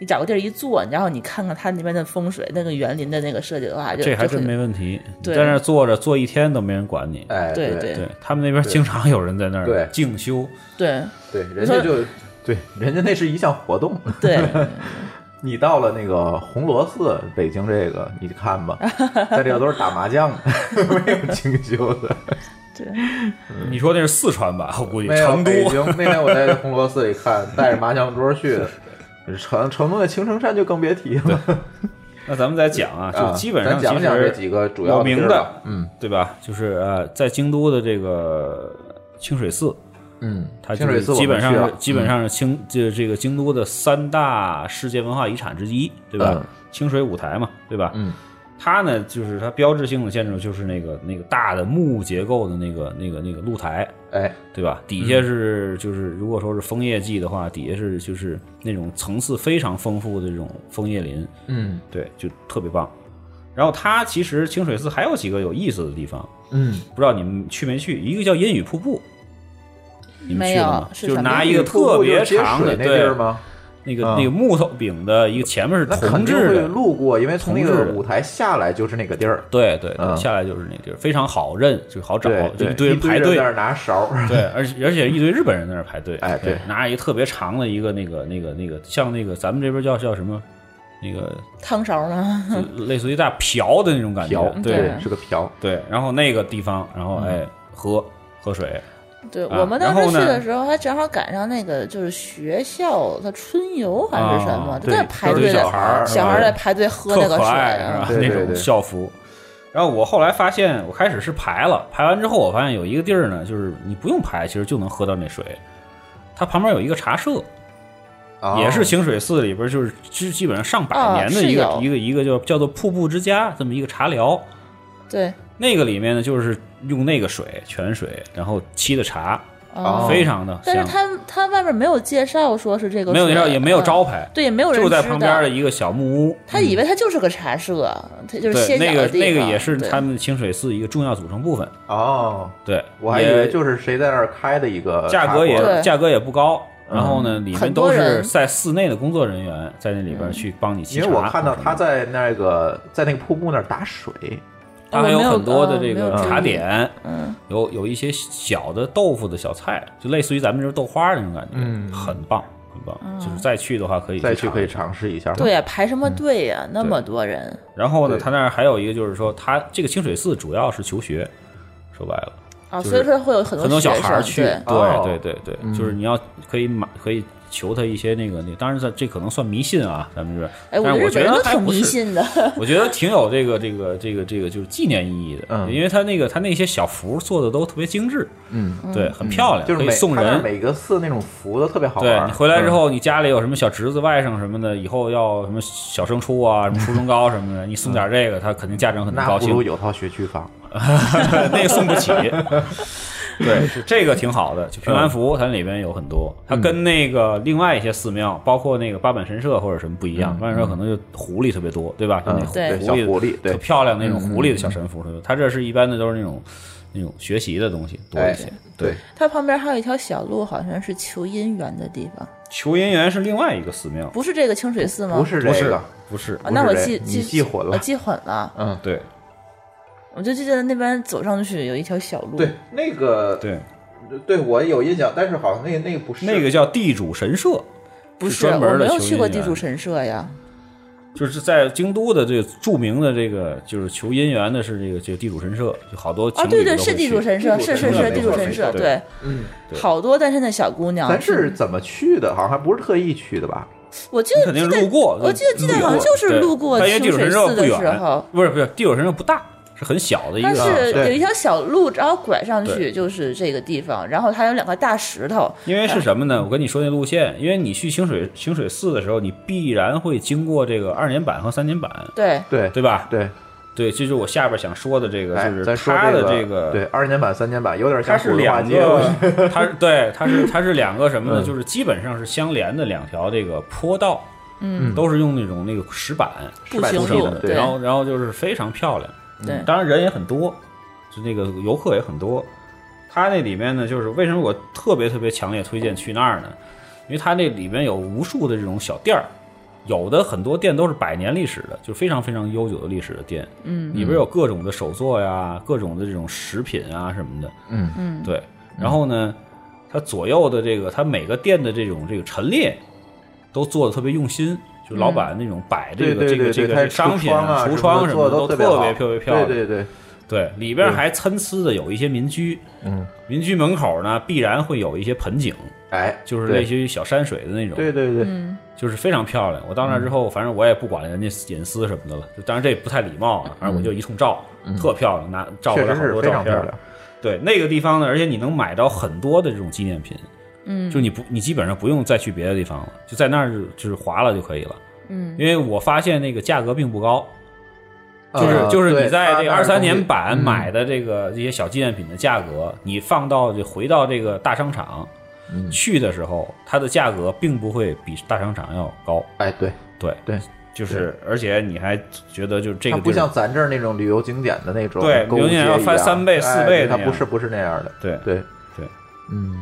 [SPEAKER 4] 你找个地儿一坐，然后你看看它那边的风水，那个园林的那个设计的话，
[SPEAKER 3] 呃
[SPEAKER 4] 就
[SPEAKER 5] 这还
[SPEAKER 4] 就
[SPEAKER 5] 真
[SPEAKER 4] 很
[SPEAKER 5] 没问题。你
[SPEAKER 4] 对
[SPEAKER 5] 在那儿坐着坐一天都没人管你。
[SPEAKER 3] 哎，
[SPEAKER 4] 对
[SPEAKER 3] 对
[SPEAKER 5] 对他们那边经常有人在那
[SPEAKER 3] 对
[SPEAKER 5] 儿静修，
[SPEAKER 4] 对
[SPEAKER 3] 对，人家就对，人家那是一项活动。
[SPEAKER 4] 对
[SPEAKER 3] 你到了那个红螺寺，北京这个你看 吧，在这个都是打麻将的， 没有清修的。
[SPEAKER 4] 对，
[SPEAKER 5] 你说那是四川吧？我估计
[SPEAKER 3] 没有
[SPEAKER 5] 成都
[SPEAKER 3] 北 京那天我在红螺寺里看，带着麻将桌去的。成成都的青城山就更别提了，
[SPEAKER 5] 那咱们再讲啊，
[SPEAKER 3] 啊
[SPEAKER 5] 就基本上
[SPEAKER 3] 咱讲
[SPEAKER 5] 其
[SPEAKER 3] 讲这
[SPEAKER 5] 实
[SPEAKER 3] 几个主要
[SPEAKER 5] 有
[SPEAKER 3] 的地
[SPEAKER 5] 名
[SPEAKER 3] 儿吧，嗯
[SPEAKER 5] 对吧？就是呃，在京都的这个清水寺，
[SPEAKER 3] 嗯，
[SPEAKER 5] 它
[SPEAKER 3] 清
[SPEAKER 5] 就
[SPEAKER 3] 水
[SPEAKER 5] 是
[SPEAKER 3] 寺我
[SPEAKER 5] 基本
[SPEAKER 3] 们
[SPEAKER 5] 上
[SPEAKER 3] 去了
[SPEAKER 5] 是基本上是清这这个京都的三大世界文化遗产之一，对吧
[SPEAKER 3] 嗯？
[SPEAKER 5] 清水舞台嘛，对吧？
[SPEAKER 3] 嗯，
[SPEAKER 5] 它呢就是它标志性的建筑就是那个那个大的木结构的那个那个那个露台，
[SPEAKER 3] 哎，
[SPEAKER 5] 对吧？底下是就是，如果说是枫叶季的话，底下是就是那种层次非常丰富的这种枫叶林，
[SPEAKER 3] 嗯
[SPEAKER 5] 对，就特别棒。然后它其实清水寺还有几个有意思的地方，
[SPEAKER 3] 嗯，
[SPEAKER 5] 不知道你们去没去？一个叫阴雨瀑布，你们
[SPEAKER 4] 没
[SPEAKER 5] 去了
[SPEAKER 4] 有
[SPEAKER 5] 吗？
[SPEAKER 4] 是
[SPEAKER 5] 就
[SPEAKER 4] 什么
[SPEAKER 5] 拿
[SPEAKER 4] 呀
[SPEAKER 5] 一个特别
[SPEAKER 3] 接
[SPEAKER 5] 长
[SPEAKER 3] 水
[SPEAKER 5] 的
[SPEAKER 3] 那地
[SPEAKER 5] 对
[SPEAKER 3] 儿吗？
[SPEAKER 5] 那个
[SPEAKER 3] 啊
[SPEAKER 5] 那个木头饼的一个前面是
[SPEAKER 3] 那肯
[SPEAKER 5] 铜
[SPEAKER 3] 定
[SPEAKER 5] 制
[SPEAKER 3] 会
[SPEAKER 5] 的，
[SPEAKER 3] 路过，因为从那
[SPEAKER 5] 铜制
[SPEAKER 3] 个
[SPEAKER 5] 的
[SPEAKER 3] 舞台下来就是那个地儿，
[SPEAKER 5] 对对对，
[SPEAKER 3] 嗯
[SPEAKER 5] 下来就是那地儿，非常好认，就好找，
[SPEAKER 3] 对
[SPEAKER 5] 就
[SPEAKER 3] 对，
[SPEAKER 5] 堆人排
[SPEAKER 3] 人
[SPEAKER 5] 队
[SPEAKER 3] 在那儿拿勺儿，
[SPEAKER 5] 对，而且而且一堆日本人在那儿排队，
[SPEAKER 3] 哎对
[SPEAKER 5] 对，拿着一个特别长的一个那个那个那个，像那个咱们这边叫叫什么，那 个
[SPEAKER 4] 汤勺吗？
[SPEAKER 5] 就类似于大瓢的那种 感
[SPEAKER 3] 瓢
[SPEAKER 5] 觉，，对
[SPEAKER 3] 是个瓢，
[SPEAKER 5] 对，然后那个地方，然
[SPEAKER 4] 嗯
[SPEAKER 5] 后哎喝喝水，
[SPEAKER 4] 对、
[SPEAKER 5] 啊
[SPEAKER 4] 我们当
[SPEAKER 5] 然
[SPEAKER 4] 时
[SPEAKER 5] 后
[SPEAKER 4] 去
[SPEAKER 5] 呢
[SPEAKER 4] 的时候，还正好赶上那个就是学校的春游还是什么，
[SPEAKER 5] 啊
[SPEAKER 4] 都在
[SPEAKER 3] 对
[SPEAKER 4] 排
[SPEAKER 3] 都
[SPEAKER 5] 是
[SPEAKER 4] 队的
[SPEAKER 5] 小孩儿
[SPEAKER 4] 小孩
[SPEAKER 5] 是吧
[SPEAKER 4] 在排队喝
[SPEAKER 5] 特
[SPEAKER 4] 那个
[SPEAKER 5] 可
[SPEAKER 4] 水
[SPEAKER 5] 爱
[SPEAKER 4] 啊，
[SPEAKER 5] 是吧？
[SPEAKER 3] 对对
[SPEAKER 5] 那种
[SPEAKER 3] 对
[SPEAKER 5] 校服。然后我后来发现，我开始是排了，排完之后我发现有一个地儿呢，就是你不用排，其实就能喝到那水。它旁边有一个茶社，
[SPEAKER 3] 啊
[SPEAKER 5] 也是清水寺里边儿就是基基本上上百
[SPEAKER 4] 啊
[SPEAKER 5] 年的
[SPEAKER 4] 是
[SPEAKER 5] 一个、
[SPEAKER 4] 有
[SPEAKER 5] 一个一个叫叫做瀑布之家这么一个茶寮。
[SPEAKER 4] 对，
[SPEAKER 5] 那个里面呢，就是用那个水泉水，然后沏的茶，
[SPEAKER 4] 啊、
[SPEAKER 3] 哦
[SPEAKER 5] 非常的
[SPEAKER 4] 但
[SPEAKER 5] 香
[SPEAKER 4] 是。他他外面没有介绍说是这个水，
[SPEAKER 5] 没有介绍，也没有
[SPEAKER 4] 嗯
[SPEAKER 5] 招牌，
[SPEAKER 4] 对，也没有人
[SPEAKER 5] 就在
[SPEAKER 4] 知
[SPEAKER 5] 旁边
[SPEAKER 4] 道
[SPEAKER 5] 的一个小木屋。嗯
[SPEAKER 4] 他以为他就是个茶社，他就是歇
[SPEAKER 5] 对，
[SPEAKER 4] 脚
[SPEAKER 5] 那
[SPEAKER 4] 的
[SPEAKER 5] 个
[SPEAKER 4] 地方。
[SPEAKER 5] 那个也是
[SPEAKER 4] 对
[SPEAKER 5] 他们清水寺一个重要组成部分。
[SPEAKER 3] 哦，
[SPEAKER 5] 对，
[SPEAKER 3] 我还以
[SPEAKER 5] 也
[SPEAKER 3] 为就是谁在那儿开的一个
[SPEAKER 5] 价格
[SPEAKER 3] 茶馆
[SPEAKER 5] 也
[SPEAKER 4] 对
[SPEAKER 5] 价格也不高。
[SPEAKER 3] 嗯
[SPEAKER 5] 然后呢，里面
[SPEAKER 4] 很
[SPEAKER 5] 都
[SPEAKER 4] 多
[SPEAKER 5] 是
[SPEAKER 4] 人
[SPEAKER 5] 在室内的工作人员在那里边去帮你沏
[SPEAKER 3] 嗯
[SPEAKER 5] 茶。
[SPEAKER 3] 因为我看到他，在那个在那个瀑布那儿打水，
[SPEAKER 5] 它还有
[SPEAKER 4] 我没有
[SPEAKER 5] 很多的这
[SPEAKER 4] 呃没
[SPEAKER 5] 个
[SPEAKER 4] 有注意
[SPEAKER 5] 茶点，
[SPEAKER 4] 嗯，
[SPEAKER 5] 有有一些小的豆腐的小菜，就类似于咱们这儿豆花那种感觉，
[SPEAKER 3] 嗯
[SPEAKER 5] 很棒，
[SPEAKER 4] 嗯
[SPEAKER 5] 很棒。就是再去的话可以
[SPEAKER 3] 再去
[SPEAKER 5] 尝
[SPEAKER 3] 可以
[SPEAKER 5] 一尝。
[SPEAKER 3] 尝试一下。
[SPEAKER 4] 对，呀、排什么队呀、那
[SPEAKER 5] 嗯对
[SPEAKER 4] 么多人，
[SPEAKER 5] 然后呢，
[SPEAKER 3] 对
[SPEAKER 5] 他那儿还有一个就是说，他这个清水寺主要是求学，说白了。
[SPEAKER 4] 啊，
[SPEAKER 5] 就是
[SPEAKER 4] 所以说会有很多
[SPEAKER 5] 很多
[SPEAKER 4] 学
[SPEAKER 5] 小
[SPEAKER 4] 生
[SPEAKER 5] 孩儿去，
[SPEAKER 4] 对
[SPEAKER 3] 哦
[SPEAKER 5] 对对对对，就是你要可以买，可以求他一些那个那，当然这这可能算迷信啊，咱们这边，
[SPEAKER 4] 哎，
[SPEAKER 5] 但是
[SPEAKER 4] 觉得日本人
[SPEAKER 5] 我觉得
[SPEAKER 4] 都
[SPEAKER 5] 还
[SPEAKER 4] 挺
[SPEAKER 5] 不
[SPEAKER 4] 迷
[SPEAKER 5] 是，
[SPEAKER 4] 信的。
[SPEAKER 5] 我觉得挺有这个这个这个这个就是纪念意义的，
[SPEAKER 3] 嗯
[SPEAKER 5] 因为他那个他那些小符做的都特别精致，
[SPEAKER 3] 嗯，
[SPEAKER 5] 对，很漂亮，
[SPEAKER 3] 就是
[SPEAKER 5] 可以
[SPEAKER 3] 每
[SPEAKER 5] 送
[SPEAKER 3] 他那儿
[SPEAKER 5] 人。
[SPEAKER 3] 每个寺那种符都特别好玩
[SPEAKER 5] 对
[SPEAKER 3] 儿。嗯
[SPEAKER 5] 你回来之后，你家里有什么小侄子、外甥什么的，以后要什么小升初啊、什么初中高什么的，你送点这个，他肯定家
[SPEAKER 3] 嗯，
[SPEAKER 5] 长很
[SPEAKER 3] 那
[SPEAKER 5] 高
[SPEAKER 3] 不
[SPEAKER 5] 兴
[SPEAKER 3] 如。有套学区房。
[SPEAKER 5] 那个送不 起。对，这个挺好的，就平安
[SPEAKER 3] 嗯
[SPEAKER 5] 符，它里边有很多，它跟那个另外一些寺庙，包括那个八坂神社或者什么不一样。
[SPEAKER 3] 嗯
[SPEAKER 5] 八坂神社可能就狐狸特别多，对吧？就
[SPEAKER 3] 嗯
[SPEAKER 5] 那狐
[SPEAKER 4] 对
[SPEAKER 3] 小狐
[SPEAKER 5] 狐
[SPEAKER 3] 狸对嗯
[SPEAKER 5] 特漂亮那种狐狸的小神符，对吧它这是一般的都是那种那种学习的东西多一些
[SPEAKER 3] 哎。
[SPEAKER 5] 对，
[SPEAKER 4] 它旁边还有一条小路，好像是求姻缘的地方，
[SPEAKER 5] 求姻缘是另外一个寺庙，
[SPEAKER 4] 不是这个清水寺吗？
[SPEAKER 3] 不是
[SPEAKER 5] 不
[SPEAKER 3] 这
[SPEAKER 5] 是
[SPEAKER 3] 个，
[SPEAKER 5] 不是，
[SPEAKER 4] 啊，那我
[SPEAKER 3] 不是
[SPEAKER 4] 记
[SPEAKER 3] 这
[SPEAKER 4] 记
[SPEAKER 3] 你记混了
[SPEAKER 4] 我记混了。
[SPEAKER 3] 嗯，
[SPEAKER 5] 对
[SPEAKER 4] 我就记得那边走上去有一条小路，
[SPEAKER 3] 对，那个
[SPEAKER 5] 对，
[SPEAKER 3] 对我有印象，但是好像那那个不是
[SPEAKER 5] 那个叫地主神社，
[SPEAKER 4] 不
[SPEAKER 5] 是
[SPEAKER 4] 是，
[SPEAKER 5] 专
[SPEAKER 4] 我
[SPEAKER 5] 门
[SPEAKER 4] 没
[SPEAKER 5] 的
[SPEAKER 4] 有
[SPEAKER 5] 求
[SPEAKER 4] 去过
[SPEAKER 5] 姻
[SPEAKER 4] 地
[SPEAKER 5] 缘
[SPEAKER 3] 啊
[SPEAKER 4] 主神社呀。
[SPEAKER 5] 就是在京都的这个著名的这个就是求姻缘的是这个这个地主神社，就好多情
[SPEAKER 4] 啊，
[SPEAKER 5] 侣
[SPEAKER 4] 对对，
[SPEAKER 5] 都会
[SPEAKER 4] 是地
[SPEAKER 5] 去
[SPEAKER 4] 主神
[SPEAKER 3] 地
[SPEAKER 4] 社，
[SPEAKER 3] 主神
[SPEAKER 4] 是是
[SPEAKER 3] 社
[SPEAKER 4] 是
[SPEAKER 3] 没
[SPEAKER 4] 地主
[SPEAKER 3] 错
[SPEAKER 4] 神
[SPEAKER 3] 没
[SPEAKER 4] 社，
[SPEAKER 5] 错对
[SPEAKER 4] 对，
[SPEAKER 3] 嗯，
[SPEAKER 5] 对
[SPEAKER 4] 好多单身的小姑娘。
[SPEAKER 3] 咱是怎么去的？好像还不是特意去的吧？
[SPEAKER 4] 我记
[SPEAKER 5] 你
[SPEAKER 4] 得
[SPEAKER 5] 肯
[SPEAKER 4] 记
[SPEAKER 5] 定
[SPEAKER 4] 得
[SPEAKER 5] 路过，
[SPEAKER 4] 我记
[SPEAKER 3] 嗯
[SPEAKER 4] 得记得好像就是
[SPEAKER 5] 对
[SPEAKER 4] 路过
[SPEAKER 5] 但因为地
[SPEAKER 4] 清
[SPEAKER 5] 主
[SPEAKER 4] 水
[SPEAKER 5] 神社
[SPEAKER 4] 寺
[SPEAKER 5] 不
[SPEAKER 4] 的时
[SPEAKER 5] 远
[SPEAKER 4] 候，，
[SPEAKER 5] 不是不是，地主神社不大，是很小的一
[SPEAKER 4] 它
[SPEAKER 5] 个，
[SPEAKER 4] 是
[SPEAKER 3] 对
[SPEAKER 4] 有一条小路，然后拐上
[SPEAKER 5] 对
[SPEAKER 4] 去就是这个地方，然后它有两块大石头，
[SPEAKER 5] 因为是什么呢？我跟你说那路线，因为你去清水清水寺的时候，你必然会经过这个二年坂和三年坂，
[SPEAKER 4] 对
[SPEAKER 3] 对
[SPEAKER 5] 对吧？
[SPEAKER 3] 对，
[SPEAKER 5] 对，这就是我下边想说的这个，
[SPEAKER 3] 哎
[SPEAKER 5] 就，
[SPEAKER 3] 咱
[SPEAKER 5] 是
[SPEAKER 3] 说
[SPEAKER 5] 他的
[SPEAKER 3] 这
[SPEAKER 5] 个
[SPEAKER 3] 对二年版、三年版有点像
[SPEAKER 5] 它是
[SPEAKER 3] 古话
[SPEAKER 5] 两
[SPEAKER 3] 街， 我觉得
[SPEAKER 5] 个，它是对，它是它是两个什么呢？
[SPEAKER 3] 嗯
[SPEAKER 5] 就是基本上是相连的两条这个坡道，
[SPEAKER 4] 嗯，
[SPEAKER 5] 都是用那种那个石板
[SPEAKER 4] 步
[SPEAKER 3] 是
[SPEAKER 4] 行
[SPEAKER 3] 吧
[SPEAKER 4] 路
[SPEAKER 3] 的，
[SPEAKER 5] 然
[SPEAKER 4] 对
[SPEAKER 5] 后然后就是非常漂亮，嗯
[SPEAKER 4] 对
[SPEAKER 5] 当然人也很多，就那个游客也很多。它那里面呢，就是为什么我特别特别强烈推荐去那儿呢？因为它那里面有无数的这种小店儿，有的很多店都是百年历史的，就非常非常悠久的历史的店。嗯，里边有各种的手作呀，各种的这种食品啊什么的。
[SPEAKER 3] 嗯
[SPEAKER 5] 嗯，对。然后呢，它左右的这个，它每个店的这种这个陈列都做的特别用心，就老板那种摆这
[SPEAKER 3] 对
[SPEAKER 5] 个、
[SPEAKER 3] 对
[SPEAKER 5] 这个
[SPEAKER 3] 对
[SPEAKER 5] 这
[SPEAKER 3] 对，
[SPEAKER 5] 个
[SPEAKER 3] 它
[SPEAKER 5] 这商品
[SPEAKER 3] 啊、
[SPEAKER 5] 橱
[SPEAKER 3] 橱
[SPEAKER 5] 窗什
[SPEAKER 3] 做
[SPEAKER 5] 么
[SPEAKER 3] 的
[SPEAKER 5] 的
[SPEAKER 3] 特
[SPEAKER 5] 特别
[SPEAKER 3] 别
[SPEAKER 5] 特别
[SPEAKER 3] 好
[SPEAKER 5] 漂亮。
[SPEAKER 3] 对对对，
[SPEAKER 5] 对，里边还参差的有一些民居，
[SPEAKER 3] 嗯，
[SPEAKER 5] 民居门口呢必然会有一些盆景，
[SPEAKER 3] 哎，
[SPEAKER 5] 就是
[SPEAKER 3] 对
[SPEAKER 5] 类似于小山水的那种，
[SPEAKER 3] 对对对，
[SPEAKER 5] 就是非常漂亮。我到那
[SPEAKER 3] 嗯
[SPEAKER 5] 儿之后，反正我也不管人家隐私什么的了，就当然这也不太礼貌啊，反正我就一通照，特漂亮，拿照
[SPEAKER 3] 嗯
[SPEAKER 5] 回
[SPEAKER 3] 确
[SPEAKER 5] 来
[SPEAKER 3] 实
[SPEAKER 5] 好
[SPEAKER 3] 是
[SPEAKER 5] 多
[SPEAKER 3] 非
[SPEAKER 5] 照
[SPEAKER 3] 常
[SPEAKER 5] 片
[SPEAKER 3] 漂
[SPEAKER 5] 儿。
[SPEAKER 3] 亮。
[SPEAKER 5] 对那个地方呢，而且你能买到很多的这种纪念品，嗯，就你不你基本上不用再去别的地方了，就在那儿就就是划了就可以了，嗯，因为我发现那个价格并不高，就是
[SPEAKER 3] 呃
[SPEAKER 5] 就是你
[SPEAKER 3] 对
[SPEAKER 5] 在
[SPEAKER 3] 它
[SPEAKER 5] 这个
[SPEAKER 3] 那儿
[SPEAKER 5] 二三
[SPEAKER 3] 东西
[SPEAKER 5] 年版
[SPEAKER 3] 嗯
[SPEAKER 5] 买的这个这些小纪念品的价格，你放到这回到这个大商场
[SPEAKER 3] 嗯
[SPEAKER 5] 去的时候，它的价格并不会比大商场要高，
[SPEAKER 3] 哎，对，
[SPEAKER 5] 对
[SPEAKER 3] 对，
[SPEAKER 5] 就是而且你还觉得就是这
[SPEAKER 3] 它
[SPEAKER 5] 个
[SPEAKER 3] 不
[SPEAKER 5] 地方
[SPEAKER 3] 像咱这儿那种旅游景点的那种
[SPEAKER 5] 对
[SPEAKER 3] 购物
[SPEAKER 5] 旅游景点
[SPEAKER 3] 街
[SPEAKER 5] 要
[SPEAKER 3] 一
[SPEAKER 5] 翻
[SPEAKER 3] 样
[SPEAKER 5] 三倍四
[SPEAKER 3] 哎
[SPEAKER 5] 倍
[SPEAKER 3] 对它
[SPEAKER 5] 那
[SPEAKER 3] 不
[SPEAKER 5] 样
[SPEAKER 3] 是不是那样的，
[SPEAKER 5] 对
[SPEAKER 3] 对
[SPEAKER 5] 对，
[SPEAKER 3] 嗯，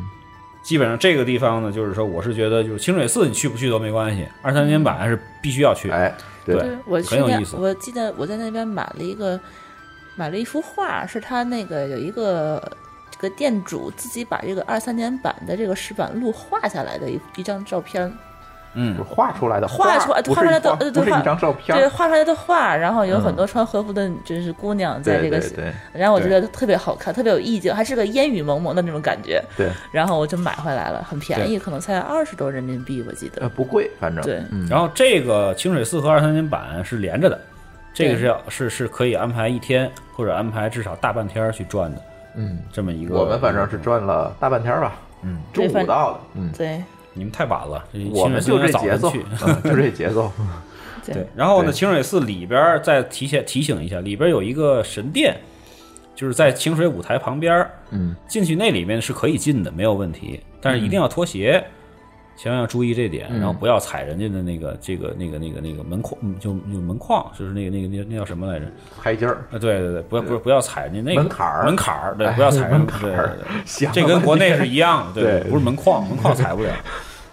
[SPEAKER 5] 基本上这个地方呢，就是说我是觉得就是清水寺你去不去都没关系，二三年版还是必须要去，
[SPEAKER 3] 嗯哎，对
[SPEAKER 5] 对
[SPEAKER 4] 我去
[SPEAKER 5] 很有
[SPEAKER 4] 那
[SPEAKER 5] 意思
[SPEAKER 4] 我记得我在那边买了一个买了一幅画，是他那个有一个这个店主自己把这个二三年版的这个石板路画下来的一一张照片，
[SPEAKER 5] 嗯
[SPEAKER 3] 是，画出来的
[SPEAKER 4] 画出来
[SPEAKER 3] 不
[SPEAKER 4] 画
[SPEAKER 3] 是
[SPEAKER 4] 出来
[SPEAKER 3] 一
[SPEAKER 4] 的
[SPEAKER 3] 张
[SPEAKER 4] 呃对
[SPEAKER 3] 不是
[SPEAKER 4] 画
[SPEAKER 3] 一张照片
[SPEAKER 4] 对，
[SPEAKER 3] 儿，嗯
[SPEAKER 4] 画出来的画，然后有很多穿和服的就是姑娘在这
[SPEAKER 3] 对
[SPEAKER 4] 个，
[SPEAKER 3] 对对
[SPEAKER 4] 然后我觉得特别好看，特别有意境，还是个烟雨蒙蒙的那种感觉，
[SPEAKER 3] 对，
[SPEAKER 4] 然后我就买回来了，很便宜，可能才二十多人民币，我记
[SPEAKER 3] 呃
[SPEAKER 4] 得，
[SPEAKER 3] 不贵，反正
[SPEAKER 4] 对，
[SPEAKER 3] 嗯
[SPEAKER 5] 然后这个清水寺和二三年版是连着的，这个
[SPEAKER 4] 对
[SPEAKER 5] 是要是是可以安排一天或者安排至少大半天儿去转的
[SPEAKER 3] 嗯，
[SPEAKER 5] 这么一个。
[SPEAKER 3] 我们反正是转了大半天儿吧，嗯，中
[SPEAKER 4] 对反
[SPEAKER 3] 午到的，嗯，
[SPEAKER 4] 对，
[SPEAKER 5] 你们太晚了，这
[SPEAKER 3] 我
[SPEAKER 5] 清水
[SPEAKER 3] 们
[SPEAKER 5] 寺
[SPEAKER 3] 就
[SPEAKER 5] 应该
[SPEAKER 3] 这
[SPEAKER 5] 早
[SPEAKER 3] 节奏
[SPEAKER 5] 晨去。，
[SPEAKER 3] 嗯就这节奏，
[SPEAKER 5] 对，然后呢，
[SPEAKER 3] 对
[SPEAKER 5] 清水寺里边儿再提醒提醒一下，里边儿有一个神殿，就是在清水舞台旁边儿
[SPEAKER 3] 嗯，
[SPEAKER 5] 进去那里面是可以进的，没有问题，但是一定要脱鞋，千万要注意这点，
[SPEAKER 3] 嗯
[SPEAKER 5] 然后不要踩人家的那个这个那个那个那个门框，嗯就就门框，就是那个那个那那叫什么来着？
[SPEAKER 3] 台阶儿，
[SPEAKER 5] 啊，对对对，不要不是不要踩人家那个
[SPEAKER 3] 门槛儿
[SPEAKER 5] 门槛儿， 对，
[SPEAKER 3] 哎
[SPEAKER 5] 不要踩人
[SPEAKER 3] 门槛
[SPEAKER 5] 对对
[SPEAKER 3] 儿
[SPEAKER 5] 对
[SPEAKER 3] 想
[SPEAKER 5] 这
[SPEAKER 3] 了
[SPEAKER 5] 跟
[SPEAKER 3] 半
[SPEAKER 5] 国内
[SPEAKER 3] 天
[SPEAKER 5] 是一样的，
[SPEAKER 3] 对
[SPEAKER 5] 不是门 框，门框踩不了，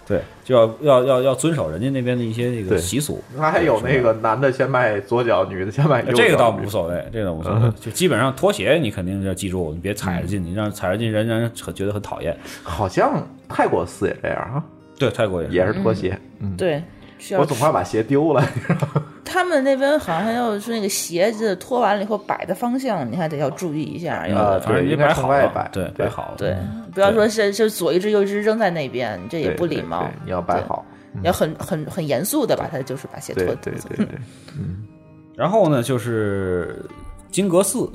[SPEAKER 5] 对，就要要要要遵守人家那边的一些这个
[SPEAKER 3] 对
[SPEAKER 5] 习俗。
[SPEAKER 3] 他还有那个男的先迈左脚，女的先迈右脚，
[SPEAKER 5] 呃这个倒无所谓，这个倒无所
[SPEAKER 3] 嗯
[SPEAKER 5] 谓，就基本上拖鞋你肯定要记住，你别踩着进去，让踩着进去人让人很觉得很讨厌。
[SPEAKER 3] 好像泰国寺也这样啊，
[SPEAKER 5] 对，泰国也是
[SPEAKER 3] 也是拖鞋，嗯，
[SPEAKER 4] 对，需要
[SPEAKER 3] 我总怕把鞋丢了，
[SPEAKER 4] 他们那边好像还有是那个鞋子脱完了以后摆的方向，你还得要注意一下，要、
[SPEAKER 3] 啊
[SPEAKER 5] 反正
[SPEAKER 3] 对
[SPEAKER 5] 也
[SPEAKER 3] 应该
[SPEAKER 5] 摆
[SPEAKER 3] 从
[SPEAKER 5] 好
[SPEAKER 3] 外
[SPEAKER 5] 了
[SPEAKER 3] 摆，
[SPEAKER 5] 对，
[SPEAKER 3] 对
[SPEAKER 5] 摆好了，
[SPEAKER 4] 对，不要说是是左一只右一只扔在那边，这 也
[SPEAKER 3] 对
[SPEAKER 4] 不
[SPEAKER 3] 对
[SPEAKER 4] 礼
[SPEAKER 3] 对
[SPEAKER 4] 貌。
[SPEAKER 3] 你要摆好，
[SPEAKER 5] 嗯
[SPEAKER 4] 要很很很严肃的把它就是把鞋脱
[SPEAKER 3] 对
[SPEAKER 4] 脱
[SPEAKER 3] 对
[SPEAKER 4] 走
[SPEAKER 3] 对对，
[SPEAKER 5] 然后呢，就是金阁寺，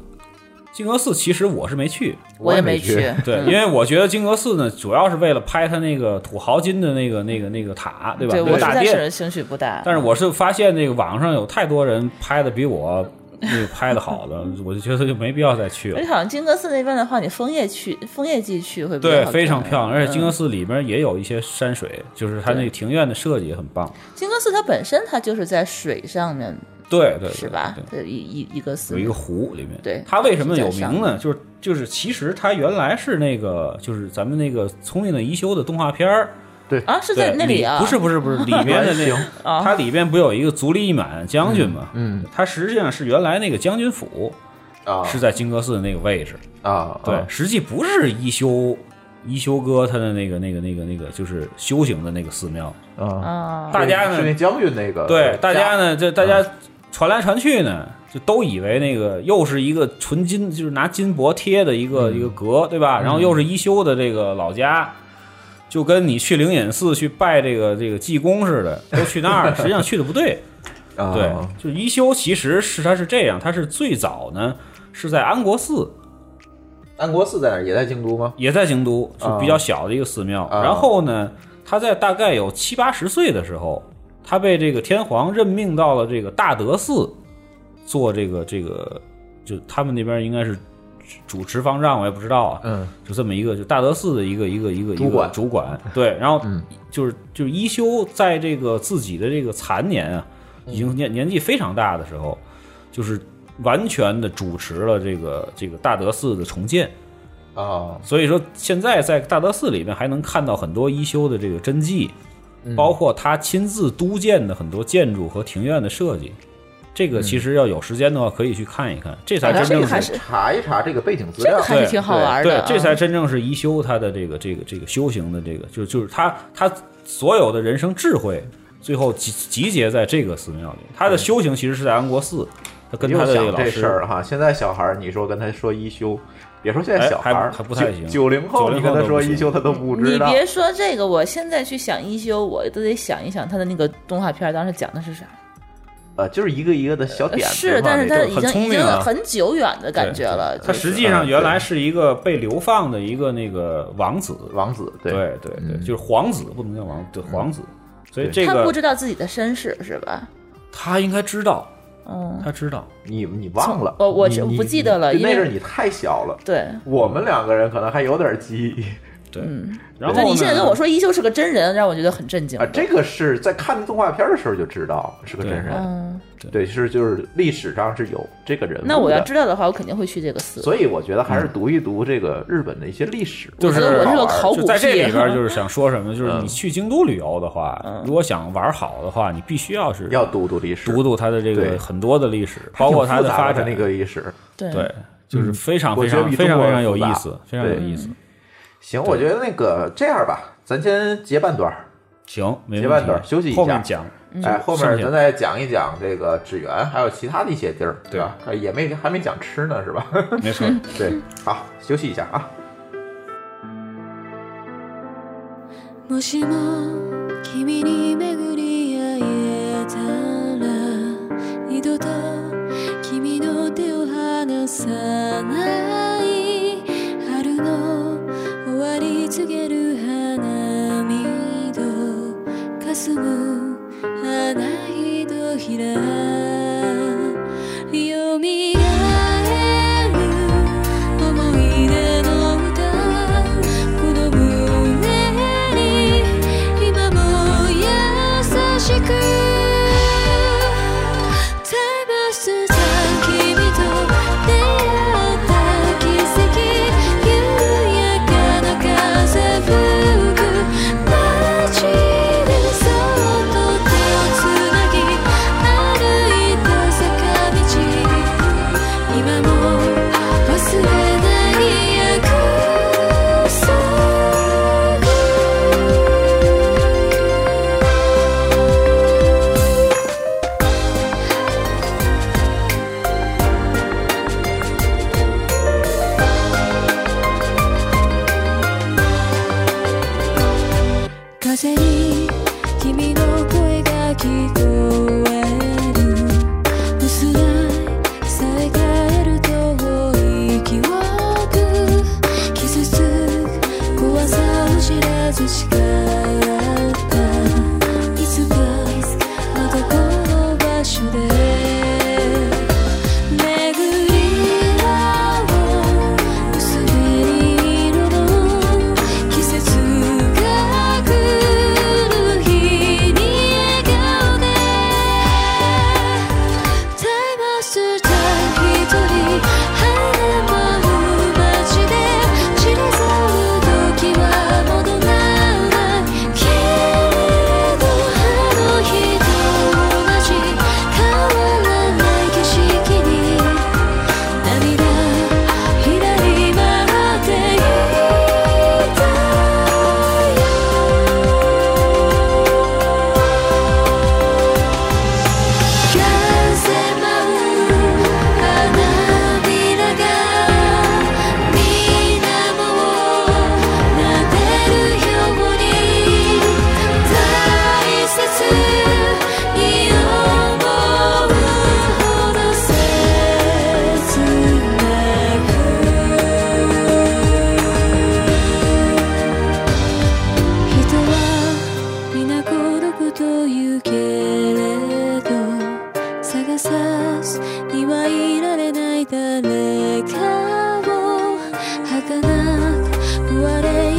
[SPEAKER 5] 金阁寺其实我是没去，
[SPEAKER 4] 我也没
[SPEAKER 3] 去，
[SPEAKER 5] 对，因为我觉得金阁寺呢，主要是为了拍他那个土豪金的那个、那个、那个塔，对吧？
[SPEAKER 4] 对
[SPEAKER 5] 那
[SPEAKER 4] 我
[SPEAKER 5] 个
[SPEAKER 4] 实
[SPEAKER 5] 大
[SPEAKER 4] 在
[SPEAKER 5] 殿
[SPEAKER 4] 是。兴趣不大。
[SPEAKER 5] 但是我是发现那个网上有太多人拍的比我那个拍的好的，我就觉得就没必要再去
[SPEAKER 4] 而
[SPEAKER 5] 了
[SPEAKER 4] 且。好像金阁寺那边的话，你枫叶去枫叶季去会比较
[SPEAKER 5] 对，
[SPEAKER 4] 好
[SPEAKER 5] 非常
[SPEAKER 4] 看
[SPEAKER 5] 漂亮，而且金阁
[SPEAKER 4] 嗯
[SPEAKER 5] 寺里面也有一些山水，就是它那个庭院的设计也很棒。
[SPEAKER 4] 金阁寺它本身它就是在水上面
[SPEAKER 5] 对对，对
[SPEAKER 4] 是吧
[SPEAKER 5] 对？
[SPEAKER 4] 对一一一个寺
[SPEAKER 5] 有一个湖里面，
[SPEAKER 4] 对
[SPEAKER 5] 它为什么有名
[SPEAKER 4] 是在
[SPEAKER 5] 呢？
[SPEAKER 4] 上
[SPEAKER 5] 就是就是，其实它原来是那个，就是咱们那个《聪明的宜修》的动画片儿，
[SPEAKER 4] 啊，是
[SPEAKER 5] 对
[SPEAKER 4] 在那里
[SPEAKER 5] 里
[SPEAKER 4] 啊？
[SPEAKER 5] 不是不 是不是，里面的那个，
[SPEAKER 4] 啊
[SPEAKER 5] 它里面不有一个足利义满将军嘛？
[SPEAKER 3] 嗯
[SPEAKER 5] 他实际上是原来那个将军府
[SPEAKER 4] 哦
[SPEAKER 3] 啊
[SPEAKER 5] 是在金阁寺的那个位置，
[SPEAKER 3] 啊，
[SPEAKER 5] 对
[SPEAKER 3] 啊，
[SPEAKER 5] 实际不是一休一休哥他的那个那个那个那个就是修行的那个寺庙。
[SPEAKER 3] 啊，
[SPEAKER 4] 啊，
[SPEAKER 5] 大家
[SPEAKER 3] 是那
[SPEAKER 5] 呢，
[SPEAKER 3] 将军那个
[SPEAKER 5] 对大家呢，这大
[SPEAKER 3] 嗯
[SPEAKER 5] 家传来传去呢，就都以为那个又是一个纯金，就是拿金箔贴的一
[SPEAKER 3] 嗯
[SPEAKER 5] 个一个阁，对吧？然后又是一休的这个老家。就跟你去灵隐寺去拜这个这个济公似的，都去 那儿，实际上去的不对。
[SPEAKER 3] 啊
[SPEAKER 5] 对，就是一休其实是他是这样，他是最早呢是在安国寺，
[SPEAKER 3] 安国寺在哪儿？也在京都吗？
[SPEAKER 5] 也在京都，是
[SPEAKER 3] 啊
[SPEAKER 5] 比较小的一个寺庙。
[SPEAKER 3] 啊
[SPEAKER 5] 然后呢，他在大概有七八十岁的时候，他被这个天皇任命到了这个大德寺做这个这个，就他们那边应该是主持方丈，我也不知道啊。
[SPEAKER 3] 嗯，
[SPEAKER 5] 就这么一个，就大德寺的一个一个一个
[SPEAKER 3] 主管
[SPEAKER 5] 一个主管，对，然后就是就是一休在这个自己的这个残年啊，已经年年纪非常大的时候，就是完全的主持了这个这个大德寺的重建，
[SPEAKER 3] 啊，
[SPEAKER 5] 所以说现在在大德寺里面还能看到很多一休的这个真迹，
[SPEAKER 4] 嗯
[SPEAKER 5] 包括他亲自督建的很多建筑和庭院的设计。这个其实要有时间的话，可以去看一看，这才
[SPEAKER 4] 嗯
[SPEAKER 5] 真
[SPEAKER 4] 哦这
[SPEAKER 5] 正
[SPEAKER 4] 个还
[SPEAKER 5] 是
[SPEAKER 4] 是
[SPEAKER 3] 查一查这个背景资
[SPEAKER 4] 这
[SPEAKER 3] 料
[SPEAKER 4] 个，还是挺好玩的
[SPEAKER 5] 对
[SPEAKER 4] 啊，，
[SPEAKER 5] 这才真正是一休他的这个这个这个修行的这个，就就是他他所有的人生智慧，最后集集结在这个寺庙里。他的修行其实是在安国寺，他跟
[SPEAKER 3] 你
[SPEAKER 5] 他
[SPEAKER 3] 又
[SPEAKER 5] 的个
[SPEAKER 3] 想
[SPEAKER 5] 老
[SPEAKER 3] 这
[SPEAKER 5] 师
[SPEAKER 3] 事儿哈，现在小孩儿，你说跟他说一休，别说现在
[SPEAKER 5] 哎
[SPEAKER 3] 小孩儿
[SPEAKER 5] 还，还不太行
[SPEAKER 3] 九零后，
[SPEAKER 5] 90
[SPEAKER 3] 你跟他
[SPEAKER 5] 后都不
[SPEAKER 3] 说
[SPEAKER 5] 行
[SPEAKER 3] 一休，他都不知
[SPEAKER 4] 你
[SPEAKER 3] 道。
[SPEAKER 4] 别说这个，我现在去想一休，我都得想一想他的那个动画片儿当时讲的是啥。
[SPEAKER 3] 呃，就是一个一个的小点子嘛。
[SPEAKER 4] 是，但是
[SPEAKER 3] 那
[SPEAKER 4] 他
[SPEAKER 3] 种
[SPEAKER 4] 已
[SPEAKER 5] 很
[SPEAKER 4] 经
[SPEAKER 5] 聪
[SPEAKER 4] 已
[SPEAKER 5] 明
[SPEAKER 4] 经
[SPEAKER 5] 啊
[SPEAKER 4] 很久远的感觉了。就
[SPEAKER 5] 他
[SPEAKER 4] 是
[SPEAKER 5] 实际上原来是一个被流放的一个那个王子，
[SPEAKER 3] 王子，
[SPEAKER 5] 对
[SPEAKER 3] 对，
[SPEAKER 5] 对对，
[SPEAKER 3] 嗯
[SPEAKER 5] 就是皇子，不能叫王，对皇子。所以这
[SPEAKER 4] 他不
[SPEAKER 5] 个
[SPEAKER 4] 知道自己的身世是吧？
[SPEAKER 5] 他应该知道，
[SPEAKER 4] 嗯，
[SPEAKER 5] 他知道。
[SPEAKER 3] 你你忘了？
[SPEAKER 4] 我呃我
[SPEAKER 3] 你
[SPEAKER 4] 这
[SPEAKER 3] 你
[SPEAKER 4] 不记得了
[SPEAKER 3] 你
[SPEAKER 4] 因为
[SPEAKER 3] 那阵儿你太小了。
[SPEAKER 4] 对。
[SPEAKER 3] 我们两个人可能还有点记忆
[SPEAKER 5] 对，然
[SPEAKER 4] 那
[SPEAKER 5] 后
[SPEAKER 4] 你现在
[SPEAKER 5] 呢
[SPEAKER 4] 跟我说一休是个真人，让我觉得很震惊
[SPEAKER 3] 啊，。这个是在看动画片儿的时候就知道是个真人，
[SPEAKER 4] 嗯，
[SPEAKER 3] 对，是就是历史上是有这个人物的。
[SPEAKER 4] 那我要知道的话，我肯定会去这个寺。
[SPEAKER 3] 所以我觉得还是读一读这个日本的一些历史，
[SPEAKER 5] 嗯就是
[SPEAKER 4] 我觉得我是
[SPEAKER 3] 好
[SPEAKER 4] 个
[SPEAKER 3] 玩儿
[SPEAKER 4] 考古
[SPEAKER 5] 就在这
[SPEAKER 4] 屁
[SPEAKER 5] 里 边，就是想说什么，就是
[SPEAKER 3] 嗯
[SPEAKER 5] 你去京都旅游的话，
[SPEAKER 4] 嗯
[SPEAKER 5] 如果想玩好的话，你必须要是
[SPEAKER 3] 要读读历史，
[SPEAKER 5] 读读它的这
[SPEAKER 3] 对
[SPEAKER 5] 个很多的历史，包括它
[SPEAKER 3] 它
[SPEAKER 5] 的发展
[SPEAKER 3] 那个历史。
[SPEAKER 4] 对
[SPEAKER 5] 对，就是非常
[SPEAKER 3] 我
[SPEAKER 5] 非
[SPEAKER 3] 觉得
[SPEAKER 5] 常
[SPEAKER 3] 比
[SPEAKER 5] 非
[SPEAKER 3] 中
[SPEAKER 5] 常
[SPEAKER 3] 国
[SPEAKER 5] 非常有
[SPEAKER 3] 复杂
[SPEAKER 5] 意思，非常有意
[SPEAKER 4] 嗯
[SPEAKER 5] 思。
[SPEAKER 3] 行，我觉得那个这样吧，咱先截半段儿，
[SPEAKER 5] 行，没
[SPEAKER 3] 结
[SPEAKER 5] 问
[SPEAKER 3] 半
[SPEAKER 5] 题
[SPEAKER 3] 段儿休息一下
[SPEAKER 5] 后面讲。
[SPEAKER 4] 嗯
[SPEAKER 3] 哎，后面
[SPEAKER 5] 剩下
[SPEAKER 3] 咱再讲一讲这个纸园，还有其他的一些地儿，
[SPEAKER 5] 对
[SPEAKER 3] 吧？呃也没还没讲吃呢，是吧？
[SPEAKER 5] 没错，
[SPEAKER 3] 对，好，休息一下啊。
[SPEAKER 6] もしも君に巡り会えたら二度と君の手を離さない春の終わり告げる花見と霞む花ひとひらよみがえる思い出の歌この胸に今も優しく Time is t 君と出会った奇跡緩やかな風吹く街でそっと手をつなぎ歩い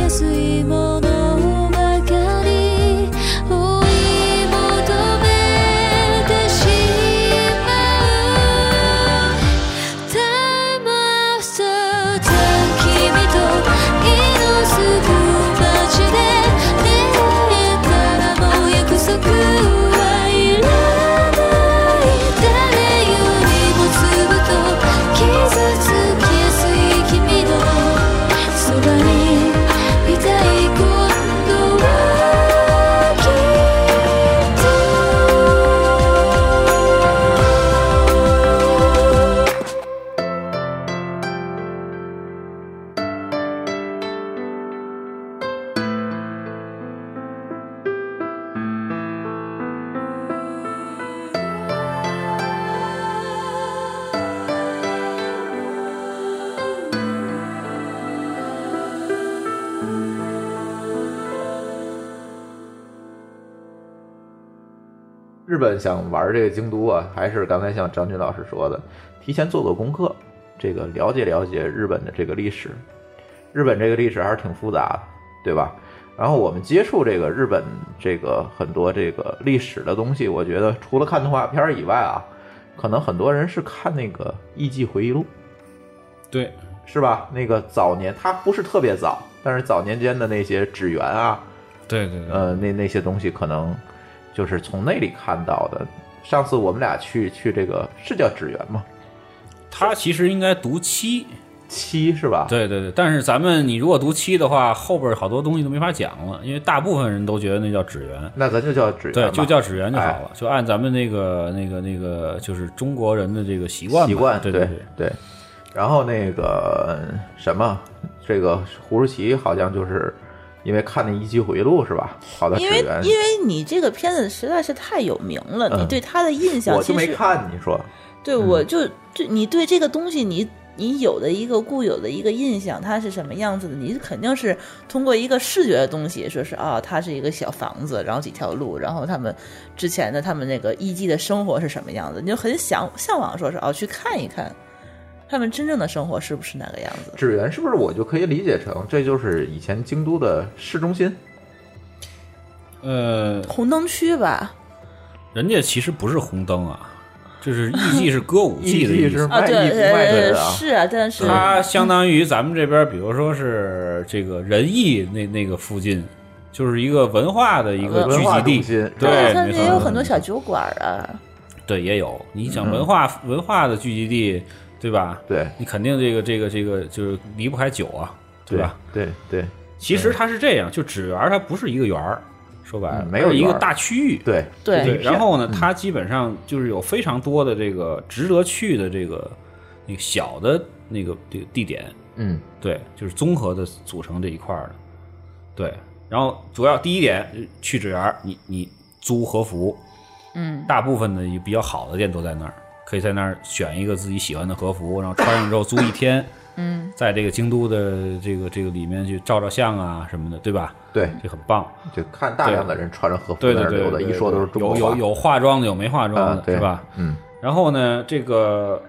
[SPEAKER 6] 安いものばかり追い求めてしまう Time after time 君と色づく街で出会えたらもう約束はいらない誰よりもずっと傷つきやすい君のそばにいたい今度はきっと
[SPEAKER 3] 日本想玩这个京都啊，还是刚才像张军老师说的，提前做做功课，这个了解了解日本的这个历史。日本这个历史还是挺复杂的，对吧？然后我们接触这个日本这个很多这个历史的东西，我觉得除了看动画片儿以外啊，可能很多人是看那个《艺伎回忆录》，
[SPEAKER 5] 对，
[SPEAKER 3] 是吧？那个早年它不是特别早，但是早年间的那些纸鸢啊，
[SPEAKER 5] 对对对，
[SPEAKER 3] 呃，那那些东西可能就是从那里看到的。上次我们俩去去这个是叫纸鸢吗？
[SPEAKER 5] 他其实应该读七，
[SPEAKER 3] 七是吧？
[SPEAKER 5] 对对对，但是咱们你如果读七的话，后边好多东西都没法讲了，因为大部分人都觉得那叫纸鸢，
[SPEAKER 3] 那咱就叫纸鸢哎
[SPEAKER 5] 对，
[SPEAKER 3] 吧，
[SPEAKER 5] 就叫纸鸢就好了，就按咱们那个那个那个，就是中国人的这个习惯吧
[SPEAKER 3] 习惯，
[SPEAKER 5] 对
[SPEAKER 3] 对
[SPEAKER 5] 对，
[SPEAKER 3] 对然后那个什么，这个胡舒淇好像就是因为看那《一期回录》是吧？跑到纸
[SPEAKER 4] 因为
[SPEAKER 3] 鸢，
[SPEAKER 4] 因为你这个片子实在是太有名了，
[SPEAKER 3] 嗯
[SPEAKER 4] 你对他的印象
[SPEAKER 3] 我
[SPEAKER 4] 其
[SPEAKER 3] 就没
[SPEAKER 4] 实
[SPEAKER 3] 看，你说
[SPEAKER 4] 对
[SPEAKER 5] 嗯
[SPEAKER 4] 我就就你对这个东西你。你有的一个固有的一个印象，它是什么样子的？你肯定是通过一个视觉的东西，说是啊、它是一个小房子，然后几条路，然后他们之前的他们那个艺妓的生活是什么样子，你就很想向往，说是哦，去看一看他们真正的生活是不是那个样子。
[SPEAKER 3] 纸鸢是不是我就可以理解成这就是以前京都的市中心？
[SPEAKER 5] 呃，
[SPEAKER 4] 红灯区吧，
[SPEAKER 5] 人家其实不是红灯啊，就是艺妓是歌舞伎的
[SPEAKER 3] 艺
[SPEAKER 5] 意
[SPEAKER 3] 是嗯
[SPEAKER 5] 思。
[SPEAKER 4] 啊，
[SPEAKER 3] 卖艺
[SPEAKER 4] 对，
[SPEAKER 3] 不卖
[SPEAKER 4] 呃
[SPEAKER 3] 的啊，
[SPEAKER 4] 是啊，但是
[SPEAKER 5] 它相当于咱们这边，比如说是这个仁义那那个附近，就是一个文化的一个聚
[SPEAKER 3] 文化中
[SPEAKER 5] 集地，
[SPEAKER 3] 心。
[SPEAKER 5] 对，
[SPEAKER 4] 它
[SPEAKER 5] 没
[SPEAKER 4] 也有
[SPEAKER 5] 错，嗯
[SPEAKER 4] 很多小酒馆啊，
[SPEAKER 5] 对，也有。你想
[SPEAKER 3] 嗯
[SPEAKER 5] 文化文化的聚集地，对吧？
[SPEAKER 3] 对
[SPEAKER 5] 你肯定这个这个这个就是离不开酒啊，对吧？？
[SPEAKER 3] 对对
[SPEAKER 5] 其实它是这样，就纸园儿它不是一个园儿，说白了
[SPEAKER 3] 嗯没有
[SPEAKER 5] 它是一
[SPEAKER 3] 园
[SPEAKER 5] 个
[SPEAKER 3] 儿
[SPEAKER 5] 大区域，
[SPEAKER 3] 对
[SPEAKER 4] 对
[SPEAKER 5] 对，然后呢，它基本上就是有非常多的这个值得去的这个那个小的那个这个地点，
[SPEAKER 3] 嗯，
[SPEAKER 5] 对，就是综合的组成这一块儿的，对。然后主要第一点，呃去纸园儿，你你租和服，
[SPEAKER 4] 嗯，
[SPEAKER 5] 大部分的也比较好的店都在那儿，可以在那儿选一个自己喜欢的和服，然后穿上之后租一天，嗯，在这个京都的这个这个里面去照照相啊什么的，对吧？
[SPEAKER 3] 对，
[SPEAKER 5] 这很棒。
[SPEAKER 3] 就看大量的人穿着和服
[SPEAKER 5] 对
[SPEAKER 3] 嗯在那
[SPEAKER 5] 对
[SPEAKER 3] 儿
[SPEAKER 5] 对
[SPEAKER 3] 溜达，
[SPEAKER 5] 对
[SPEAKER 3] 一说都是中国
[SPEAKER 5] 有
[SPEAKER 3] 话，
[SPEAKER 5] 有有化妆的，有没化妆
[SPEAKER 3] 啊
[SPEAKER 5] 的，，
[SPEAKER 3] 对
[SPEAKER 5] 是吧？？
[SPEAKER 3] 嗯，
[SPEAKER 5] 然后呢，这个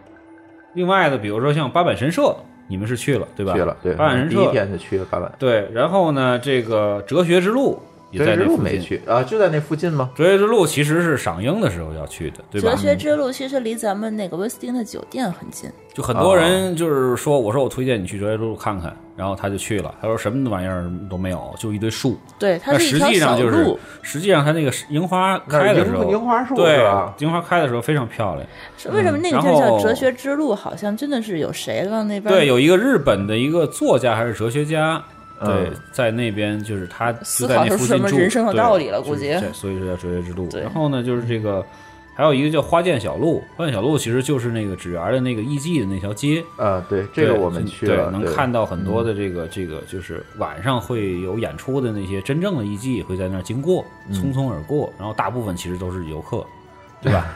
[SPEAKER 5] 另外的，比如说像八坂神社，你们是去了对吧？
[SPEAKER 3] 去了，对，
[SPEAKER 5] 八坂神
[SPEAKER 3] 第一
[SPEAKER 5] 社。
[SPEAKER 3] 天就去了八坂，
[SPEAKER 5] 对，然后呢，这个哲学之路也
[SPEAKER 3] 哲
[SPEAKER 5] 在
[SPEAKER 3] 学之
[SPEAKER 5] 那
[SPEAKER 3] 路
[SPEAKER 5] 附
[SPEAKER 3] 没
[SPEAKER 5] 近。
[SPEAKER 3] 去啊，就在那附近吗？
[SPEAKER 5] 哲学之路其实是赏樱的时候要去的，对吧？
[SPEAKER 4] 哲学之路其实离咱们那个威斯汀的酒店很近，
[SPEAKER 5] 就很多人就是说，我说我推荐你去哲学之路看看，然后他就去了，他说什么玩意儿都没有，就一堆树。
[SPEAKER 4] 对，它
[SPEAKER 5] 但
[SPEAKER 4] 是
[SPEAKER 5] 实
[SPEAKER 4] 一条
[SPEAKER 5] 际上
[SPEAKER 4] 小
[SPEAKER 5] 就是
[SPEAKER 4] 路，，
[SPEAKER 5] 实际上它那个樱花开的时
[SPEAKER 3] 那
[SPEAKER 5] 候，
[SPEAKER 3] 是樱樱花树
[SPEAKER 5] 对
[SPEAKER 3] 是吧，
[SPEAKER 5] 樱花开的时候非常漂亮。
[SPEAKER 4] 是为什么那个
[SPEAKER 5] 嗯然
[SPEAKER 4] 地儿叫
[SPEAKER 5] 后
[SPEAKER 4] 哲学之路？好像真的是有谁往那边
[SPEAKER 5] 对，有一个日本的一个作家还是哲学家，
[SPEAKER 3] 嗯
[SPEAKER 5] 对，在那边就是他就
[SPEAKER 4] 思
[SPEAKER 5] 在
[SPEAKER 4] 考
[SPEAKER 5] 那
[SPEAKER 4] 出
[SPEAKER 5] 附
[SPEAKER 4] 什
[SPEAKER 5] 近
[SPEAKER 4] 么
[SPEAKER 5] 住，
[SPEAKER 4] 人生的道理了
[SPEAKER 5] 对
[SPEAKER 4] 估计
[SPEAKER 5] 就是 这所以说叫哲学之路。
[SPEAKER 4] 对
[SPEAKER 5] 然后呢，就是这个还有一个叫花见小路，花见小路其实就是那个纸园的那个艺妓的那条街。
[SPEAKER 3] 啊，对，这个
[SPEAKER 5] 对
[SPEAKER 3] 我们
[SPEAKER 5] 就
[SPEAKER 3] 去
[SPEAKER 5] 对
[SPEAKER 3] 了，
[SPEAKER 5] 能
[SPEAKER 3] 对嗯
[SPEAKER 5] 看到很多的这个、这个，就是晚上会有演出的那些真正的艺妓会在那儿经过，
[SPEAKER 3] 嗯
[SPEAKER 5] 匆匆而过，然后大部分其实都是游客，对 吧？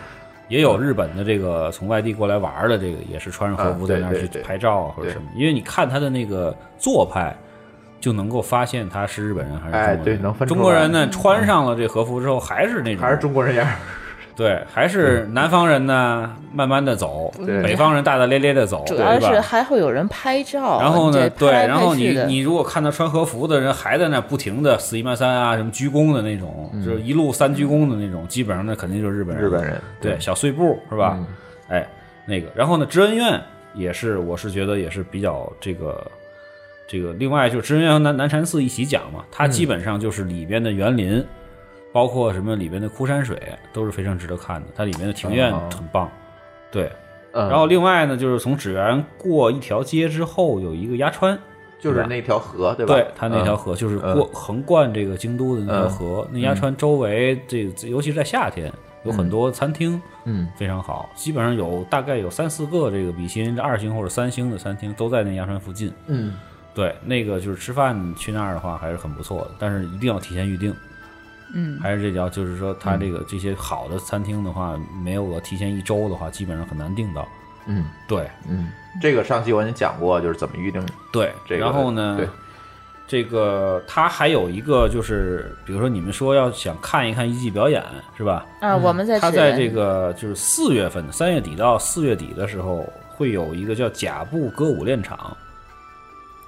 [SPEAKER 5] 也有日本的这个从外地过来玩儿的，这个也是穿着和服
[SPEAKER 3] 啊
[SPEAKER 5] 在
[SPEAKER 3] 对
[SPEAKER 5] 那儿去
[SPEAKER 3] 对对
[SPEAKER 5] 拍照啊或者什么，因为你看他的那个做派。就能够发现他是日本人还是中国人。
[SPEAKER 3] 哎对能分出来
[SPEAKER 5] 中国人呢，穿上了这和服之后还是那种
[SPEAKER 3] 还是中国人样儿，
[SPEAKER 5] 对，还是南方人呢，慢慢的走，
[SPEAKER 3] 对
[SPEAKER 5] 北方人大大咧咧的走，
[SPEAKER 4] 主
[SPEAKER 5] 对
[SPEAKER 4] 要是
[SPEAKER 5] 吧？
[SPEAKER 4] 还会有人拍照，
[SPEAKER 5] 然后呢，
[SPEAKER 4] 这
[SPEAKER 5] 对，
[SPEAKER 4] 拍来
[SPEAKER 5] 然后
[SPEAKER 4] 拍去
[SPEAKER 5] 你
[SPEAKER 4] 的
[SPEAKER 5] 你如果看到穿和服的人还在那不停的四一慢三啊，什么鞠躬的那种，
[SPEAKER 4] 嗯
[SPEAKER 5] 就是一路三鞠躬的那种，基本上那肯定就是日本人了。
[SPEAKER 3] 日本人
[SPEAKER 5] 对，小碎步是吧？
[SPEAKER 4] 嗯
[SPEAKER 5] 哎，那个，然后呢，知恩院也是，我是觉得也是比较这个这个。另外就是知恩院和南南禅寺一起讲嘛，
[SPEAKER 4] 嗯
[SPEAKER 5] 它基本上就是里边的园林，包括什么里边的枯山水都是非常值得看的，它里面的庭院
[SPEAKER 3] 哦
[SPEAKER 5] 很棒。对，
[SPEAKER 3] 嗯，
[SPEAKER 5] 然后另外呢，就是从纸园过一条街之后，有一个鸭川，
[SPEAKER 3] 就是那条河，对吧？
[SPEAKER 5] 对，它那条河就是
[SPEAKER 3] 嗯
[SPEAKER 5] 过横贯这个京都的那条河。那鸭川周围，这尤其是在夏天，有很多餐厅，
[SPEAKER 3] 嗯，
[SPEAKER 5] 非常好。基本上有大概有三四个这个比心二星或者三星的餐厅都在那鸭川附近。
[SPEAKER 3] 嗯，
[SPEAKER 5] 对，那个就是吃饭去那儿的话还是很不错的，但是一定要提前预定。
[SPEAKER 4] 嗯，
[SPEAKER 5] 还是这条，就是说它这个这些好的餐厅的话，没有个提前一周的话，基本上很难订到。
[SPEAKER 3] 嗯
[SPEAKER 5] 对，
[SPEAKER 3] 嗯，这个上期我已经讲过，就是怎么预定
[SPEAKER 5] 对，
[SPEAKER 3] 这个。
[SPEAKER 5] 然后呢，
[SPEAKER 3] 对，
[SPEAKER 5] 这个它还有一个就是，比如说你们说要想看一看艺伎表演是吧？
[SPEAKER 4] 啊，我们在
[SPEAKER 5] 它
[SPEAKER 4] 指
[SPEAKER 5] 在
[SPEAKER 4] 纹
[SPEAKER 5] 这个就是四月份，三月底到四月底的时候，会有一个叫甲部歌舞练场。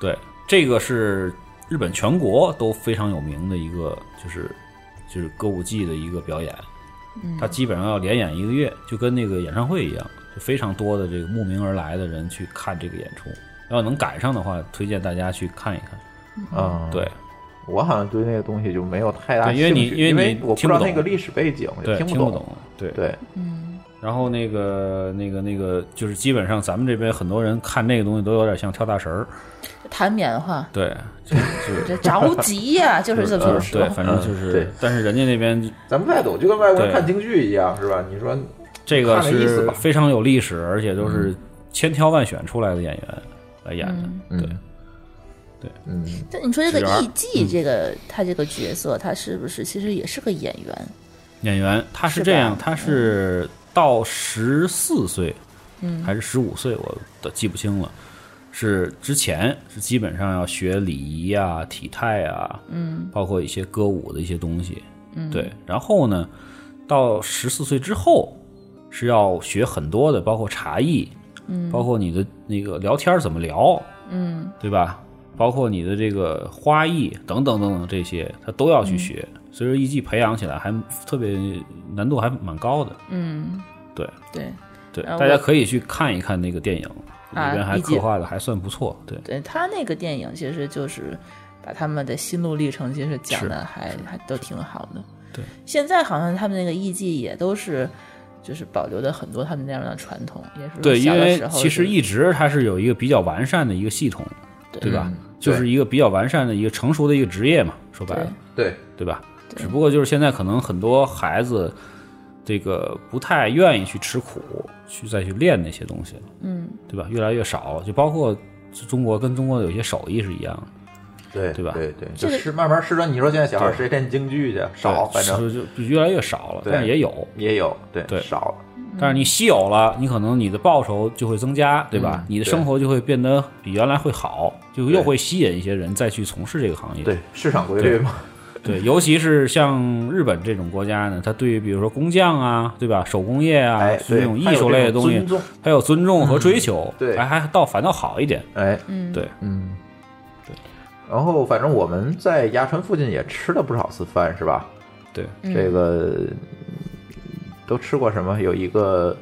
[SPEAKER 5] 对，这个是日本全国都非常有名的一个，就是就是歌舞伎的一个表演。
[SPEAKER 4] 嗯
[SPEAKER 5] 它基本上要连演一个月，就跟那个演唱会一样，就非常多的这个慕名而来的人去看这个演出。要能赶上的话，推荐大家去看一看。
[SPEAKER 3] 嗯，
[SPEAKER 5] 对，
[SPEAKER 3] 我好像对那个东西就没有太大
[SPEAKER 5] 对因
[SPEAKER 3] 兴
[SPEAKER 5] 为
[SPEAKER 3] 趣，
[SPEAKER 5] 你
[SPEAKER 3] 因
[SPEAKER 5] 因为你
[SPEAKER 3] 我不知
[SPEAKER 5] 听不
[SPEAKER 3] 道
[SPEAKER 5] 懂
[SPEAKER 3] 那个历史背景，
[SPEAKER 5] 对，
[SPEAKER 3] 也
[SPEAKER 5] 听
[SPEAKER 3] 不
[SPEAKER 5] 懂，对。
[SPEAKER 3] 对，
[SPEAKER 5] 然后那个、那个、那个，就是基本上咱们这边很多人看那个东西都有点像跳大神儿，
[SPEAKER 4] 弹棉花，
[SPEAKER 5] 对，就就
[SPEAKER 4] 这着急呀，就是这么说
[SPEAKER 5] 呃对，。反正就是，
[SPEAKER 3] 嗯对
[SPEAKER 5] 但是人家那边
[SPEAKER 3] 咱们外走就跟外国人
[SPEAKER 5] 对
[SPEAKER 3] 看京剧一样，是吧？你说
[SPEAKER 5] 这个
[SPEAKER 3] 看个意思
[SPEAKER 5] 是
[SPEAKER 3] 吧嗯
[SPEAKER 5] 非常有历史，而且都是千挑万选出来的演员来演的，
[SPEAKER 3] 嗯
[SPEAKER 5] 对。
[SPEAKER 4] 但你说这个
[SPEAKER 5] 指纹
[SPEAKER 4] 艺伎这个
[SPEAKER 5] 嗯
[SPEAKER 4] 他这个角色，他是不是其实也是个演员？
[SPEAKER 5] 演员，他是这样，他是到十四岁，嗯，还是十五岁，我都记不清了。是之前是基本上要学礼仪啊、体态啊，嗯，包括一些歌舞的一些东西，嗯，对。然后呢，到十四岁之后是要学很多的，包括茶艺，嗯，包括你的那个聊天儿怎么聊，嗯，对吧？包括你的这个花艺等等等等这些，他都要去学。所以说艺伎培养起来还特别难度还蛮高的。
[SPEAKER 4] 嗯，
[SPEAKER 5] 对
[SPEAKER 4] 对
[SPEAKER 5] 对，
[SPEAKER 4] 然后
[SPEAKER 5] 大
[SPEAKER 4] 我
[SPEAKER 5] 家可以去看一看那个电影，
[SPEAKER 4] 啊
[SPEAKER 5] 里边还
[SPEAKER 4] 理解
[SPEAKER 5] 刻画的还算不错。对
[SPEAKER 4] 对，他那个电影其实就是把他们的心路历程，其实讲的还还都挺好的。
[SPEAKER 5] 对，
[SPEAKER 4] 现在好像他们那个艺伎也都是。就是保留的很多他们那样的传统，也是
[SPEAKER 5] 对，因
[SPEAKER 4] 小的
[SPEAKER 5] 为
[SPEAKER 4] 时候
[SPEAKER 5] 其实
[SPEAKER 4] 是
[SPEAKER 5] 一直它是有一个比较完善的一个系统，
[SPEAKER 4] 对
[SPEAKER 5] 对吧？
[SPEAKER 3] 对
[SPEAKER 5] 就是一个比较完善的一个成熟的一个职业嘛，说白了
[SPEAKER 4] 对，
[SPEAKER 3] 对，
[SPEAKER 5] 对吧？只不过就是现在可能很多孩子。这个不太愿意去吃苦，去再去练那些东西了，嗯，对吧？越来越少了，就包括中国跟中国有些手艺是一样的，
[SPEAKER 3] 对
[SPEAKER 5] 对吧
[SPEAKER 3] 对对，
[SPEAKER 4] 这
[SPEAKER 3] 就
[SPEAKER 4] 个
[SPEAKER 3] 是慢慢失传。你说现在小孩
[SPEAKER 5] 对
[SPEAKER 3] 谁练京剧去？少，
[SPEAKER 5] 对
[SPEAKER 3] 反正
[SPEAKER 5] 就就越来越少了，
[SPEAKER 3] 对
[SPEAKER 5] 但是也有，
[SPEAKER 3] 也有，对
[SPEAKER 5] 对
[SPEAKER 3] 少了。
[SPEAKER 5] 但是你稀有了，你可能你的报酬就会增加，对吧？
[SPEAKER 3] 嗯
[SPEAKER 5] 你的
[SPEAKER 3] 对
[SPEAKER 5] 生活就会变得比原来会好，就又
[SPEAKER 3] 对
[SPEAKER 5] 会吸引一些人再去从事这个行业。
[SPEAKER 3] 对市场规律嘛，
[SPEAKER 5] 对尤其是像日本这种国家呢，它对于比如说工匠啊，对吧，手工业啊，
[SPEAKER 3] 哎，
[SPEAKER 5] 这
[SPEAKER 3] 对
[SPEAKER 5] 种艺
[SPEAKER 3] 还有
[SPEAKER 5] 术
[SPEAKER 3] 这
[SPEAKER 5] 类的
[SPEAKER 3] 种
[SPEAKER 5] 东西
[SPEAKER 3] 尊，重
[SPEAKER 5] 还有尊重和追求，
[SPEAKER 3] 对
[SPEAKER 5] 还还倒反倒好一点。
[SPEAKER 3] 哎，
[SPEAKER 5] 对，
[SPEAKER 3] 嗯，
[SPEAKER 5] 对。
[SPEAKER 3] 然后反正我们在鸭川附近也吃了不少次饭，是吧？
[SPEAKER 5] 对，
[SPEAKER 4] 嗯
[SPEAKER 3] 这个都吃过什么？有一个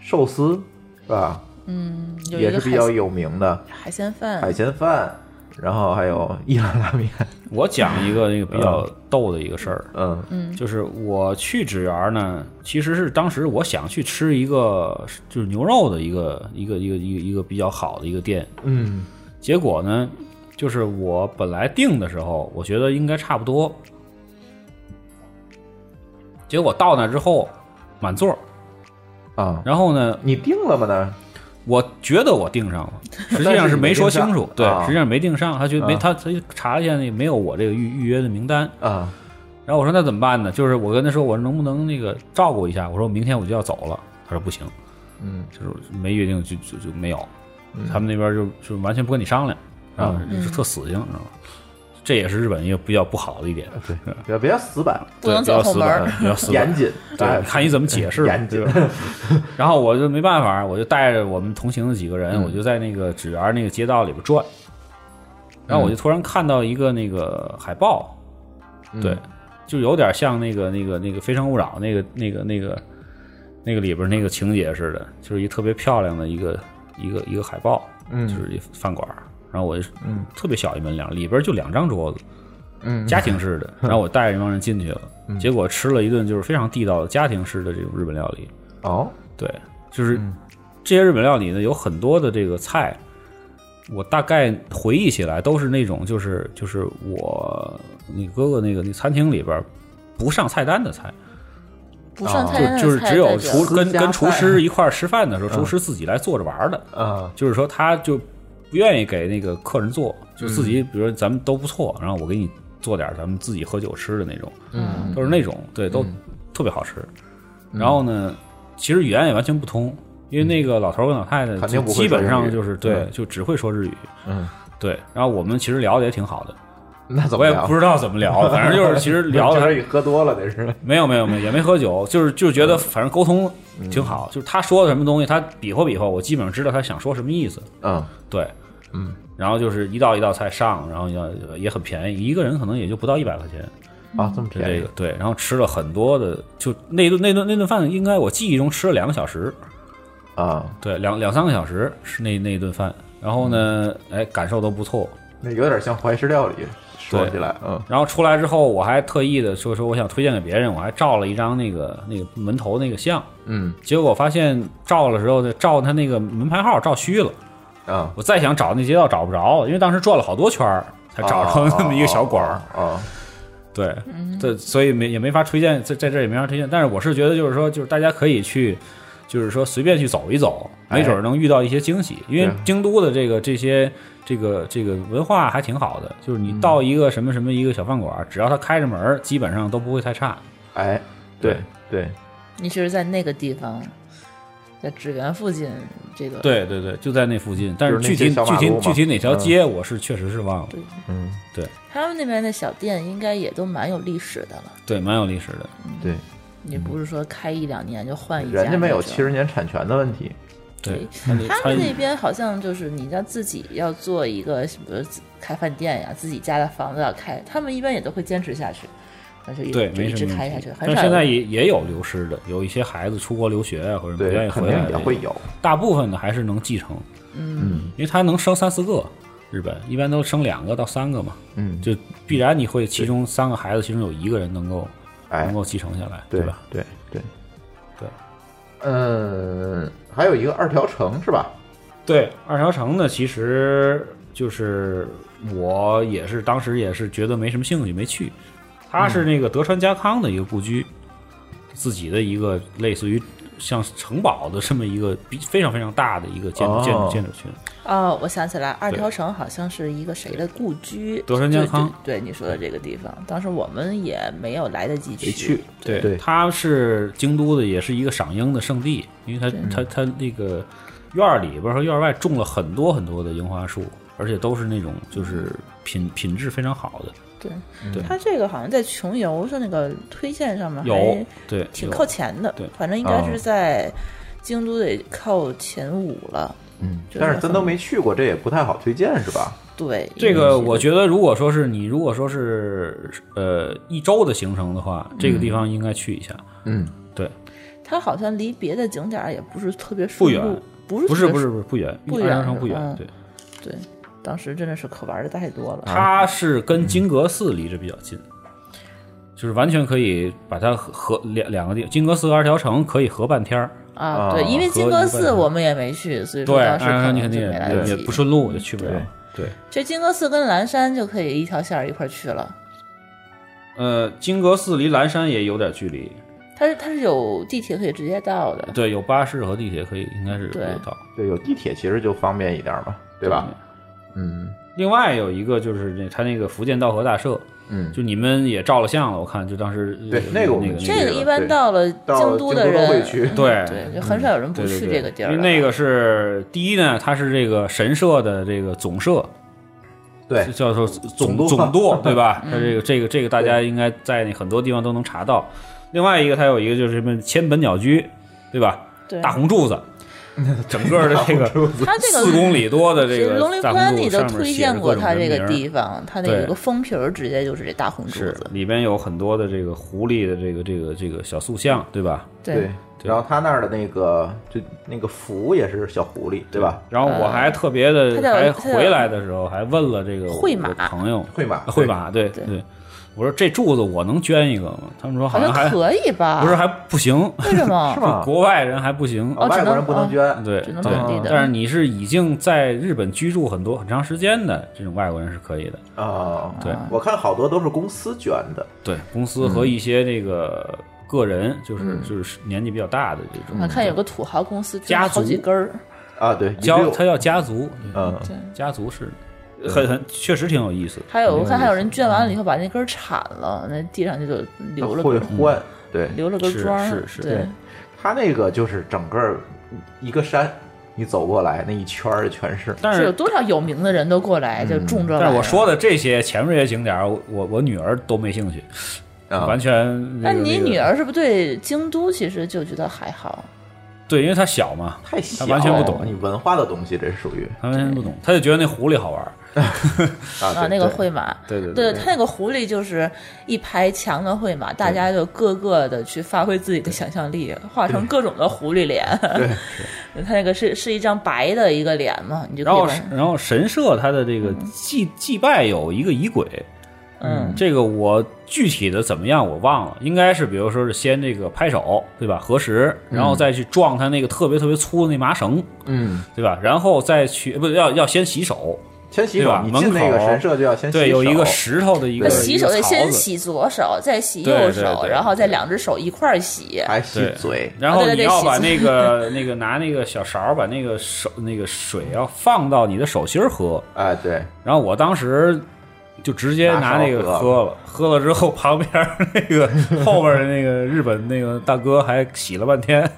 [SPEAKER 3] 寿司，是吧？
[SPEAKER 4] 嗯，有
[SPEAKER 3] 也
[SPEAKER 4] 一
[SPEAKER 3] 是
[SPEAKER 4] 个
[SPEAKER 3] 比较
[SPEAKER 4] 海嗯
[SPEAKER 3] 有名的
[SPEAKER 4] 海鲜饭，
[SPEAKER 3] 海鲜饭，然后还有伊兰拉面，
[SPEAKER 5] 我讲一个那个比较逗的一个事儿，
[SPEAKER 3] 嗯
[SPEAKER 5] 就是我去纸园呢，其实是当时我想去吃一个就是牛肉的一个一个一个一个一个比较好的一个店，
[SPEAKER 3] 嗯
[SPEAKER 5] 结果呢，就是我本来定的时候，我觉得应该差不多，结果到那之后满座儿，
[SPEAKER 3] 啊，
[SPEAKER 5] 嗯然后呢，
[SPEAKER 3] 你定了吗？呢？
[SPEAKER 5] 我觉得我订上 了，实际上是没说清楚，对
[SPEAKER 3] 但是你没定上啊，
[SPEAKER 5] 实际上没订上，他觉得没
[SPEAKER 3] 啊
[SPEAKER 5] 他他就查了一下那个没有我这个预预约的名单，
[SPEAKER 3] 啊，
[SPEAKER 5] 然后我说那怎么办呢？就是我跟他说，我说能不能那个照顾一下？我说明天我就要走了。他说不行，
[SPEAKER 3] 嗯，
[SPEAKER 5] 就是没约定就就嗯就没有，他们那边就就完全不跟你商量，啊，就是特死性，知道吗？这也是日本一个比较不好的一点，
[SPEAKER 3] 对，别别死板，
[SPEAKER 4] 不能
[SPEAKER 5] 对比较
[SPEAKER 4] 走后
[SPEAKER 5] 死
[SPEAKER 4] 门
[SPEAKER 5] 板
[SPEAKER 4] 儿，
[SPEAKER 5] 比较啊死板
[SPEAKER 3] 严。谨，
[SPEAKER 5] 对，
[SPEAKER 3] 哎
[SPEAKER 5] 看你怎么解释 吧。
[SPEAKER 3] 严谨，
[SPEAKER 5] 然后我就没办法，我就带着我们同行的几个人，
[SPEAKER 3] 嗯
[SPEAKER 5] 我就在那个纸园那个街道里边转。然后我就突然看到一个那个海报，
[SPEAKER 3] 嗯
[SPEAKER 5] 对，就有点像那个那个那个《非诚勿扰》那个那个那个那个里边那个情节似的，就是一特别漂亮的一个一个一个海报，
[SPEAKER 3] 嗯
[SPEAKER 5] 就是一饭馆儿。然后我就
[SPEAKER 3] 嗯
[SPEAKER 5] 特别小一门脸，里边就两张桌子，
[SPEAKER 3] 嗯
[SPEAKER 5] 家 庭式的。然后我带着一帮人进去了，结果吃了一顿就是非常地道的家庭式的这种日本料理。
[SPEAKER 3] 哦，
[SPEAKER 5] 对，就是这些日本料理呢，有很多的这个菜，我大概回忆起来都是那种就是就是我你哥哥那个那餐厅里边不上菜单的菜，
[SPEAKER 4] 不上菜单
[SPEAKER 5] 啊就就是
[SPEAKER 4] 的菜
[SPEAKER 5] 只有
[SPEAKER 4] 代表
[SPEAKER 5] 厨跟
[SPEAKER 4] 私家
[SPEAKER 5] 跟厨
[SPEAKER 4] 饭
[SPEAKER 5] 师一块儿吃饭的时候，厨师自己来做着玩儿的，
[SPEAKER 3] 啊，
[SPEAKER 5] 就是说他就不愿意给那个客人做，就自己比如说咱们都不错，然后我给你做点儿咱们自己喝酒吃的那种，
[SPEAKER 3] 嗯
[SPEAKER 5] 都是那种，对，都特别好吃。然后呢，其实语言也完全不通，因为那个老头儿跟老太太
[SPEAKER 3] 嗯肯
[SPEAKER 5] 就
[SPEAKER 3] 定不会
[SPEAKER 5] 基本
[SPEAKER 3] 说日
[SPEAKER 5] 上
[SPEAKER 3] 语
[SPEAKER 5] 就是对
[SPEAKER 3] 嗯，
[SPEAKER 5] 就只会说日语。
[SPEAKER 3] 嗯，
[SPEAKER 5] 对，然后我们其实聊的也挺好的，
[SPEAKER 3] 那怎
[SPEAKER 5] 我
[SPEAKER 3] 么
[SPEAKER 5] 也
[SPEAKER 3] 聊
[SPEAKER 5] 不？知道怎 么聊，反正就是其实聊
[SPEAKER 3] 这
[SPEAKER 5] 的
[SPEAKER 3] 点喝多了，得是
[SPEAKER 5] 没有没有没有也没喝酒，就是就是觉
[SPEAKER 3] 嗯
[SPEAKER 5] 得反正沟通挺好，就是他说的什么东西，他比划比划，我基本上知道他想说什么意思。
[SPEAKER 3] 嗯
[SPEAKER 5] 对，
[SPEAKER 3] 嗯，
[SPEAKER 5] 然后就是一道一道菜上，然后要也很便宜，一个人可能也就不到一百块钱。
[SPEAKER 3] 啊，这么
[SPEAKER 5] 就
[SPEAKER 3] 便
[SPEAKER 5] 这个
[SPEAKER 3] 宜，
[SPEAKER 5] 对，然后吃了很多的，就那顿那顿那顿饭，应该我记忆中吃了两个小时，
[SPEAKER 3] 啊，
[SPEAKER 5] 对，两两三个小时是那那顿饭。然后呢，
[SPEAKER 3] 嗯
[SPEAKER 5] 哎，感受都不错。
[SPEAKER 3] 那有点像怀石料理，说起来，嗯
[SPEAKER 5] 然后出来之后，我还特意的说说我想推荐给别人，我还照了一张那个那个门头那个像。
[SPEAKER 3] 嗯
[SPEAKER 5] 结果我发现照了之后，照他那个门牌号照虚了。
[SPEAKER 3] 啊，
[SPEAKER 5] 我再想找那街道找不着，因为当时转了好多圈儿才找着那么一个小馆儿。
[SPEAKER 3] 啊，
[SPEAKER 5] 对，
[SPEAKER 4] 嗯
[SPEAKER 5] 这所以没也没法推荐，在在这儿也没法推荐。但是我是觉得，就是说，就是大家可以去，就是说随便去走一走，
[SPEAKER 3] 哎
[SPEAKER 5] 没准儿能遇到一些惊喜。因为
[SPEAKER 3] 对啊
[SPEAKER 5] 京都的这个这些这个这个文化还挺好的，就是
[SPEAKER 3] 嗯
[SPEAKER 5] 你到一个什么什么一个小饭馆，只要他开着门儿，基本上都不会太差。
[SPEAKER 3] 哎，对对，
[SPEAKER 4] 你是在那个地方，在纸园附近这个，
[SPEAKER 5] 对对对，就在那附近。但是
[SPEAKER 3] 就是那
[SPEAKER 5] 具
[SPEAKER 3] 些
[SPEAKER 5] 体
[SPEAKER 3] 小马
[SPEAKER 5] 具体
[SPEAKER 3] 路嘛
[SPEAKER 5] 具体哪条
[SPEAKER 3] 嗯
[SPEAKER 5] 街，我是确实是忘了。
[SPEAKER 3] 嗯
[SPEAKER 4] 他们那边的小店应该也都蛮有历史的了。
[SPEAKER 5] 对，蛮有历史的。
[SPEAKER 3] 对，
[SPEAKER 5] 嗯
[SPEAKER 4] 你不是说开一两年就换一家那种？
[SPEAKER 3] 人家没有七十年产权的问题，
[SPEAKER 5] 对，
[SPEAKER 4] 他
[SPEAKER 5] 参
[SPEAKER 4] 们
[SPEAKER 5] 与
[SPEAKER 4] 那边好像就是你要自己要做一个什么开饭店呀，自己家的房子要开，他们一般也都会坚持下去，那就一
[SPEAKER 5] 对，
[SPEAKER 4] 就
[SPEAKER 5] 没
[SPEAKER 4] 一
[SPEAKER 5] 什
[SPEAKER 4] 直
[SPEAKER 5] 么
[SPEAKER 4] 开
[SPEAKER 5] 问
[SPEAKER 4] 下
[SPEAKER 5] 题
[SPEAKER 4] 去。。很
[SPEAKER 5] 但
[SPEAKER 4] 少
[SPEAKER 5] 现在
[SPEAKER 4] 有
[SPEAKER 5] 也也有流失的，有一些孩子出国留学啊，或者不愿
[SPEAKER 3] 对，
[SPEAKER 5] 意
[SPEAKER 3] 肯
[SPEAKER 5] 回来
[SPEAKER 3] 定
[SPEAKER 5] 的
[SPEAKER 3] 也
[SPEAKER 5] 这
[SPEAKER 3] 会
[SPEAKER 5] 种
[SPEAKER 3] 有，
[SPEAKER 5] 大部分呢还是能继承，嗯，因为他能生三四个，日本一般都生两个到三个嘛，
[SPEAKER 3] 嗯，
[SPEAKER 5] 就必然你会其中三个孩子，其中有一个人能够
[SPEAKER 3] 哎
[SPEAKER 5] 能，够继承下来，
[SPEAKER 3] 对
[SPEAKER 5] 吧？？
[SPEAKER 3] 对对
[SPEAKER 5] 对，
[SPEAKER 3] 嗯，还有一个二条城是吧？
[SPEAKER 5] 对，二条城呢，其实就是我也是当时也是觉得没什么兴趣，没去。它是那个德川家康的一个故居，自己的一个类似于像城堡的这么一个比非常非常大的一个建筑、建
[SPEAKER 3] 哦
[SPEAKER 5] 筑建筑群。
[SPEAKER 4] 哦，我想起来，二条城好像是一个谁的故居，
[SPEAKER 5] 德川家康
[SPEAKER 4] 对对对你说的这个地方，当时我们也没有来得及
[SPEAKER 3] 没去，
[SPEAKER 5] 对，
[SPEAKER 3] 对
[SPEAKER 5] 它是京都的，也是一个赏樱的圣地，因为它它它那个院儿里边儿和院儿外种了很多很多的樱花树，而且都是那种就是品品质非常好的，
[SPEAKER 4] 对，
[SPEAKER 5] 对
[SPEAKER 4] 他这个好像在穷游上那个推荐上面
[SPEAKER 5] 有
[SPEAKER 4] 还
[SPEAKER 5] 对
[SPEAKER 4] 哎挺
[SPEAKER 5] 有
[SPEAKER 4] 靠前的，
[SPEAKER 5] 对啊
[SPEAKER 4] 反正应该是在京都得靠前五了，
[SPEAKER 3] 嗯，
[SPEAKER 4] 就是
[SPEAKER 3] 但是咱都
[SPEAKER 4] 很
[SPEAKER 3] 没去过，这也不太好推荐是吧？
[SPEAKER 4] 对
[SPEAKER 5] 这个我觉得，如果说是你如果说是呃一周的行程的话，这个地方应该去一下。
[SPEAKER 3] 嗯，
[SPEAKER 5] 对，
[SPEAKER 4] 它好像离别的景点儿也不是特别
[SPEAKER 5] 不
[SPEAKER 4] 顺
[SPEAKER 5] 远
[SPEAKER 4] 路，不是
[SPEAKER 5] 不
[SPEAKER 4] 不
[SPEAKER 5] 是不是不是不远，
[SPEAKER 4] 不
[SPEAKER 5] 安
[SPEAKER 4] 远
[SPEAKER 5] 阳城不远。
[SPEAKER 4] 嗯
[SPEAKER 5] 对，
[SPEAKER 4] 对，当时真的是可玩的太多了，啊
[SPEAKER 5] 它是跟金阁寺离着比较近，就是完全可以把它合合两两个地，金阁寺和二条城可以合半天儿。
[SPEAKER 4] 啊，对，因为
[SPEAKER 5] 和
[SPEAKER 4] 金阁
[SPEAKER 5] 一
[SPEAKER 4] 寺
[SPEAKER 5] 半
[SPEAKER 4] 我们也没去，所以说
[SPEAKER 5] 对，
[SPEAKER 4] 当时
[SPEAKER 5] 安
[SPEAKER 4] 可
[SPEAKER 5] 阳嗯城你
[SPEAKER 4] 能
[SPEAKER 5] 肯
[SPEAKER 4] 就
[SPEAKER 5] 定
[SPEAKER 4] 没来得
[SPEAKER 5] 也
[SPEAKER 4] 及。
[SPEAKER 5] 也不顺路，就去不了。对，
[SPEAKER 4] 这金阁寺跟岚山就可以一条线儿一块儿去了，
[SPEAKER 5] 呃，金阁寺离岚山也有点距离，
[SPEAKER 4] 它是它是有地铁可以直接到的，
[SPEAKER 5] 对，有巴士和地铁可以，应该是
[SPEAKER 4] 对
[SPEAKER 5] 有到。
[SPEAKER 3] 对，有地铁其实就方便一点嘛，对吧？嗯
[SPEAKER 5] 另外有一个就是那他那个福建道和大社，
[SPEAKER 3] 嗯，
[SPEAKER 5] 就你们也照了相了，我看就当时
[SPEAKER 3] 对
[SPEAKER 5] 呃
[SPEAKER 3] 那个我们
[SPEAKER 5] 那个
[SPEAKER 3] 去
[SPEAKER 4] 这
[SPEAKER 3] 了
[SPEAKER 4] 个一般
[SPEAKER 3] 对
[SPEAKER 4] 到了
[SPEAKER 3] 到了
[SPEAKER 4] 京都的
[SPEAKER 3] 京都
[SPEAKER 4] 人嗯
[SPEAKER 3] 都会去
[SPEAKER 5] 对
[SPEAKER 4] 对，就很少有人不
[SPEAKER 5] 嗯对对
[SPEAKER 4] 去
[SPEAKER 5] 对
[SPEAKER 4] 这个地儿
[SPEAKER 5] 因
[SPEAKER 4] 了。
[SPEAKER 5] 为那个是第一呢，它是这个神社的这个总社，
[SPEAKER 3] 对
[SPEAKER 5] 这，叫做总
[SPEAKER 3] 总舵
[SPEAKER 5] 总 舵，对吧？它
[SPEAKER 4] 嗯
[SPEAKER 5] 这个这个这个大家应该在那很多地方都能查到。另外一个，它有一个就是什么千本鸟居，对吧？
[SPEAKER 4] 对
[SPEAKER 5] 大 红柱子，整个的这个
[SPEAKER 4] 它这个
[SPEAKER 5] 四公里多的这个
[SPEAKER 4] 龙陵
[SPEAKER 5] 大
[SPEAKER 4] 宽
[SPEAKER 5] 红柱
[SPEAKER 4] 你
[SPEAKER 5] 子
[SPEAKER 4] 都
[SPEAKER 5] 上面
[SPEAKER 4] 推
[SPEAKER 5] 写着
[SPEAKER 4] 荐过
[SPEAKER 5] 各种
[SPEAKER 4] 它这
[SPEAKER 5] 人
[SPEAKER 4] 个
[SPEAKER 5] 名儿
[SPEAKER 4] 地方，它那
[SPEAKER 5] 对
[SPEAKER 4] 有一个封皮儿，直接就是这大红柱
[SPEAKER 5] 是
[SPEAKER 4] 子。
[SPEAKER 5] 里边有很多的这个狐狸的这个这个这个小塑像，对吧？
[SPEAKER 3] 对，然后他那儿的那个就那个符也是小狐狸，对吧？
[SPEAKER 5] 然后我还特别的
[SPEAKER 4] 呃它叫
[SPEAKER 5] 还
[SPEAKER 4] 它叫
[SPEAKER 5] 回来的时候还问了这个
[SPEAKER 4] 会
[SPEAKER 5] 我
[SPEAKER 4] 马
[SPEAKER 5] 朋友
[SPEAKER 3] 会马
[SPEAKER 5] 会马对
[SPEAKER 4] 对
[SPEAKER 5] 对，我说这柱子我能捐一个吗？他们说
[SPEAKER 4] 好
[SPEAKER 5] 像还
[SPEAKER 4] 可以吧？
[SPEAKER 5] 不是还不行，
[SPEAKER 4] 为什么？
[SPEAKER 3] 是吗？
[SPEAKER 5] 国外人还不行。
[SPEAKER 3] 啊
[SPEAKER 4] 哦只
[SPEAKER 3] 外国人
[SPEAKER 4] 能
[SPEAKER 3] 不能
[SPEAKER 4] 哦
[SPEAKER 3] 捐，
[SPEAKER 5] 对
[SPEAKER 4] 只能
[SPEAKER 5] 对
[SPEAKER 4] 本地的
[SPEAKER 5] 嗯但是你是已经在日本居住很多很长时间的这种外国人是可以的，
[SPEAKER 3] 啊，
[SPEAKER 5] 对
[SPEAKER 3] 我看好多都是公司捐的，
[SPEAKER 5] 对公司和一些这个个人，
[SPEAKER 4] 嗯
[SPEAKER 5] 就是就是年纪比较大的这
[SPEAKER 3] 嗯
[SPEAKER 5] 种，
[SPEAKER 4] 啊我看有个土豪公司种
[SPEAKER 5] 家
[SPEAKER 4] 好几
[SPEAKER 5] 族
[SPEAKER 4] 根儿，
[SPEAKER 3] 啊，对，一
[SPEAKER 5] 家
[SPEAKER 3] 溜
[SPEAKER 5] 他叫家族，
[SPEAKER 3] 嗯，
[SPEAKER 5] 家族是呃很很确实挺有意思的。嗯
[SPEAKER 4] 还有我看还有人捐完了以后把那根儿铲了，那地上就就留了嗯
[SPEAKER 3] 会
[SPEAKER 4] 根儿
[SPEAKER 3] 换，对
[SPEAKER 4] 留了根
[SPEAKER 5] 是
[SPEAKER 4] 儿桩儿，
[SPEAKER 5] 是是
[SPEAKER 4] 对，
[SPEAKER 3] 他那个就是整个儿一个山，你走过来那一圈儿全是，
[SPEAKER 5] 但
[SPEAKER 4] 是有
[SPEAKER 5] 是嗯
[SPEAKER 4] 多少有名的人都过来就种这玩意儿。
[SPEAKER 5] 但是我说的这些前面这些景点儿，我我我女儿都没兴趣，
[SPEAKER 3] 啊
[SPEAKER 5] 完全那个。
[SPEAKER 4] 那你
[SPEAKER 5] 那个
[SPEAKER 4] 女儿是不是对京都其实就觉得还好？
[SPEAKER 5] 对，因为她小嘛，
[SPEAKER 3] 啊太小了，
[SPEAKER 5] 完全不懂
[SPEAKER 3] 你文化的东西，这是属于
[SPEAKER 5] 她完全不懂，她就觉得那狐狸好玩儿。
[SPEAKER 3] 啊
[SPEAKER 4] 啊，
[SPEAKER 3] 对
[SPEAKER 4] 那个
[SPEAKER 3] 对
[SPEAKER 4] 会马，
[SPEAKER 5] 对对
[SPEAKER 4] 对，他那个狐狸就是一排墙的绘马，大家就各个的去发挥自己的想象力，画成各种的狐狸脸。对，他那个是是一张白的一个脸嘛，你就
[SPEAKER 5] 然
[SPEAKER 4] 可以
[SPEAKER 5] 后
[SPEAKER 4] 把
[SPEAKER 5] 然后神社它的这个祭祭拜有一个仪轨，
[SPEAKER 4] 嗯，
[SPEAKER 5] 这个我具体的怎么样我忘了，应该是比如说是先这个拍手对吧核实，
[SPEAKER 4] 嗯
[SPEAKER 5] 然后再去撞它那个特别特别粗的那麻绳
[SPEAKER 3] 嗯，
[SPEAKER 5] 对吧，然后再去呃不要要先洗手，
[SPEAKER 3] 先洗
[SPEAKER 5] 对
[SPEAKER 3] 手，
[SPEAKER 5] 吧
[SPEAKER 3] 你进那个
[SPEAKER 5] 门口
[SPEAKER 3] 神社就要先洗手，
[SPEAKER 5] 对，有一个石头的一个
[SPEAKER 4] 那洗手得
[SPEAKER 5] 一个
[SPEAKER 4] 先
[SPEAKER 5] 槽子
[SPEAKER 4] 洗左手，再洗
[SPEAKER 5] 对对
[SPEAKER 4] 右
[SPEAKER 5] 对
[SPEAKER 4] 手，
[SPEAKER 5] 对啊
[SPEAKER 4] 然后再两只手一块儿洗。
[SPEAKER 3] 还洗
[SPEAKER 5] 对
[SPEAKER 3] 嘴，
[SPEAKER 5] 然后
[SPEAKER 4] 啊对
[SPEAKER 5] 你
[SPEAKER 4] 对对
[SPEAKER 5] 要
[SPEAKER 4] 洗
[SPEAKER 5] 把
[SPEAKER 4] 澡
[SPEAKER 5] 那个 那个拿那个小勺儿把那个手那个水要放到你的手心儿喝。
[SPEAKER 3] 哎，对，
[SPEAKER 5] 然后我当时就直接拿那个
[SPEAKER 3] 拿勺
[SPEAKER 5] 喝了，喝了之后旁边儿那 个后边儿的那个日本那个大哥还洗了 半天，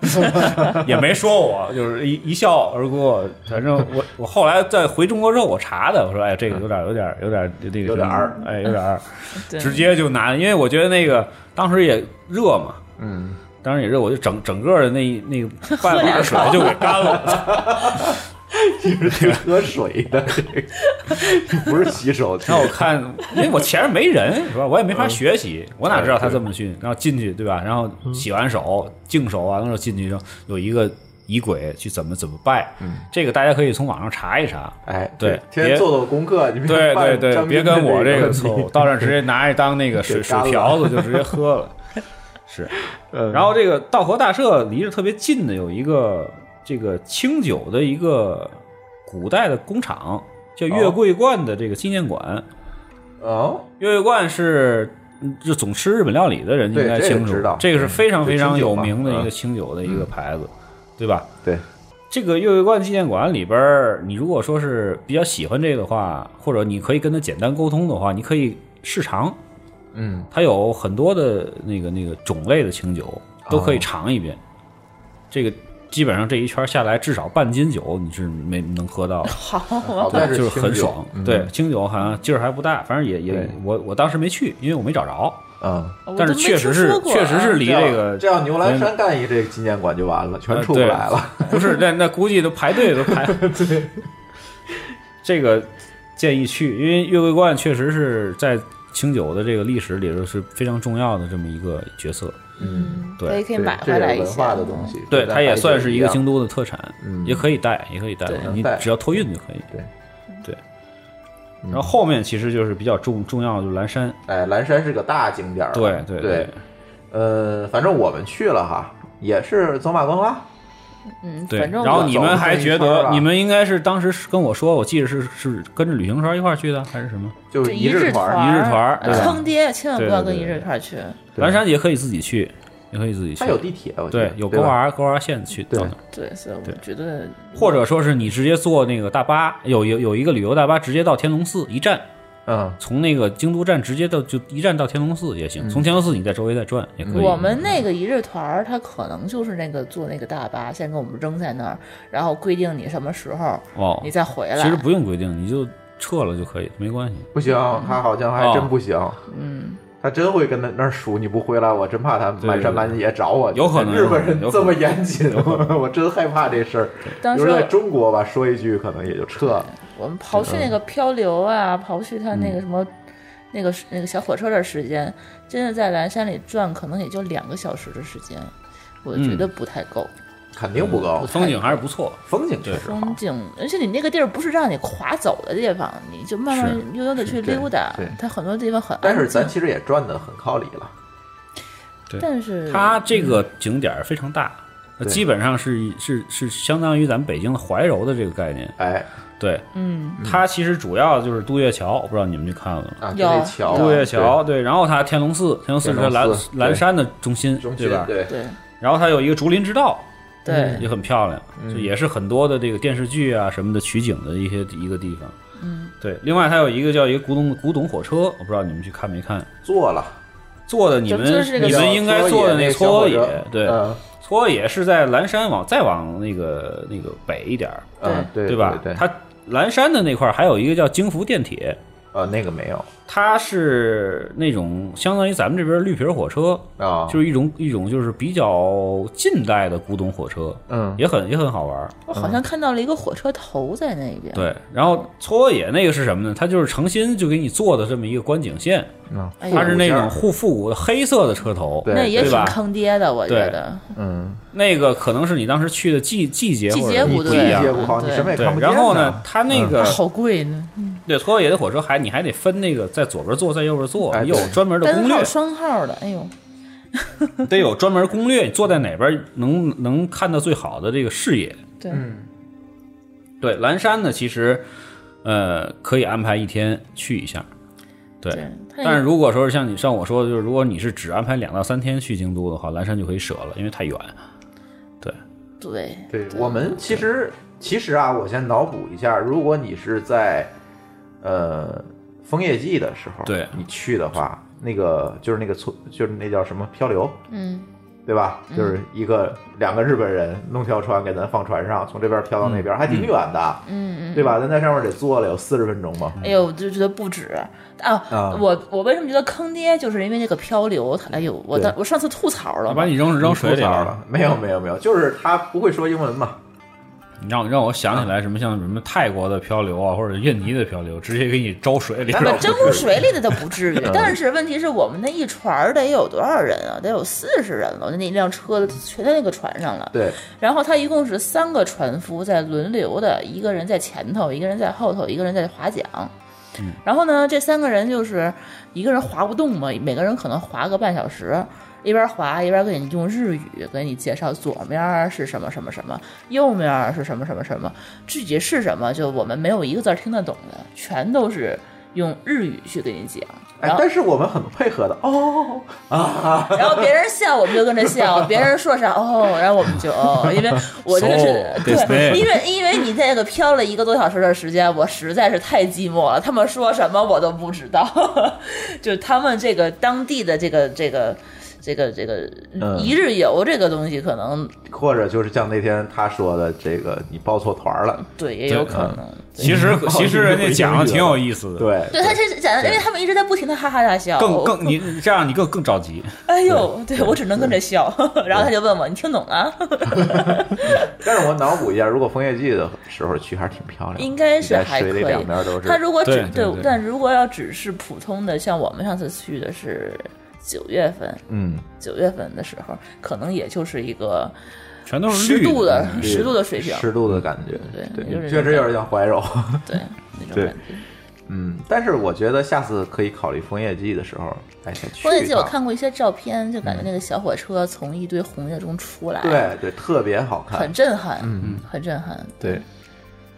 [SPEAKER 5] 也没说我，就是一一笑而过。反正我我后来在回中国之后我查的，我说哎这个有点有点有点有点
[SPEAKER 3] 有点儿，
[SPEAKER 5] 哎有点儿，
[SPEAKER 4] 对
[SPEAKER 5] 直接就拿，因为我觉得那个当时也热嘛。
[SPEAKER 3] 嗯，
[SPEAKER 5] 当时也热，我就整整个的那那个半碗水就给干了。
[SPEAKER 3] 喝水的，这个不是洗手，
[SPEAKER 5] 然后我看，因为我前面没人，是吧？我也没
[SPEAKER 3] 嗯
[SPEAKER 5] 法学习，我哪知道他这么训？然后进去，对吧？然后
[SPEAKER 3] 嗯
[SPEAKER 5] 洗完手、净手啊，那时候进去之后有一个仪轨去怎么怎么拜，
[SPEAKER 3] 嗯
[SPEAKER 5] 这个大家可以从网上查一查。
[SPEAKER 3] 哎，
[SPEAKER 5] 对
[SPEAKER 3] 天
[SPEAKER 5] 别
[SPEAKER 3] 天做做功课，你别
[SPEAKER 5] 对对
[SPEAKER 3] 犯
[SPEAKER 5] 对，
[SPEAKER 3] 张
[SPEAKER 5] 别
[SPEAKER 3] 斌
[SPEAKER 5] 跟我
[SPEAKER 3] 的
[SPEAKER 5] 这
[SPEAKER 3] 个
[SPEAKER 5] 个错误，到那儿直接拿着当那个水
[SPEAKER 3] 给
[SPEAKER 5] 水
[SPEAKER 3] 干了嗯
[SPEAKER 5] 瓢子就直接 喝了。是，然后这个道和大社离着特别近的有一个这个清酒的一个古代的工厂，叫月桂冠的这个纪念馆。
[SPEAKER 3] 哦，
[SPEAKER 5] 月桂冠是嗯就总吃日本料理的人应
[SPEAKER 3] 对
[SPEAKER 5] 该
[SPEAKER 3] 这个
[SPEAKER 5] 清楚
[SPEAKER 3] 知道，
[SPEAKER 5] 这个是非
[SPEAKER 3] 嗯
[SPEAKER 5] 常非
[SPEAKER 3] 对清
[SPEAKER 5] 常
[SPEAKER 3] 酒
[SPEAKER 5] 有
[SPEAKER 3] 嘛
[SPEAKER 5] 名的一个
[SPEAKER 3] 嗯
[SPEAKER 5] 清酒的一个牌子，对吧？
[SPEAKER 3] 对，
[SPEAKER 5] 这个月桂冠纪念馆里边儿，你如果说是比较喜欢这个的话，或者你可以跟他简单沟通的话，你可以试尝，
[SPEAKER 3] 嗯，
[SPEAKER 5] 它有很多的那个那个种类的清酒都可以尝一遍。这个基本上这一圈下来，至少半斤酒你是没能喝到的，
[SPEAKER 3] 好
[SPEAKER 5] 对
[SPEAKER 3] 在，
[SPEAKER 5] 就是
[SPEAKER 3] 清
[SPEAKER 5] 很
[SPEAKER 3] 酒
[SPEAKER 5] 爽。，对，清酒好像劲儿还不大，反正也也
[SPEAKER 3] 对
[SPEAKER 5] 我我当时没去，因为我没找着，
[SPEAKER 3] 嗯，
[SPEAKER 4] 哦我
[SPEAKER 5] 但是
[SPEAKER 4] 都没
[SPEAKER 5] 确实
[SPEAKER 4] 听
[SPEAKER 5] 是
[SPEAKER 4] 说过啊
[SPEAKER 5] 确实是离这个
[SPEAKER 3] 这样牛栏山干一这个纪念馆就完了，全出不来了。
[SPEAKER 5] 呃对不是，那那估计都排队都 排。对，这个建议去，因为月桂冠确实是在清酒的这个历史里头是非常重要的这么一个角色。
[SPEAKER 4] 嗯，
[SPEAKER 5] 对
[SPEAKER 4] 所以可以
[SPEAKER 3] 对
[SPEAKER 4] 买
[SPEAKER 3] 这
[SPEAKER 4] 回
[SPEAKER 3] 也
[SPEAKER 4] 来
[SPEAKER 3] 是
[SPEAKER 4] 一
[SPEAKER 3] 文
[SPEAKER 4] 些
[SPEAKER 3] 化的东。西，
[SPEAKER 5] 对，
[SPEAKER 3] 跟
[SPEAKER 5] 它也
[SPEAKER 3] 白酒
[SPEAKER 5] 算是一个
[SPEAKER 3] 样
[SPEAKER 5] 京都的特产，
[SPEAKER 3] 嗯
[SPEAKER 5] 也可以带，也可以带
[SPEAKER 4] 对，
[SPEAKER 5] 你
[SPEAKER 3] 带
[SPEAKER 5] 只要托运就可以。
[SPEAKER 3] 对
[SPEAKER 5] 对，然后后面其实就是比较重重要的就是蓝山，
[SPEAKER 3] 哎，蓝山是个大景点儿了，
[SPEAKER 5] 对对
[SPEAKER 3] 对
[SPEAKER 5] 对
[SPEAKER 3] 呃，反正我们去了哈，也是走马观花，
[SPEAKER 4] 嗯，
[SPEAKER 5] 对。
[SPEAKER 4] 反正
[SPEAKER 5] 然后
[SPEAKER 4] 我
[SPEAKER 5] 你们还觉
[SPEAKER 3] 走了一圈
[SPEAKER 5] 得
[SPEAKER 3] 吧
[SPEAKER 5] 你们应该是当时是跟我说，我记得是是跟着旅行团一块儿去的，还是什么？
[SPEAKER 3] 就是
[SPEAKER 4] 这一
[SPEAKER 3] 日团
[SPEAKER 4] 团
[SPEAKER 3] 儿，
[SPEAKER 5] 一
[SPEAKER 4] 一
[SPEAKER 5] 日团儿对吧
[SPEAKER 4] 坑爹，千万不要
[SPEAKER 5] 对
[SPEAKER 4] 跟
[SPEAKER 5] 对对
[SPEAKER 4] 一日团儿去。
[SPEAKER 3] 对
[SPEAKER 5] 蓝山也可以自己去，也可以自己去。
[SPEAKER 3] 它有地铁，我记得
[SPEAKER 5] 对，有
[SPEAKER 3] 对
[SPEAKER 5] 勾
[SPEAKER 3] 吧
[SPEAKER 5] R 勾 R 线去到那儿，
[SPEAKER 4] 对，所以我
[SPEAKER 5] 对
[SPEAKER 4] 觉得
[SPEAKER 5] 或者说是你直接坐那个大巴，有有有一个旅游大巴直接到天龙寺一站，
[SPEAKER 3] 嗯，
[SPEAKER 5] 从那个京都站直接到就一站到天龙寺也行，从天龙寺你在周围再转也可以。嗯
[SPEAKER 4] 我们那个一日团儿，他可能就是那个坐那个大巴，先给我们扔在那儿，然后规定你什么时候
[SPEAKER 5] 哦
[SPEAKER 4] 你，再回来。
[SPEAKER 5] 其实不用规定，你就撤了就可以，没关系。
[SPEAKER 3] 不行，
[SPEAKER 5] 嗯
[SPEAKER 3] 他好像还真不行，
[SPEAKER 5] 哦
[SPEAKER 4] 嗯，
[SPEAKER 3] 他真会跟那那儿数你不回来，我真怕他
[SPEAKER 5] 对
[SPEAKER 3] 满山满野找我。
[SPEAKER 5] 有可能
[SPEAKER 3] 日本人
[SPEAKER 5] 有可能
[SPEAKER 3] 这么严谨， 我真害怕这事儿。
[SPEAKER 4] 当
[SPEAKER 3] 比
[SPEAKER 4] 时
[SPEAKER 3] 如在中国吧，说一句可能也就撤了。
[SPEAKER 4] 我们刨去那个漂流啊，刨去他
[SPEAKER 5] 嗯
[SPEAKER 4] 那个什么，那个那个小火车的时间，真的在蓝山里转，可能也就两个小时的时间，我觉得不太够。
[SPEAKER 5] 嗯
[SPEAKER 3] 肯定不够，
[SPEAKER 5] 风景还是不错。
[SPEAKER 3] 风景确实好
[SPEAKER 4] 风。景，而且你那个地儿不是让你垮走的地方，你就慢慢悠悠的去溜达
[SPEAKER 3] 对对。
[SPEAKER 4] 它很多地方很安静，
[SPEAKER 3] 但是咱其实也转的很靠里了，
[SPEAKER 4] 但是
[SPEAKER 5] 它这个景点儿非常大，那
[SPEAKER 3] 对
[SPEAKER 5] 基本上是是是相当于咱们北京的怀柔的这个概念。
[SPEAKER 3] 哎
[SPEAKER 5] 对，
[SPEAKER 4] 嗯，
[SPEAKER 5] 它其实主要就是渡月桥，我不知道你们去看了吗？
[SPEAKER 3] 啊，就
[SPEAKER 4] 有
[SPEAKER 3] 那桥，
[SPEAKER 5] 渡月桥，对，然后它天龙寺，天龙寺是它
[SPEAKER 3] 天
[SPEAKER 5] 蓝
[SPEAKER 3] 龙寺
[SPEAKER 5] 蓝
[SPEAKER 3] 对
[SPEAKER 5] 山的中心，
[SPEAKER 3] 对中
[SPEAKER 5] 对
[SPEAKER 3] 心
[SPEAKER 5] 吧？
[SPEAKER 3] 对，
[SPEAKER 4] 对
[SPEAKER 5] 然后它有一个竹林之道，
[SPEAKER 4] 对，
[SPEAKER 5] 嗯也很漂亮，就也是很多的这个电视剧啊什么的取景的一些一个地方。嗯，对。另外，它有一个叫一个古董古董火车，我不知道你们去看没看？
[SPEAKER 3] 做了。
[SPEAKER 5] 坐的你们
[SPEAKER 4] 咱们就是这个
[SPEAKER 5] 你们应该坐的那
[SPEAKER 3] 搓
[SPEAKER 5] 搓野，对，
[SPEAKER 3] 嗯
[SPEAKER 5] 搓野是在蓝山往再往那个那个北一点儿，
[SPEAKER 3] 嗯对
[SPEAKER 5] 对吧？
[SPEAKER 3] 对，
[SPEAKER 5] 它蓝山的那块儿还有一个叫京福电铁，
[SPEAKER 3] 呃那个没有
[SPEAKER 5] 它是那种相当于咱们这边绿皮儿火车，
[SPEAKER 3] 啊，
[SPEAKER 5] 就是一种一种就是比较近代的古董火车，
[SPEAKER 3] 嗯
[SPEAKER 5] 也很也很好玩儿。
[SPEAKER 4] 我好像看到了一个火车头在那边。
[SPEAKER 5] 对，然后搓野那个是什么呢？它就是诚心就给你做的这么一个观景线，
[SPEAKER 3] 嗯
[SPEAKER 4] 哎
[SPEAKER 5] 它
[SPEAKER 4] 呀，
[SPEAKER 5] 是那种护复古的黑色的车头，
[SPEAKER 3] 对
[SPEAKER 4] 那也挺
[SPEAKER 5] 吧
[SPEAKER 4] 坑爹的，我觉
[SPEAKER 5] 对
[SPEAKER 4] 得。
[SPEAKER 3] 嗯，
[SPEAKER 5] 那个可能是你当时去的季季节
[SPEAKER 4] 季
[SPEAKER 5] 或
[SPEAKER 4] 节
[SPEAKER 5] 者
[SPEAKER 4] 不
[SPEAKER 5] 不
[SPEAKER 4] 对
[SPEAKER 5] 一
[SPEAKER 3] 理
[SPEAKER 5] 样
[SPEAKER 3] 解。不好，
[SPEAKER 4] 嗯
[SPEAKER 3] 你审美
[SPEAKER 5] 对
[SPEAKER 3] 看不，见。嗯
[SPEAKER 5] 然后呢，？它那个
[SPEAKER 4] 好贵呢，
[SPEAKER 5] 对，搓野的火车还你还得分那个在左边坐，在右边坐，
[SPEAKER 3] 哎
[SPEAKER 5] 你有
[SPEAKER 3] 对
[SPEAKER 5] 专门的
[SPEAKER 4] 单
[SPEAKER 5] 攻
[SPEAKER 4] 号
[SPEAKER 5] 略，
[SPEAKER 4] 双号的，哎呦，
[SPEAKER 5] 得有专门攻略，你坐在哪边能能看到最好的这个视野。
[SPEAKER 4] 对，
[SPEAKER 5] 嗯对，蓝山呢，其实呃可以安排一天去一下，对。
[SPEAKER 4] 对，它
[SPEAKER 5] 但
[SPEAKER 4] 也
[SPEAKER 5] 是如果说是像你像我说的，就是如果你是只安排两到三天去京都的话，蓝山就可以舍了，因为太远。
[SPEAKER 4] 对，
[SPEAKER 3] 对我们其实其实啊，我先脑补一下，如果你是在呃枫叶季的时候，
[SPEAKER 5] 对
[SPEAKER 3] 你去的话，那个就是那个村，就是那叫什么漂流，
[SPEAKER 4] 嗯，
[SPEAKER 3] 对吧？就是一个两个日本人弄条船给咱放船上，从这边漂到那边，还
[SPEAKER 5] 嗯
[SPEAKER 3] 挺远的，嗯，对吧？咱在上面得坐了有四十分钟
[SPEAKER 5] 嗯
[SPEAKER 3] 吧，
[SPEAKER 4] 哎呦，我就觉得不止啊！
[SPEAKER 3] 啊
[SPEAKER 4] 我我为什么觉得坑爹，就是因为那个漂流，它哎呦，我
[SPEAKER 3] 对
[SPEAKER 4] 当我上次吐槽了
[SPEAKER 5] 我把
[SPEAKER 4] 嘛，
[SPEAKER 5] 你扔扔水里
[SPEAKER 3] 吐槽
[SPEAKER 5] 了，
[SPEAKER 3] 了，没有没有没有，就是他不会说英文嘛，
[SPEAKER 5] 你让让我想起来什么像什么泰国的漂流啊，或者印尼的漂流，直接给你招水里
[SPEAKER 3] 咱
[SPEAKER 5] 了
[SPEAKER 3] 们。
[SPEAKER 4] 蒸入水里的倒不至于，
[SPEAKER 3] 嗯
[SPEAKER 4] 但是问题是我们那一船儿得有多少人啊？得有四十人了，那一辆车全在那个船上了。
[SPEAKER 3] 对，
[SPEAKER 4] 然后他一共是三个船夫在轮流的，一个人在前头，一个人在后头，一个人在划桨。
[SPEAKER 3] 嗯
[SPEAKER 4] 然后呢，这三个人就是一个人划不动嘛，每个人可能划个半小时，一边划一边给你用日语给你介绍左面儿是什么什么什么，右面儿是什么什么什么，具体是什么就我们没有一个字儿听得懂的，全都是用日语去给你讲。
[SPEAKER 3] 哎
[SPEAKER 4] 然，后
[SPEAKER 3] 但是我们很配合的哦啊，
[SPEAKER 4] 然后别人笑，我们就跟着笑；别人说啥哦，然后我们就哦，因为我真的
[SPEAKER 5] So
[SPEAKER 4] 是
[SPEAKER 5] dismay
[SPEAKER 4] 对，因为因为你在那个飘了一个多小时的时间，我实在是太寂寞了。他们说什么我都不知道， 就是他们这个当地的这个这个这个这个
[SPEAKER 3] 嗯
[SPEAKER 4] 一日游这个东西，可能
[SPEAKER 3] 或者就是像那天他说的这个，你报错团 了，
[SPEAKER 4] 对也有可能。
[SPEAKER 5] 其实
[SPEAKER 3] 嗯
[SPEAKER 5] 其实人家讲的挺有意思的，，
[SPEAKER 3] 对
[SPEAKER 4] 对，他是讲的，因为他们一直在不停的哈哈大笑，
[SPEAKER 5] 更更你这样你更更着急。
[SPEAKER 4] 哎呦，对我只能跟着笑。 然后他就问我，你听懂了？
[SPEAKER 3] 但是我脑补一下，如果枫叶季的时候去，还是挺漂亮的，
[SPEAKER 4] 应该是
[SPEAKER 3] 你在
[SPEAKER 4] 还
[SPEAKER 3] 水
[SPEAKER 4] 可
[SPEAKER 3] 里
[SPEAKER 4] 以
[SPEAKER 3] 两边都是。
[SPEAKER 4] 他如果只
[SPEAKER 5] 对对对
[SPEAKER 4] 但如果要只是普通的，像我们上次去的是九月份，
[SPEAKER 3] 嗯，
[SPEAKER 4] 九月份的时候，可能也就是一个
[SPEAKER 5] 全都是
[SPEAKER 4] 十
[SPEAKER 5] 绿嗯
[SPEAKER 4] 度的
[SPEAKER 3] 绿
[SPEAKER 4] 十度的水平，
[SPEAKER 3] 湿度的感觉，
[SPEAKER 4] 对
[SPEAKER 3] 对，
[SPEAKER 4] 就是
[SPEAKER 3] 确实有点像怀柔。
[SPEAKER 4] 对那种
[SPEAKER 3] 对
[SPEAKER 4] 感觉。
[SPEAKER 3] 嗯，但是我觉得下次可以考虑枫叶季的时候，哎，先去一趟。
[SPEAKER 4] 关键是我看过一些照片，就感觉那个小火车从一堆红叶中出来，，
[SPEAKER 3] 嗯对对，特别好看
[SPEAKER 4] 很。震撼，嗯，很震撼。
[SPEAKER 3] 对，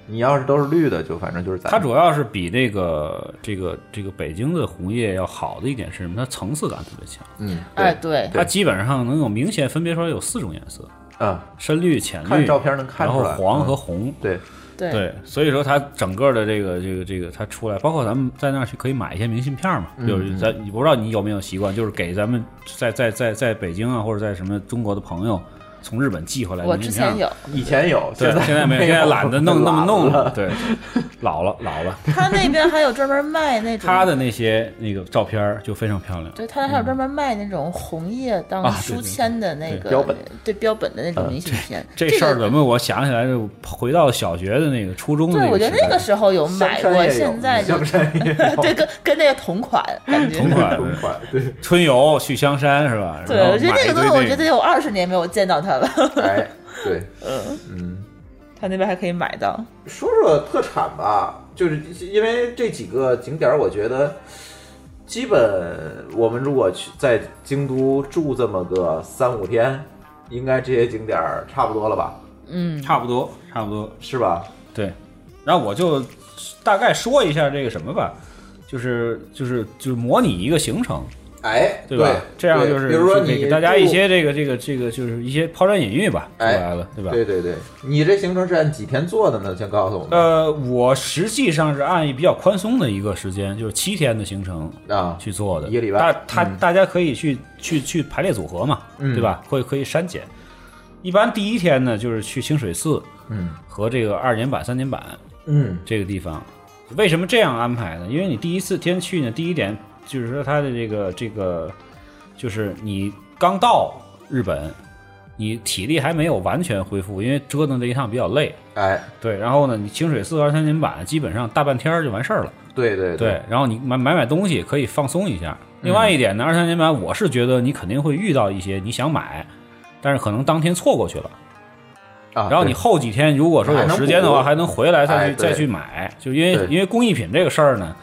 [SPEAKER 3] 你要是都是绿的，就反正就是咱
[SPEAKER 5] 它主要是比那个这个这个北京的红叶要好的一点是什么？它层次感特别强，
[SPEAKER 3] 嗯，
[SPEAKER 4] 哎，
[SPEAKER 3] 对，
[SPEAKER 4] 对，
[SPEAKER 5] 它基本上能有明显分别出来有四种颜色：
[SPEAKER 3] 嗯，
[SPEAKER 5] 深绿、浅绿，
[SPEAKER 3] 看照片能看
[SPEAKER 5] 然后
[SPEAKER 3] 出来
[SPEAKER 5] 黄
[SPEAKER 3] 嗯
[SPEAKER 5] 和红。
[SPEAKER 3] 对，
[SPEAKER 4] 对
[SPEAKER 5] 对，所以说它整个的这个这个这个它出来，包括咱们在那儿去可以买一些明信片嘛，
[SPEAKER 4] 嗯
[SPEAKER 5] 就是咱我不知道你有没有习惯，就是给咱们在在在在北京啊或者在什么中国的朋友，从日本寄回来。
[SPEAKER 4] 我
[SPEAKER 5] 你
[SPEAKER 4] 之
[SPEAKER 5] 想想
[SPEAKER 4] 前有，
[SPEAKER 3] 以前有，
[SPEAKER 5] 对，
[SPEAKER 3] 在
[SPEAKER 5] 现
[SPEAKER 3] 现
[SPEAKER 5] 在没有，现在懒得 弄那么弄
[SPEAKER 3] 了。
[SPEAKER 5] 对，老了老了。
[SPEAKER 4] 他那边还有专门卖那种
[SPEAKER 5] 他的那些那个照片儿就非常漂亮。
[SPEAKER 4] 对，他还有专门卖那种红叶当
[SPEAKER 5] 啊对
[SPEAKER 4] 书
[SPEAKER 5] 对
[SPEAKER 4] 签的那个、
[SPEAKER 3] 标本，嗯
[SPEAKER 4] 对标本的那种明信片。
[SPEAKER 5] 这事儿
[SPEAKER 4] 个
[SPEAKER 5] 怎么我想起来就回到小学的那个初中的
[SPEAKER 4] 对，我觉得那个
[SPEAKER 5] 时
[SPEAKER 4] 时候有
[SPEAKER 3] 香
[SPEAKER 4] 买
[SPEAKER 3] 山
[SPEAKER 4] 过，
[SPEAKER 3] 也有
[SPEAKER 4] 现在就
[SPEAKER 3] 香 山也有
[SPEAKER 4] 对跟跟那个同款感觉。
[SPEAKER 5] 同款
[SPEAKER 3] 同款，对，
[SPEAKER 5] 春游去香山是吧？
[SPEAKER 4] 对，
[SPEAKER 5] 然后
[SPEAKER 4] 我觉得
[SPEAKER 5] 买
[SPEAKER 4] 那个
[SPEAKER 5] 一堆
[SPEAKER 4] 东西，我觉得
[SPEAKER 5] 那
[SPEAKER 4] 有二十年没有见到它了。
[SPEAKER 3] 哎，对，
[SPEAKER 4] 嗯，
[SPEAKER 3] 嗯。
[SPEAKER 4] 他那边还可以买到。
[SPEAKER 3] 说说特产吧，就是因为这几个景点，我觉得基本我们如果去在京都住这么个三五天，应该这些景点儿差不多了吧？
[SPEAKER 4] 嗯
[SPEAKER 5] 个，差不多差不多。
[SPEAKER 3] 是吧？
[SPEAKER 5] 对，然后我就大概说一下这个什么吧，就是就是就是模拟一个行程，
[SPEAKER 3] 哎，
[SPEAKER 5] 对吧？这样就是
[SPEAKER 3] 比如说
[SPEAKER 5] 就给
[SPEAKER 3] 你
[SPEAKER 5] 给大家
[SPEAKER 3] 住
[SPEAKER 5] 一些这个这个这个就是一些抛砖引玉吧，说
[SPEAKER 3] 哎
[SPEAKER 5] 白了，对吧？
[SPEAKER 3] 对对对，你这行程是按几天做的呢？先告诉我们。
[SPEAKER 5] 呃，我实际上是按一比较宽松的一个时间，就是七天的行程
[SPEAKER 3] 啊，
[SPEAKER 5] 呃去做的，
[SPEAKER 3] 一个礼拜
[SPEAKER 5] 大他
[SPEAKER 3] 嗯
[SPEAKER 5] 大家可以去去去排列组合嘛，
[SPEAKER 3] 嗯
[SPEAKER 5] 对吧？会可以删减。一般第一天呢，就是去清水寺
[SPEAKER 3] 嗯
[SPEAKER 5] 和这个二年坂、三年坂
[SPEAKER 3] 嗯
[SPEAKER 5] 这个地方。为什么这样安排呢？因为你第一次天去呢，第一点就是说它的这个这个，就是你刚到日本，你体力还没有完全恢复，因为折腾这一趟比较累。
[SPEAKER 3] 哎，
[SPEAKER 5] 对，然后呢，你清水寺、二三年坂基本上大半天儿就完事儿了。
[SPEAKER 3] 对对
[SPEAKER 5] 对，然后你买买买东西可以放松一下。另外一点呢，二三年版我是觉得你肯定会遇到一些你想买，但是可能当天错过去了。
[SPEAKER 3] 啊，
[SPEAKER 5] 然后你
[SPEAKER 3] 对
[SPEAKER 5] 后几天如果说有时间的话，还能回来再去
[SPEAKER 3] 哎对
[SPEAKER 5] 再去买，就因为
[SPEAKER 3] 对
[SPEAKER 5] 因为工艺品这个事儿呢，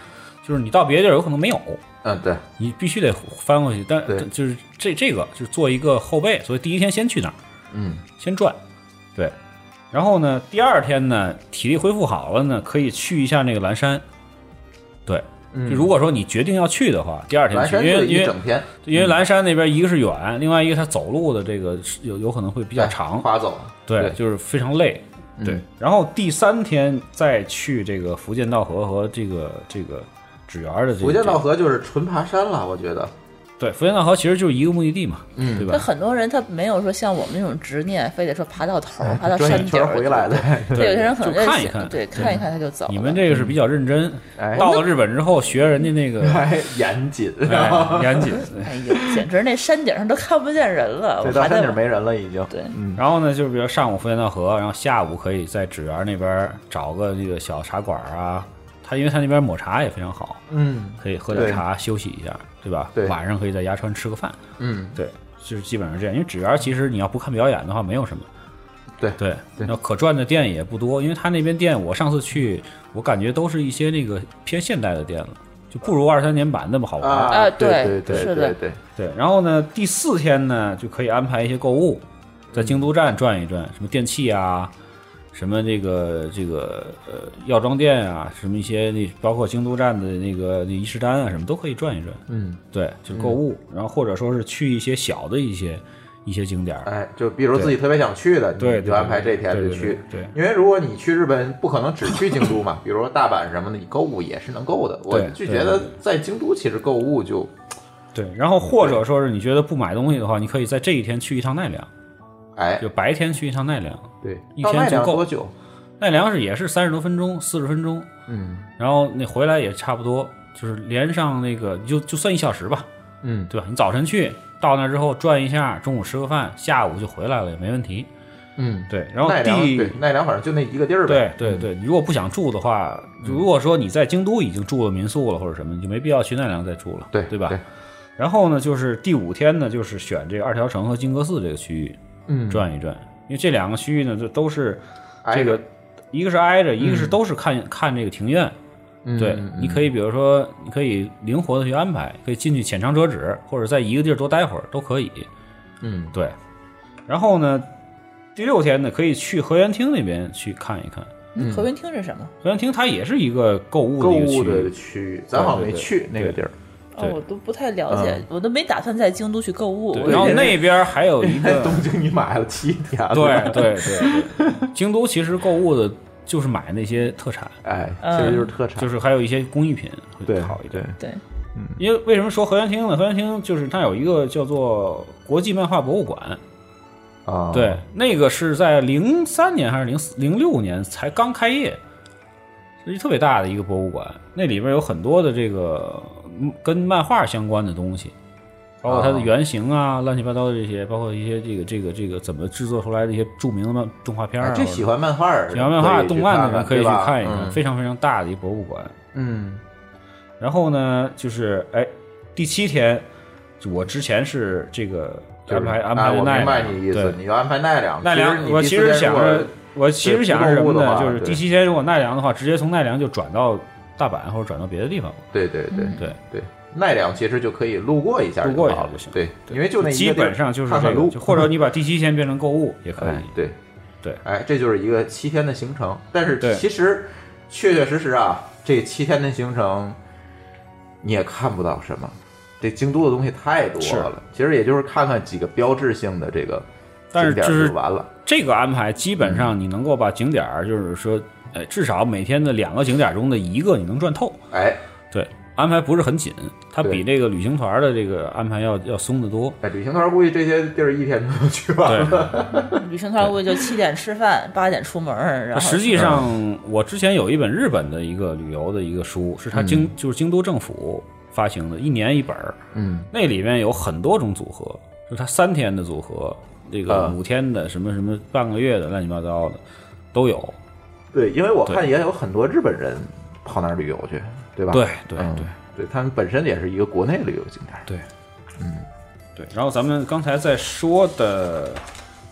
[SPEAKER 5] 就是你到别地儿有可能没有，
[SPEAKER 3] 嗯对，
[SPEAKER 5] 你必须得翻回去。但
[SPEAKER 3] 对
[SPEAKER 5] 就是这这个就是做一个后备，所以第一天先去那儿
[SPEAKER 3] 嗯
[SPEAKER 5] 先转，对。然后呢，第二天呢，体力恢复好了呢，可以去一下那个蓝山，对。
[SPEAKER 3] 嗯，
[SPEAKER 5] 就如果说你决定要去的话，第二天
[SPEAKER 3] 蓝
[SPEAKER 5] 去，
[SPEAKER 3] 山
[SPEAKER 5] 因
[SPEAKER 3] 就
[SPEAKER 5] 为因
[SPEAKER 3] 一
[SPEAKER 5] 为
[SPEAKER 3] 整嗯天
[SPEAKER 5] 因为蓝山那边一个是远，另外一个它走路的这个是有有可能会比较
[SPEAKER 3] 哎
[SPEAKER 5] 长，
[SPEAKER 3] 划走，
[SPEAKER 5] 对，就是非常累，
[SPEAKER 3] 嗯
[SPEAKER 5] 对。然后第三天再去这个福建道河和这个这个纸园的这个
[SPEAKER 3] 福建道
[SPEAKER 5] 这个
[SPEAKER 3] 河就是纯爬山了，我觉得。
[SPEAKER 5] 对，福建道河其实就是一个目的地嘛，
[SPEAKER 3] 嗯
[SPEAKER 5] 对
[SPEAKER 4] 那
[SPEAKER 5] 吧？
[SPEAKER 4] 很多人他没有说像我们那种执念，非得说爬到头儿，爬到
[SPEAKER 3] 转
[SPEAKER 4] 山
[SPEAKER 3] 一
[SPEAKER 4] 顶
[SPEAKER 3] 圈
[SPEAKER 4] 儿
[SPEAKER 3] 回来的。
[SPEAKER 4] 对，有些人可能
[SPEAKER 5] 就看一
[SPEAKER 4] 想
[SPEAKER 5] 看
[SPEAKER 4] 对，看一看他就走了。
[SPEAKER 5] 你们这个是比较认真，
[SPEAKER 3] 哎
[SPEAKER 5] 到了日本之后学人家那个
[SPEAKER 3] 还严 谨，
[SPEAKER 4] 嗯
[SPEAKER 5] 哎严谨，
[SPEAKER 4] 哎呦，简直那山顶上都看不见人了，
[SPEAKER 3] 对，
[SPEAKER 4] 我
[SPEAKER 3] 到
[SPEAKER 4] 还
[SPEAKER 3] 山
[SPEAKER 4] 在
[SPEAKER 3] 顶没人了已经。
[SPEAKER 4] 对
[SPEAKER 3] 嗯，
[SPEAKER 5] 然后呢，就是比如上午福建道河，然后下午可以在纸园那边找个这个小茶馆啊，他因为他那边抹茶也非常好，
[SPEAKER 3] 嗯
[SPEAKER 5] 可以喝点茶休息一下，对吧？
[SPEAKER 3] 对
[SPEAKER 5] 晚上可以在鸭川吃个饭，
[SPEAKER 3] 嗯，
[SPEAKER 5] 对，就是基本上这样。因为纸园其实你要不看表演的话，没有什么。
[SPEAKER 3] 对
[SPEAKER 5] 对，
[SPEAKER 3] 对
[SPEAKER 5] 然后可转的店也不多，因为他那边店我上次去，我感觉都是一些那个偏现代的店了，就不如二三年版那么好玩。
[SPEAKER 3] 啊，
[SPEAKER 4] 啊
[SPEAKER 3] 对
[SPEAKER 4] 对
[SPEAKER 3] 对
[SPEAKER 4] 是
[SPEAKER 3] 对
[SPEAKER 4] 的
[SPEAKER 3] 对，
[SPEAKER 5] 对，然后呢，第四天呢就可以安排一些购物，在京都站转一转，什么电器啊，什么这个这个呃药妆店啊，什么一些那包括京都站的那个那伊势丹啊，什么都可以转一转。
[SPEAKER 3] 嗯，
[SPEAKER 5] 对，就是购物，然后或者说是去一些小的一些一些景点儿。
[SPEAKER 3] 哎，就比如自己特别想去的，你
[SPEAKER 5] 对，对
[SPEAKER 3] 就安排这天
[SPEAKER 5] 对
[SPEAKER 3] 就
[SPEAKER 5] 对
[SPEAKER 3] 去。
[SPEAKER 5] 对，对
[SPEAKER 3] 因为如果你去日本，不可能只去京都嘛，比如说大阪什么的，你购物也是能购的。我
[SPEAKER 5] 对
[SPEAKER 3] 就
[SPEAKER 5] 对
[SPEAKER 3] 觉得
[SPEAKER 5] 对
[SPEAKER 3] 在京都其实购物就
[SPEAKER 5] 对，然后或者说是你觉得不买东西的话，你可以在这一天去一趟奈良，
[SPEAKER 3] 哎
[SPEAKER 5] 就白天去一趟奈良，
[SPEAKER 3] 对
[SPEAKER 5] 一，
[SPEAKER 3] 到
[SPEAKER 5] 天
[SPEAKER 3] 奈
[SPEAKER 5] 就
[SPEAKER 3] 良
[SPEAKER 5] 够
[SPEAKER 3] 多久？
[SPEAKER 5] 奈良是也是三十多分钟，四十分钟，
[SPEAKER 3] 嗯
[SPEAKER 5] 然后你回来也差不多，就是连上那个你就就算一小时吧，
[SPEAKER 3] 嗯，
[SPEAKER 5] 对吧？你早晨去到那之后转一下，中午吃个饭，下午就回来了也没问题。
[SPEAKER 3] 嗯，
[SPEAKER 5] 对，然后
[SPEAKER 3] 奈良
[SPEAKER 5] 第
[SPEAKER 3] 对嗯奈良反正就那一个地儿
[SPEAKER 5] 对
[SPEAKER 3] 呗。
[SPEAKER 5] 对对，你如果不想住的话，
[SPEAKER 3] 嗯
[SPEAKER 5] 如果说你在京都已经住了民宿了或者什么，你就没必要去奈良再住了，
[SPEAKER 3] 对
[SPEAKER 5] 对吧
[SPEAKER 3] 对？
[SPEAKER 5] 然后呢，就是第五天呢，就是选这个二条城和金阁寺这个区域
[SPEAKER 3] 嗯，
[SPEAKER 5] 转一转，因为这两个区域呢，就都是
[SPEAKER 3] 挨
[SPEAKER 5] 这
[SPEAKER 3] 着
[SPEAKER 5] 个，一个是挨着，一个是
[SPEAKER 3] 嗯
[SPEAKER 5] 都是看看这个庭院，
[SPEAKER 3] 嗯
[SPEAKER 5] 对，你可以比如说，你可以灵活的去安排，可以进去浅尝辄止，或者在一个地儿多待会儿都可以。
[SPEAKER 3] 嗯
[SPEAKER 5] 对，然后呢，第六天呢，可以去河源厅那边去看一看。
[SPEAKER 4] 儿。河边厅是什么？
[SPEAKER 5] 河源厅它也是一个购物
[SPEAKER 3] 购
[SPEAKER 5] 的一个区
[SPEAKER 3] 物的
[SPEAKER 5] 域，
[SPEAKER 3] 区域，咱好像没去那个地儿。
[SPEAKER 4] 哦
[SPEAKER 5] 对，
[SPEAKER 4] 我都不太了解，我都没打算在京都去购物。
[SPEAKER 5] 对，然后那边还有一
[SPEAKER 3] 在
[SPEAKER 5] 个，
[SPEAKER 3] 东京你买了七天了，
[SPEAKER 5] 对对对对，京都其实购物的就是买那些特产，
[SPEAKER 3] 哎，
[SPEAKER 4] 嗯
[SPEAKER 3] 其实就是特产，
[SPEAKER 5] 就是还有一些工艺品会
[SPEAKER 3] 对
[SPEAKER 5] 好一点。
[SPEAKER 4] 对，
[SPEAKER 5] 因为为什么说河源厅呢？河源厅就是它有一个叫做国际漫画博物馆，
[SPEAKER 3] 啊，
[SPEAKER 5] 对，那个是在零三年还是零零六年才刚开业，是一特别大的一个博物馆，那里边有很多的这个嗯跟漫画相关的东西，包括它的原型啊，乱七八糟的这些，包括一些这个这个这个怎么制作出来的一些著名的漫动画片儿
[SPEAKER 3] 哎
[SPEAKER 5] 啊。
[SPEAKER 3] 这喜欢漫画儿，
[SPEAKER 5] 喜欢漫画、
[SPEAKER 3] 可以去
[SPEAKER 5] 动漫
[SPEAKER 3] 看
[SPEAKER 5] 的人
[SPEAKER 3] 看
[SPEAKER 5] 可以去
[SPEAKER 3] 对吧
[SPEAKER 5] 看一看，
[SPEAKER 3] 嗯
[SPEAKER 5] 非常非常大的一博物馆。
[SPEAKER 3] 嗯，
[SPEAKER 5] 然后呢，就是哎，第七天，就我之前是这个
[SPEAKER 3] 就是
[SPEAKER 5] 安排安
[SPEAKER 3] 哎
[SPEAKER 5] 排的
[SPEAKER 3] 我
[SPEAKER 5] 奈
[SPEAKER 3] 明白
[SPEAKER 5] 良
[SPEAKER 3] 你意
[SPEAKER 5] 对
[SPEAKER 3] 思，你就安排奈良。
[SPEAKER 5] 奈
[SPEAKER 3] 实
[SPEAKER 5] 良，
[SPEAKER 3] 你
[SPEAKER 5] 我
[SPEAKER 3] 第
[SPEAKER 5] 其
[SPEAKER 3] 四
[SPEAKER 5] 实
[SPEAKER 3] 天
[SPEAKER 5] 想
[SPEAKER 3] 如果
[SPEAKER 5] 着，我其实
[SPEAKER 3] 对
[SPEAKER 5] 想是什
[SPEAKER 3] 不
[SPEAKER 5] 么
[SPEAKER 3] 购物的
[SPEAKER 5] 呢？
[SPEAKER 3] 话
[SPEAKER 5] 就是
[SPEAKER 3] 对
[SPEAKER 5] 第七天如果奈良的话，直接从奈良就转到大阪或者转到别的地方，
[SPEAKER 3] 对对对
[SPEAKER 5] 嗯对
[SPEAKER 3] 对，奈良其实就可以路过一下好了，
[SPEAKER 5] 路过一下就行
[SPEAKER 3] 对，因为就那一个
[SPEAKER 5] 基
[SPEAKER 3] 地儿
[SPEAKER 5] 本上就是
[SPEAKER 3] 看
[SPEAKER 5] 这
[SPEAKER 3] 看
[SPEAKER 5] 个，
[SPEAKER 3] 路
[SPEAKER 5] 就，或 者你把第七天变成购物也可
[SPEAKER 3] 哎
[SPEAKER 5] 以。
[SPEAKER 3] 对
[SPEAKER 5] 对
[SPEAKER 3] 哎，这就是一个七天的行程。但是
[SPEAKER 5] 对
[SPEAKER 3] 其实确确实实啊，这七天的行程你也看不到什么。这京都的东西太多
[SPEAKER 5] 是
[SPEAKER 3] 了，其实也就是看看几个标志性的这个
[SPEAKER 5] 但是
[SPEAKER 3] 景点
[SPEAKER 5] 就
[SPEAKER 3] 儿
[SPEAKER 5] 是
[SPEAKER 3] 就完了。
[SPEAKER 5] 这个安排基本上你能够把景点儿，就是说，呃，至少每天的两个景点儿中的一个你能转透。
[SPEAKER 3] 哎
[SPEAKER 5] 对，安排不是很紧，它
[SPEAKER 3] 对
[SPEAKER 5] 比这个旅行团的这个安排要要松得多。
[SPEAKER 3] 哎，旅行团估计这些地儿一天就去完了。
[SPEAKER 5] 对，
[SPEAKER 4] 旅行团估计就七点吃饭，八点出门儿，然后
[SPEAKER 5] 实际上我之前有一本日本的一个旅游的一个书，是它京、就是京都政府发行的，一年一本儿
[SPEAKER 3] 嗯，
[SPEAKER 5] 那里面有很多种组合，就是它三天的组合，这个
[SPEAKER 3] 啊
[SPEAKER 5] 五天的，什么什么半个月的，乱七八糟的都有。
[SPEAKER 3] 对，因为我看
[SPEAKER 5] 对
[SPEAKER 3] 也有很多日本人跑那儿旅游去，对吧？
[SPEAKER 5] 对对
[SPEAKER 3] 嗯
[SPEAKER 5] 对
[SPEAKER 3] 对，他们本身也是一个国内旅游景点儿。
[SPEAKER 5] 对，嗯对。然后咱们刚才在说的，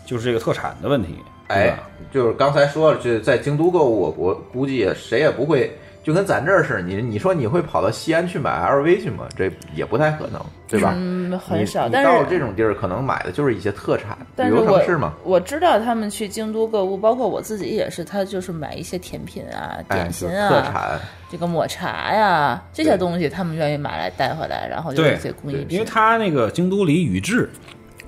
[SPEAKER 5] 就是这个特产的问题，对
[SPEAKER 3] 哎
[SPEAKER 5] 吧？，
[SPEAKER 3] 就是刚才说了，就是在京都购物，我我估计也谁也不会，就跟咱这儿似的，你你说你会跑到西安去买 LV 去吗？这也不太可能，对吧？
[SPEAKER 4] 嗯
[SPEAKER 3] 你
[SPEAKER 4] 很少，
[SPEAKER 3] 你
[SPEAKER 4] 但
[SPEAKER 3] 到
[SPEAKER 4] 是
[SPEAKER 3] 了这种地儿，可能买的就是一些特产，
[SPEAKER 4] 但
[SPEAKER 3] 旅
[SPEAKER 4] 是
[SPEAKER 3] 游
[SPEAKER 4] 我
[SPEAKER 3] 城市嘛。
[SPEAKER 4] 我知道他们去京都购物，包括我自己也是，他就是买一些甜品啊、
[SPEAKER 3] 哎，
[SPEAKER 4] 点
[SPEAKER 3] 就
[SPEAKER 4] 心
[SPEAKER 3] 是特
[SPEAKER 4] 啊、
[SPEAKER 3] 产，
[SPEAKER 4] 这个抹茶呀、这些
[SPEAKER 3] 对
[SPEAKER 4] 东西，他们愿意买来带回来，然后就
[SPEAKER 5] 对
[SPEAKER 4] 是一些工艺
[SPEAKER 5] 因
[SPEAKER 4] 品。
[SPEAKER 5] 为它那个京都离宇治，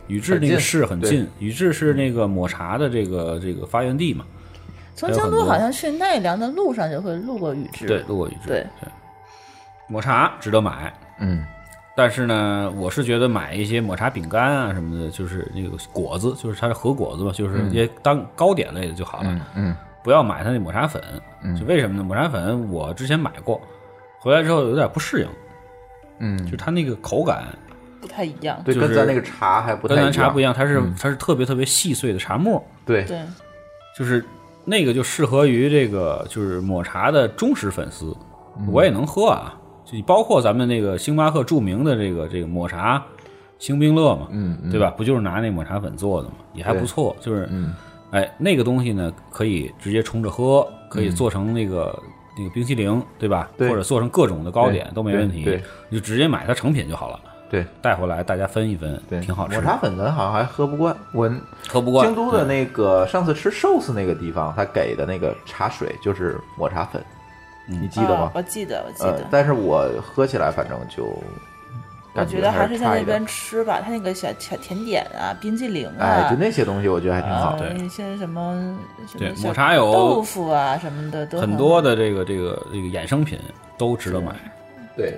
[SPEAKER 5] 宇治
[SPEAKER 3] 很
[SPEAKER 5] 那个
[SPEAKER 3] 近
[SPEAKER 5] 市很
[SPEAKER 3] 对
[SPEAKER 5] 近，宇治是那个抹茶的这个这个发源地嘛。
[SPEAKER 4] 从
[SPEAKER 5] 还有
[SPEAKER 4] 京
[SPEAKER 5] 很
[SPEAKER 4] 都
[SPEAKER 5] 多
[SPEAKER 4] 好像去奈良的路上就会路过宇治，
[SPEAKER 5] 对，路过宇治。
[SPEAKER 4] 对
[SPEAKER 5] 抹茶值得买，
[SPEAKER 3] 嗯，
[SPEAKER 5] 但是呢，我是觉得买一些抹茶饼干啊什么的，就是那个果子，就是它是和果子嘛，就是一些当糕点类的就好了，
[SPEAKER 3] 嗯，
[SPEAKER 5] 不要买它那抹茶粉。就为什么呢？抹茶粉我之前买过，回来之后有点不适应，
[SPEAKER 3] 嗯，
[SPEAKER 5] 就它那个口感
[SPEAKER 4] 不太一样。
[SPEAKER 3] 对，
[SPEAKER 5] 就
[SPEAKER 3] 跟咱
[SPEAKER 5] 是
[SPEAKER 3] 那个茶还不太
[SPEAKER 5] 跟咱茶不一
[SPEAKER 3] 样，
[SPEAKER 5] 样，它是、它是特别特别细碎的茶沫，
[SPEAKER 3] 对，
[SPEAKER 4] 对，
[SPEAKER 5] 就是那个就适合于这个就是抹茶的忠实粉丝，
[SPEAKER 3] 嗯
[SPEAKER 5] 我也能喝啊。就包括咱们那个星巴克著名的这个这个抹茶星冰乐嘛，
[SPEAKER 3] 嗯，嗯
[SPEAKER 5] 对？吧？不就是拿那抹茶粉做的嘛，也还
[SPEAKER 3] 对
[SPEAKER 5] 不错。就是，
[SPEAKER 3] 嗯
[SPEAKER 5] 哎，那个东西呢，可以直接冲着喝，可以做成那个、那个冰淇淋，对吧？
[SPEAKER 3] 嗯对
[SPEAKER 5] 或者做成各种的糕点
[SPEAKER 3] 对
[SPEAKER 5] 都没问题，
[SPEAKER 3] 对对
[SPEAKER 5] 你就直接买它成品就好了，
[SPEAKER 3] 对
[SPEAKER 5] 带回来大家分一分，
[SPEAKER 3] 对，
[SPEAKER 5] 挺好吃
[SPEAKER 3] 抹
[SPEAKER 5] 的。
[SPEAKER 3] 茶粉咱好像还喝不惯，我
[SPEAKER 5] 喝不惯
[SPEAKER 3] 京都的那个上次吃寿司那个地方，他给的那个茶水就是抹茶粉，
[SPEAKER 5] 嗯
[SPEAKER 3] 你记得
[SPEAKER 4] 啊
[SPEAKER 3] 吗？
[SPEAKER 4] 我记得，我记
[SPEAKER 3] 呃
[SPEAKER 4] 得，。
[SPEAKER 3] 但是我喝起来反正就
[SPEAKER 4] 我
[SPEAKER 3] 感
[SPEAKER 4] 觉得还
[SPEAKER 3] 是
[SPEAKER 4] 是在那
[SPEAKER 3] 差一点
[SPEAKER 4] 边吃吧，他那个小小甜点啊、冰激凌
[SPEAKER 3] 哎，
[SPEAKER 4] 啊
[SPEAKER 3] 就，那些东西我觉得还挺好
[SPEAKER 4] 啊
[SPEAKER 3] 的。
[SPEAKER 4] 一些什么什
[SPEAKER 5] 对
[SPEAKER 4] 么小
[SPEAKER 5] 抹茶有
[SPEAKER 4] 豆腐啊什么的都
[SPEAKER 5] 很多的这个这个这个衍生品都值得买。
[SPEAKER 3] 对，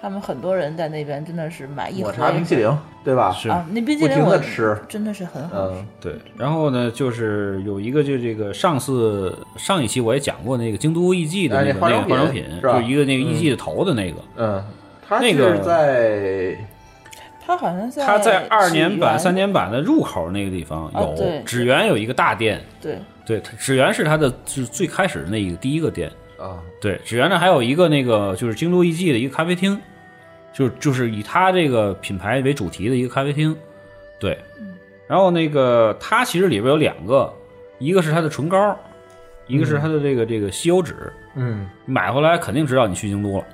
[SPEAKER 4] 他们很多人在那边真的是买一盒
[SPEAKER 3] 抹茶冰淇淋对吧？
[SPEAKER 5] 是
[SPEAKER 4] 啊，那冰淇
[SPEAKER 3] 不
[SPEAKER 4] 淋
[SPEAKER 3] 停
[SPEAKER 4] 我
[SPEAKER 3] 的吃，
[SPEAKER 4] 真的是很好吃
[SPEAKER 3] 嗯，
[SPEAKER 5] 对，然后呢，就是有一个就这个上次上一期我也讲过那个京都艺妓的
[SPEAKER 3] 哎
[SPEAKER 5] 那
[SPEAKER 3] 那
[SPEAKER 5] 个
[SPEAKER 3] 化
[SPEAKER 5] 那
[SPEAKER 3] 妆
[SPEAKER 5] 个化妆
[SPEAKER 3] 品
[SPEAKER 5] 品，
[SPEAKER 3] 是吧
[SPEAKER 5] 就是一个那个艺妓的头的那个，
[SPEAKER 3] 嗯，它
[SPEAKER 5] 那个
[SPEAKER 3] 是在
[SPEAKER 4] 他好像在
[SPEAKER 5] 它在二年版、
[SPEAKER 4] 起源
[SPEAKER 5] 三年版的入口那个地方
[SPEAKER 4] 啊
[SPEAKER 5] 有
[SPEAKER 4] 对
[SPEAKER 5] 纸园有一个大店，
[SPEAKER 4] 对
[SPEAKER 5] 对，它纸园是它的就是最开始的那个第一个店，
[SPEAKER 3] 啊，
[SPEAKER 5] 对，纸园呢还有一个那个就是京都艺妓的一个咖啡厅，就是就是以它这个品牌为主题的一个咖啡厅，对，
[SPEAKER 4] 嗯
[SPEAKER 5] 然后那个它其实里边有两个，一个是它的唇膏，一个
[SPEAKER 4] 嗯
[SPEAKER 5] 是它的这个这个吸油纸，
[SPEAKER 3] 嗯，
[SPEAKER 5] 买回来肯定知道你去京都了。
[SPEAKER 4] 嗯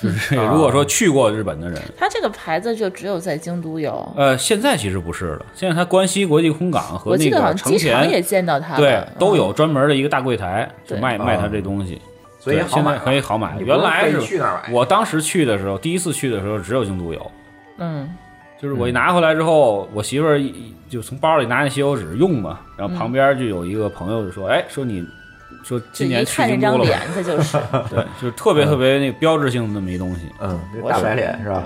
[SPEAKER 5] 就是
[SPEAKER 4] 啊
[SPEAKER 5] 如果说去过日本的人，
[SPEAKER 4] 他这个牌子就只有在京都有，
[SPEAKER 5] 呃，现在其实不是了，现在它关西国际空港和
[SPEAKER 4] 我
[SPEAKER 5] 那
[SPEAKER 4] 记得好
[SPEAKER 5] 个
[SPEAKER 4] 像
[SPEAKER 5] 成
[SPEAKER 4] 机场也
[SPEAKER 5] 田
[SPEAKER 4] 见到它嗯
[SPEAKER 5] 对
[SPEAKER 4] 了
[SPEAKER 5] 都有专门的一个大柜台，就
[SPEAKER 4] 对
[SPEAKER 5] 卖卖它
[SPEAKER 3] 啊
[SPEAKER 5] 这东西，
[SPEAKER 3] 所以
[SPEAKER 5] 对
[SPEAKER 3] 好
[SPEAKER 5] 现
[SPEAKER 3] 买
[SPEAKER 5] 在
[SPEAKER 3] 了
[SPEAKER 5] 可以好买。
[SPEAKER 3] 你不
[SPEAKER 5] 原
[SPEAKER 3] 用
[SPEAKER 5] 来
[SPEAKER 3] 非
[SPEAKER 5] 是
[SPEAKER 3] 去那儿买
[SPEAKER 5] 我当时去的时候，第一次去的时候只有京都有，
[SPEAKER 4] 嗯
[SPEAKER 5] 就是我一拿回来之后，我媳妇儿一一就从包里拿那吸油纸用嘛，然
[SPEAKER 4] 嗯
[SPEAKER 5] 后旁边就有一个朋友就说：“哎，说你说
[SPEAKER 4] 就
[SPEAKER 5] 今
[SPEAKER 4] 一
[SPEAKER 5] 年去
[SPEAKER 4] 看这
[SPEAKER 5] 京都
[SPEAKER 4] 张
[SPEAKER 5] 了
[SPEAKER 4] 脸
[SPEAKER 5] 吧，
[SPEAKER 4] 这就是 嗯
[SPEAKER 5] 对，就是特别特别那个标志性的那么一东西。”
[SPEAKER 3] 嗯，那大白脸是吧？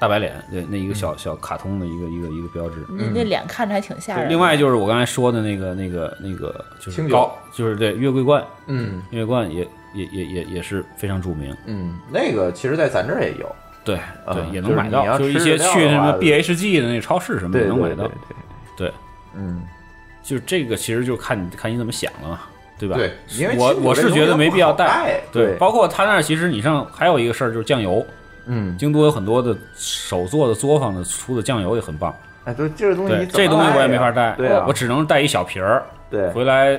[SPEAKER 5] 大白脸，对，那一个小小卡通的一个一个一个标志。
[SPEAKER 4] 那那脸看着还挺嗯吓
[SPEAKER 5] 嗯对，
[SPEAKER 4] 人。
[SPEAKER 5] 另外就是我刚才说的那个那个那个，就是
[SPEAKER 3] 清酒
[SPEAKER 5] 高，就是对月桂冠，
[SPEAKER 3] 嗯
[SPEAKER 5] 月桂冠也也也也也是非常著名，
[SPEAKER 3] 嗯，那个其实，在咱这儿也有，
[SPEAKER 5] 对
[SPEAKER 3] 啊
[SPEAKER 5] 对，也
[SPEAKER 3] 就是
[SPEAKER 5] 能买
[SPEAKER 3] 你
[SPEAKER 5] 到，
[SPEAKER 3] 要
[SPEAKER 5] 就是一
[SPEAKER 3] 吃
[SPEAKER 5] 些
[SPEAKER 3] 得了
[SPEAKER 5] 去
[SPEAKER 3] 的
[SPEAKER 5] 什么
[SPEAKER 3] 话
[SPEAKER 5] BHG 的那个超市什么
[SPEAKER 3] 对
[SPEAKER 5] 也
[SPEAKER 3] 对
[SPEAKER 5] 嗯能买
[SPEAKER 3] 对
[SPEAKER 5] 到
[SPEAKER 3] 对，，
[SPEAKER 5] 对，
[SPEAKER 3] 嗯，
[SPEAKER 5] 就是这个其实就看看你怎么想了嘛，对吧？
[SPEAKER 3] 对，因为
[SPEAKER 5] 我
[SPEAKER 3] 其实
[SPEAKER 5] 我
[SPEAKER 3] 这
[SPEAKER 5] 是
[SPEAKER 3] 东
[SPEAKER 5] 觉
[SPEAKER 3] 西
[SPEAKER 5] 得没
[SPEAKER 3] 不
[SPEAKER 5] 必要
[SPEAKER 3] 好带，
[SPEAKER 5] 对，包括他那儿其实你上还有一个事儿就是酱油，
[SPEAKER 3] 嗯，
[SPEAKER 5] 京都有很多的手做的作坊的出的酱油也很棒，
[SPEAKER 3] 哎，对，这个东西
[SPEAKER 5] 对
[SPEAKER 3] 你，怎
[SPEAKER 5] 这
[SPEAKER 3] 么
[SPEAKER 5] 东西我
[SPEAKER 3] 带
[SPEAKER 5] 也没
[SPEAKER 3] 呀
[SPEAKER 5] 法带，
[SPEAKER 3] 对啊，
[SPEAKER 5] 我只能带一小瓶儿
[SPEAKER 3] 对
[SPEAKER 5] 回来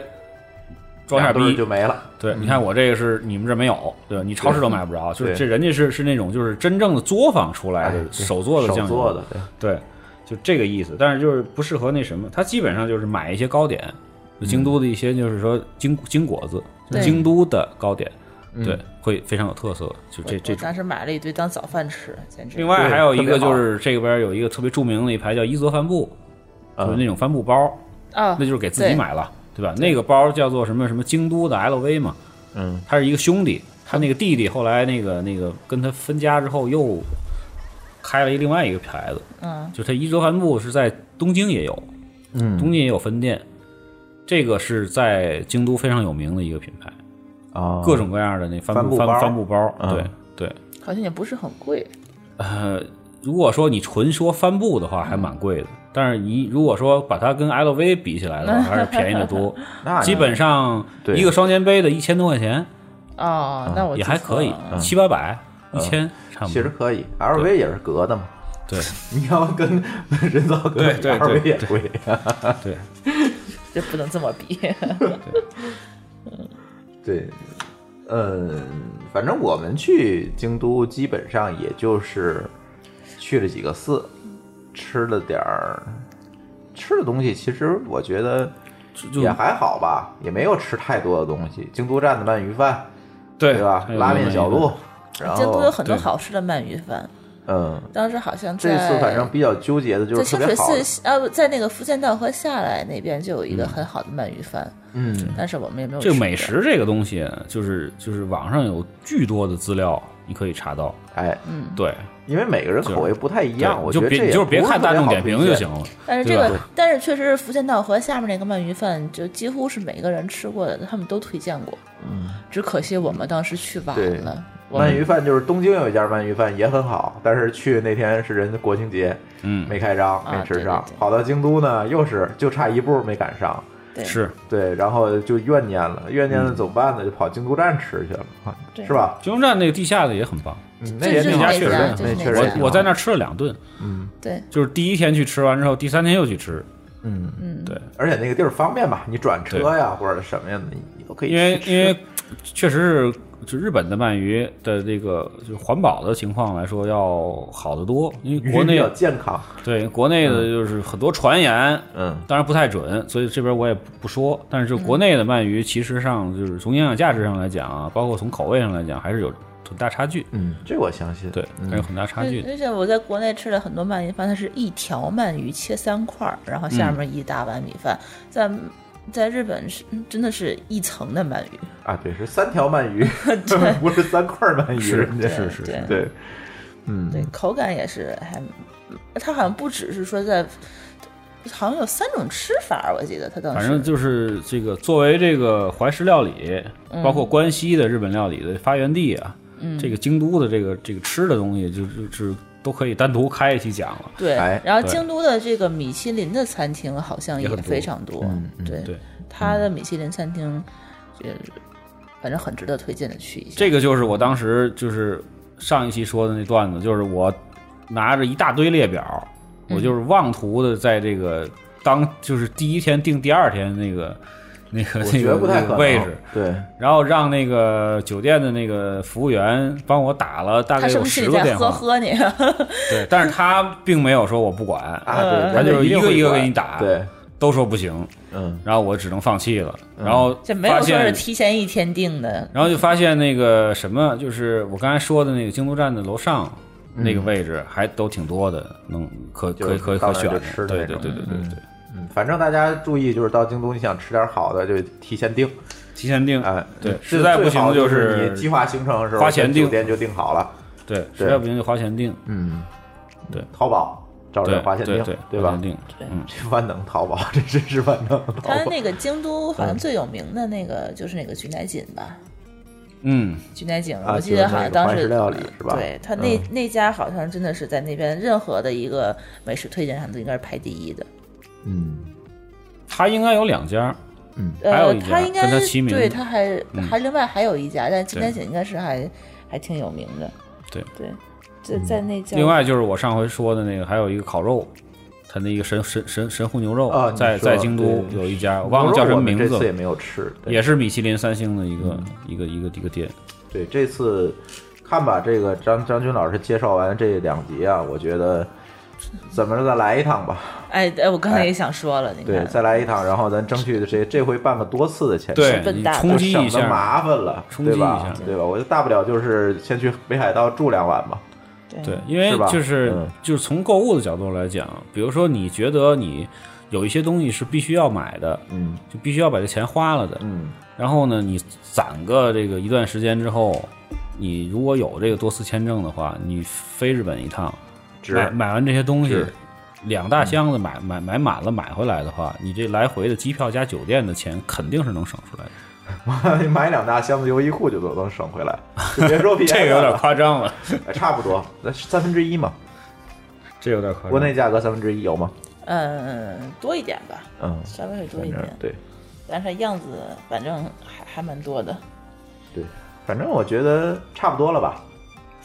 [SPEAKER 5] 装下
[SPEAKER 3] 两对儿
[SPEAKER 5] 逼
[SPEAKER 3] 就。没了，
[SPEAKER 5] 对，你看我这个是你们这没有，对吧？你超市都买不着，就是
[SPEAKER 3] 对
[SPEAKER 5] 这人家是是那种就是真正的作坊出来
[SPEAKER 3] 哎
[SPEAKER 5] 的
[SPEAKER 3] 对
[SPEAKER 5] 手做的
[SPEAKER 3] 手
[SPEAKER 5] 酱油，
[SPEAKER 3] 做的，对，
[SPEAKER 5] 对，就这个意思。但是就是不适合那什么，他基本上就是买一些糕点，就京都的一些就是说京京果子，就
[SPEAKER 4] 对
[SPEAKER 5] 京都的糕点，
[SPEAKER 3] 嗯
[SPEAKER 5] 对，会非常有特色。就这这
[SPEAKER 4] 我
[SPEAKER 5] 种
[SPEAKER 4] 当。时买了一堆当早饭吃，简直。
[SPEAKER 5] 另外
[SPEAKER 3] 对
[SPEAKER 5] 还有一
[SPEAKER 3] 特别
[SPEAKER 5] 个
[SPEAKER 3] 好
[SPEAKER 5] 就是这边有一个特别著名的一排叫伊泽帆布，就是那
[SPEAKER 3] 嗯
[SPEAKER 5] 种帆布包，
[SPEAKER 4] 啊，
[SPEAKER 5] 那就是给自己
[SPEAKER 4] 对
[SPEAKER 5] 买了，对吧？那个包叫做什么什么京都的 LV 嘛，
[SPEAKER 3] 嗯，
[SPEAKER 5] 他是一个兄弟，他那个弟弟后来那个那个跟他分家之后又开了一另外一个牌子，
[SPEAKER 4] 嗯，
[SPEAKER 5] 就他伊泽帆布是在东京也有，
[SPEAKER 3] 嗯
[SPEAKER 5] 东京也有分店，这个是在京都非常有名的一个品牌，
[SPEAKER 3] 啊，
[SPEAKER 5] 各种各样的那帆
[SPEAKER 3] 帆布
[SPEAKER 5] 布帆
[SPEAKER 3] 包
[SPEAKER 5] 帆布包，
[SPEAKER 3] 嗯
[SPEAKER 5] 对对，
[SPEAKER 4] 好像也不是很贵，
[SPEAKER 5] 呃，如果说你纯说帆布的话，还蛮贵的。但是你如果说把它跟 LV 比起来的话，还是便宜的多。
[SPEAKER 3] 那
[SPEAKER 5] 基本上
[SPEAKER 3] 对
[SPEAKER 5] 一个双肩背的一千多块钱
[SPEAKER 4] 哦，那我
[SPEAKER 5] 啊
[SPEAKER 4] 记
[SPEAKER 5] 也还
[SPEAKER 4] 错
[SPEAKER 5] 可以
[SPEAKER 4] 了，
[SPEAKER 5] 七八百、一千差不
[SPEAKER 3] 嗯其
[SPEAKER 5] 多
[SPEAKER 3] 实。可以，LV 也是格的嘛，
[SPEAKER 5] 对
[SPEAKER 3] 你要跟 人造革
[SPEAKER 5] 对
[SPEAKER 3] 比
[SPEAKER 5] 对对
[SPEAKER 3] ，LV 也啊贵，
[SPEAKER 5] 对，
[SPEAKER 4] 这不能这么比。
[SPEAKER 3] 对，嗯，反正我们去京都基本上也就是去了几个寺，吃了点儿吃的东西，其实我觉得
[SPEAKER 5] 就
[SPEAKER 3] 也还好吧，也没有吃太多的东西。京都站的鳗鱼饭，
[SPEAKER 5] 对
[SPEAKER 3] 对吧？拉面小
[SPEAKER 5] 鹿，
[SPEAKER 3] 路，然
[SPEAKER 4] 京都有
[SPEAKER 3] 后
[SPEAKER 4] 很多
[SPEAKER 5] 对
[SPEAKER 4] 好吃的鳗鱼饭，
[SPEAKER 3] 嗯，
[SPEAKER 4] 当时好像在
[SPEAKER 3] 这次反正比较纠结的就
[SPEAKER 4] 在
[SPEAKER 3] 是特
[SPEAKER 4] 清
[SPEAKER 3] 别
[SPEAKER 4] 水
[SPEAKER 3] 好的，
[SPEAKER 4] 寺呃，不在那个福建道和下来那边就有一个很好的鳗鱼饭，
[SPEAKER 3] 嗯
[SPEAKER 4] 但是我们也没有
[SPEAKER 5] 这个
[SPEAKER 4] 吃
[SPEAKER 5] 美
[SPEAKER 4] 过
[SPEAKER 5] 食这个东西，就是就是网上有巨多的资料，你可以查到。
[SPEAKER 3] 哎，
[SPEAKER 5] 对，
[SPEAKER 3] 因为每个人口味不太一样，
[SPEAKER 5] 对
[SPEAKER 3] 我
[SPEAKER 5] 就
[SPEAKER 3] 觉得
[SPEAKER 5] 别
[SPEAKER 3] 这
[SPEAKER 5] 你
[SPEAKER 3] 也
[SPEAKER 5] 就是别
[SPEAKER 3] 不是
[SPEAKER 5] 看
[SPEAKER 3] 特
[SPEAKER 5] 大
[SPEAKER 3] 别
[SPEAKER 5] 众
[SPEAKER 3] 好
[SPEAKER 5] 点
[SPEAKER 3] 推
[SPEAKER 5] 评就
[SPEAKER 3] 荐
[SPEAKER 5] 行了。
[SPEAKER 4] 但是这
[SPEAKER 5] 对吧
[SPEAKER 4] 个，但是确实是福建道和下面那个鳗鱼饭，就几乎是每个人吃过的，他们都推荐过。嗯，只可惜我们当时去晚
[SPEAKER 3] 对
[SPEAKER 4] 了。我
[SPEAKER 5] 嗯
[SPEAKER 3] 鳗鱼饭就是东京有一家鳗鱼饭也很好，但是去那天是人家国庆节，
[SPEAKER 5] 嗯
[SPEAKER 3] 没开张，
[SPEAKER 4] 啊
[SPEAKER 3] 没吃上。
[SPEAKER 4] 对对对
[SPEAKER 3] 跑到京都呢，又是就差一步没赶上，
[SPEAKER 4] 对
[SPEAKER 5] 是，
[SPEAKER 3] 对，然后就怨念了，怨念了怎么办呢？就跑京都站吃去了，
[SPEAKER 4] 对
[SPEAKER 3] 是吧？
[SPEAKER 5] 金融站那个地下的也很棒，
[SPEAKER 3] 嗯，
[SPEAKER 4] 这
[SPEAKER 3] 也
[SPEAKER 4] 就是
[SPEAKER 3] 挺
[SPEAKER 5] 那
[SPEAKER 3] 好
[SPEAKER 5] 家
[SPEAKER 3] 吃
[SPEAKER 5] 确
[SPEAKER 3] 的，
[SPEAKER 5] 实
[SPEAKER 3] 那
[SPEAKER 4] 就是
[SPEAKER 3] 确
[SPEAKER 4] 那
[SPEAKER 3] 实
[SPEAKER 4] 家
[SPEAKER 3] 挺
[SPEAKER 5] 我我在
[SPEAKER 3] 好
[SPEAKER 5] 那儿吃了两顿，
[SPEAKER 4] 对，
[SPEAKER 5] 就是第一天去吃完之后，第三天又去吃，
[SPEAKER 3] 嗯，
[SPEAKER 4] 嗯，
[SPEAKER 5] 对
[SPEAKER 3] 而且那个地儿方便吧，你转车呀或者什么样的，你你都可以
[SPEAKER 5] 因为
[SPEAKER 3] 去吃。
[SPEAKER 5] 因为确实是就日本的鳗鱼的这个就环保的情况来说要好得多，因为国
[SPEAKER 3] 鱼比
[SPEAKER 5] 内
[SPEAKER 3] 较健康，
[SPEAKER 5] 对国内的就是很多传言，
[SPEAKER 3] 嗯
[SPEAKER 5] 当然不太准，所以这边我也不不说。但是就国内的鳗鱼，其实上就是从营养价值上来讲啊，包括从口味上来讲，还是有很大差距，
[SPEAKER 3] 嗯，这我相信。
[SPEAKER 5] 对，还是有
[SPEAKER 3] 嗯
[SPEAKER 5] 很大差距
[SPEAKER 4] 而
[SPEAKER 5] 的。
[SPEAKER 4] 而且我在国内吃了很多鳗鱼饭，它是一条鳗鱼切三块儿，然后
[SPEAKER 5] 嗯
[SPEAKER 4] 下面一大碗米饭，在。在日本是嗯真的是一层的鳗鱼，
[SPEAKER 3] 啊，对，是三条鳗 鱼， 不是三块鳗鱼，
[SPEAKER 5] 是
[SPEAKER 3] 人家
[SPEAKER 4] 是是对
[SPEAKER 3] 对，嗯，
[SPEAKER 4] 对，口感也是还，它好像不只是说在，好像有三种吃法，我记得它当时
[SPEAKER 5] 反正就是这个，作为这个怀石料理，
[SPEAKER 4] 嗯
[SPEAKER 5] 包括关西的日本料理的发源地啊，这个京都的这个这个吃的东西就，就就是都可以单独开一期讲了。
[SPEAKER 4] 对
[SPEAKER 3] 哎，
[SPEAKER 4] 然后
[SPEAKER 5] 对
[SPEAKER 4] 京都的这个米其林的餐厅好像
[SPEAKER 5] 也很多
[SPEAKER 4] 非常多
[SPEAKER 3] 嗯嗯，
[SPEAKER 4] 对
[SPEAKER 5] 对，
[SPEAKER 4] 它的米其林餐厅，呃，反正很值得推荐的去一下。
[SPEAKER 5] 这个就是我当时就是上一期说的那段子，就是我拿着一大堆列表，
[SPEAKER 4] 嗯
[SPEAKER 5] 我就是妄图的在这个当就是第一天定第二天那个那个
[SPEAKER 3] 我
[SPEAKER 5] 那
[SPEAKER 3] 觉
[SPEAKER 5] 个
[SPEAKER 3] 得不太
[SPEAKER 5] 那
[SPEAKER 3] 可
[SPEAKER 5] 个
[SPEAKER 3] 能。
[SPEAKER 5] 位置，
[SPEAKER 3] 对，
[SPEAKER 5] 然后让那个酒店的那个服务员帮我打了大
[SPEAKER 4] 他
[SPEAKER 5] 概
[SPEAKER 4] 是
[SPEAKER 5] 有
[SPEAKER 4] 不是
[SPEAKER 5] 十
[SPEAKER 4] 心里
[SPEAKER 5] 个
[SPEAKER 4] 在
[SPEAKER 5] 电
[SPEAKER 4] 呵
[SPEAKER 5] 话，
[SPEAKER 4] 呵你？
[SPEAKER 5] 对，但是他并没有说我不管，
[SPEAKER 3] 啊，对，
[SPEAKER 5] 呃他就是
[SPEAKER 3] 一
[SPEAKER 5] 一
[SPEAKER 3] 定
[SPEAKER 5] 个
[SPEAKER 3] 会
[SPEAKER 5] 一个
[SPEAKER 3] 管
[SPEAKER 5] 给你打
[SPEAKER 3] 对，
[SPEAKER 5] 都说不行，
[SPEAKER 3] 嗯，
[SPEAKER 5] 然后我只能放弃了，然后
[SPEAKER 4] 这没
[SPEAKER 5] 发
[SPEAKER 4] 有说
[SPEAKER 5] 现
[SPEAKER 4] 是提前一天定的，
[SPEAKER 5] 然后就发现那个什么，就是我刚才说的那个京都站的楼上那个位置，还都挺多的，能可
[SPEAKER 3] 嗯就
[SPEAKER 5] 可以可以
[SPEAKER 3] 到那
[SPEAKER 5] 可
[SPEAKER 3] 儿
[SPEAKER 5] 选
[SPEAKER 3] 就
[SPEAKER 5] 的
[SPEAKER 3] 吃。的
[SPEAKER 5] 对
[SPEAKER 3] 那
[SPEAKER 5] 对
[SPEAKER 3] 种
[SPEAKER 5] 对对对对，
[SPEAKER 3] 嗯反正大家注意，就是到京都你想吃点好的，就提前订，
[SPEAKER 5] 提前订
[SPEAKER 3] 哎，
[SPEAKER 5] 嗯对
[SPEAKER 3] 最
[SPEAKER 5] 实在不
[SPEAKER 3] 最好
[SPEAKER 5] 行
[SPEAKER 3] 就
[SPEAKER 5] 就是
[SPEAKER 3] 你计划行程的时候，
[SPEAKER 5] 花钱
[SPEAKER 3] 跟
[SPEAKER 5] 订
[SPEAKER 3] 酒店就订好了，
[SPEAKER 5] 对，实在不行就花钱订。
[SPEAKER 3] 嗯，
[SPEAKER 5] 对
[SPEAKER 3] 淘宝找
[SPEAKER 5] 对
[SPEAKER 3] 人花限定，
[SPEAKER 5] 对对
[SPEAKER 3] 对吧？
[SPEAKER 5] 定嗯，
[SPEAKER 3] 这万能淘宝，这真是万能淘宝
[SPEAKER 4] 他。那个京都好像最有名的那个就是那个菊乃锦吧，
[SPEAKER 5] 嗯，
[SPEAKER 4] 菊乃井，
[SPEAKER 3] 啊
[SPEAKER 4] 我记得好像当
[SPEAKER 3] 就是
[SPEAKER 4] 时
[SPEAKER 3] 那个怀石料理是吧
[SPEAKER 4] 对他那、
[SPEAKER 3] 嗯
[SPEAKER 4] 那家好像真的是在那边任何的一个美食推荐上都应该是排第一的。
[SPEAKER 3] 嗯
[SPEAKER 5] 他应该有两家，
[SPEAKER 3] 嗯，
[SPEAKER 5] 还有
[SPEAKER 4] 呃
[SPEAKER 5] 一，家
[SPEAKER 4] 他应该
[SPEAKER 5] 跟它齐名
[SPEAKER 4] 对，他还、
[SPEAKER 5] 嗯
[SPEAKER 4] 还另外还有一家，但菊乃井应该是还还挺有名的。
[SPEAKER 5] 对
[SPEAKER 4] 对，在在
[SPEAKER 3] 嗯
[SPEAKER 4] 那叫
[SPEAKER 5] 另外就是我上回说的那个，还有一个烤肉，他那一个神神神神户牛肉，
[SPEAKER 3] 啊你
[SPEAKER 5] 在
[SPEAKER 3] 说
[SPEAKER 5] 在京都
[SPEAKER 3] 对
[SPEAKER 5] 有一家，忘了叫什么名
[SPEAKER 3] 牛肉我们这次也嗯
[SPEAKER 5] 字，
[SPEAKER 3] 没有吃，对
[SPEAKER 5] 也是米其林三星的一个、一个一个一个店。
[SPEAKER 3] 对，这次看吧，这个张张军老师介绍完这两集啊，我觉得怎么着再来一趟吧，
[SPEAKER 4] 哎哎，我刚才
[SPEAKER 3] 哎
[SPEAKER 4] 也想说了，你
[SPEAKER 3] 对，
[SPEAKER 4] 看，
[SPEAKER 3] 再来一趟，然后咱争取这这回办个多次的签证，
[SPEAKER 5] 对
[SPEAKER 4] 笨
[SPEAKER 5] 你
[SPEAKER 4] 蛋
[SPEAKER 5] 冲击
[SPEAKER 3] 就
[SPEAKER 5] 一
[SPEAKER 3] 省得
[SPEAKER 5] 下，
[SPEAKER 3] 麻烦了，
[SPEAKER 5] 冲击
[SPEAKER 3] 对
[SPEAKER 5] 一
[SPEAKER 3] 吧
[SPEAKER 5] 下？
[SPEAKER 3] 对吧？我就大不了就是先去北海道住两晚嘛，
[SPEAKER 5] 对，因为
[SPEAKER 3] 是吧
[SPEAKER 5] 就是
[SPEAKER 3] 嗯
[SPEAKER 5] 就是从购物的角度来讲，比如说你觉得你有一些东西是必须要买的，
[SPEAKER 3] 嗯
[SPEAKER 5] 就必须要把这钱花了的，
[SPEAKER 3] 嗯，
[SPEAKER 5] 然后呢，你攒个这个一段时间之后，你如果有这个多次签证的话，你飞日本一趟，
[SPEAKER 3] 值嗯
[SPEAKER 5] 买买完这些东西
[SPEAKER 3] 值，
[SPEAKER 5] 两大箱子买买买满了买回来的话，你这来回的机票加酒店的钱肯定是能省出来 的。
[SPEAKER 3] 买两大箱子优衣库就都能省回来， 就别说别的了，
[SPEAKER 5] 夸张了，
[SPEAKER 3] 哎差不多，那三分之一嘛，
[SPEAKER 5] 这有点夸张。
[SPEAKER 3] 国内价格三分之一有吗？
[SPEAKER 4] 嗯，多一点吧，
[SPEAKER 3] 嗯，
[SPEAKER 4] 稍微会多
[SPEAKER 3] 反
[SPEAKER 4] 一
[SPEAKER 3] 正
[SPEAKER 4] 点，
[SPEAKER 3] 对。
[SPEAKER 4] 但是样子反正还还蛮多的。
[SPEAKER 3] 对，反正我觉得差不多了吧。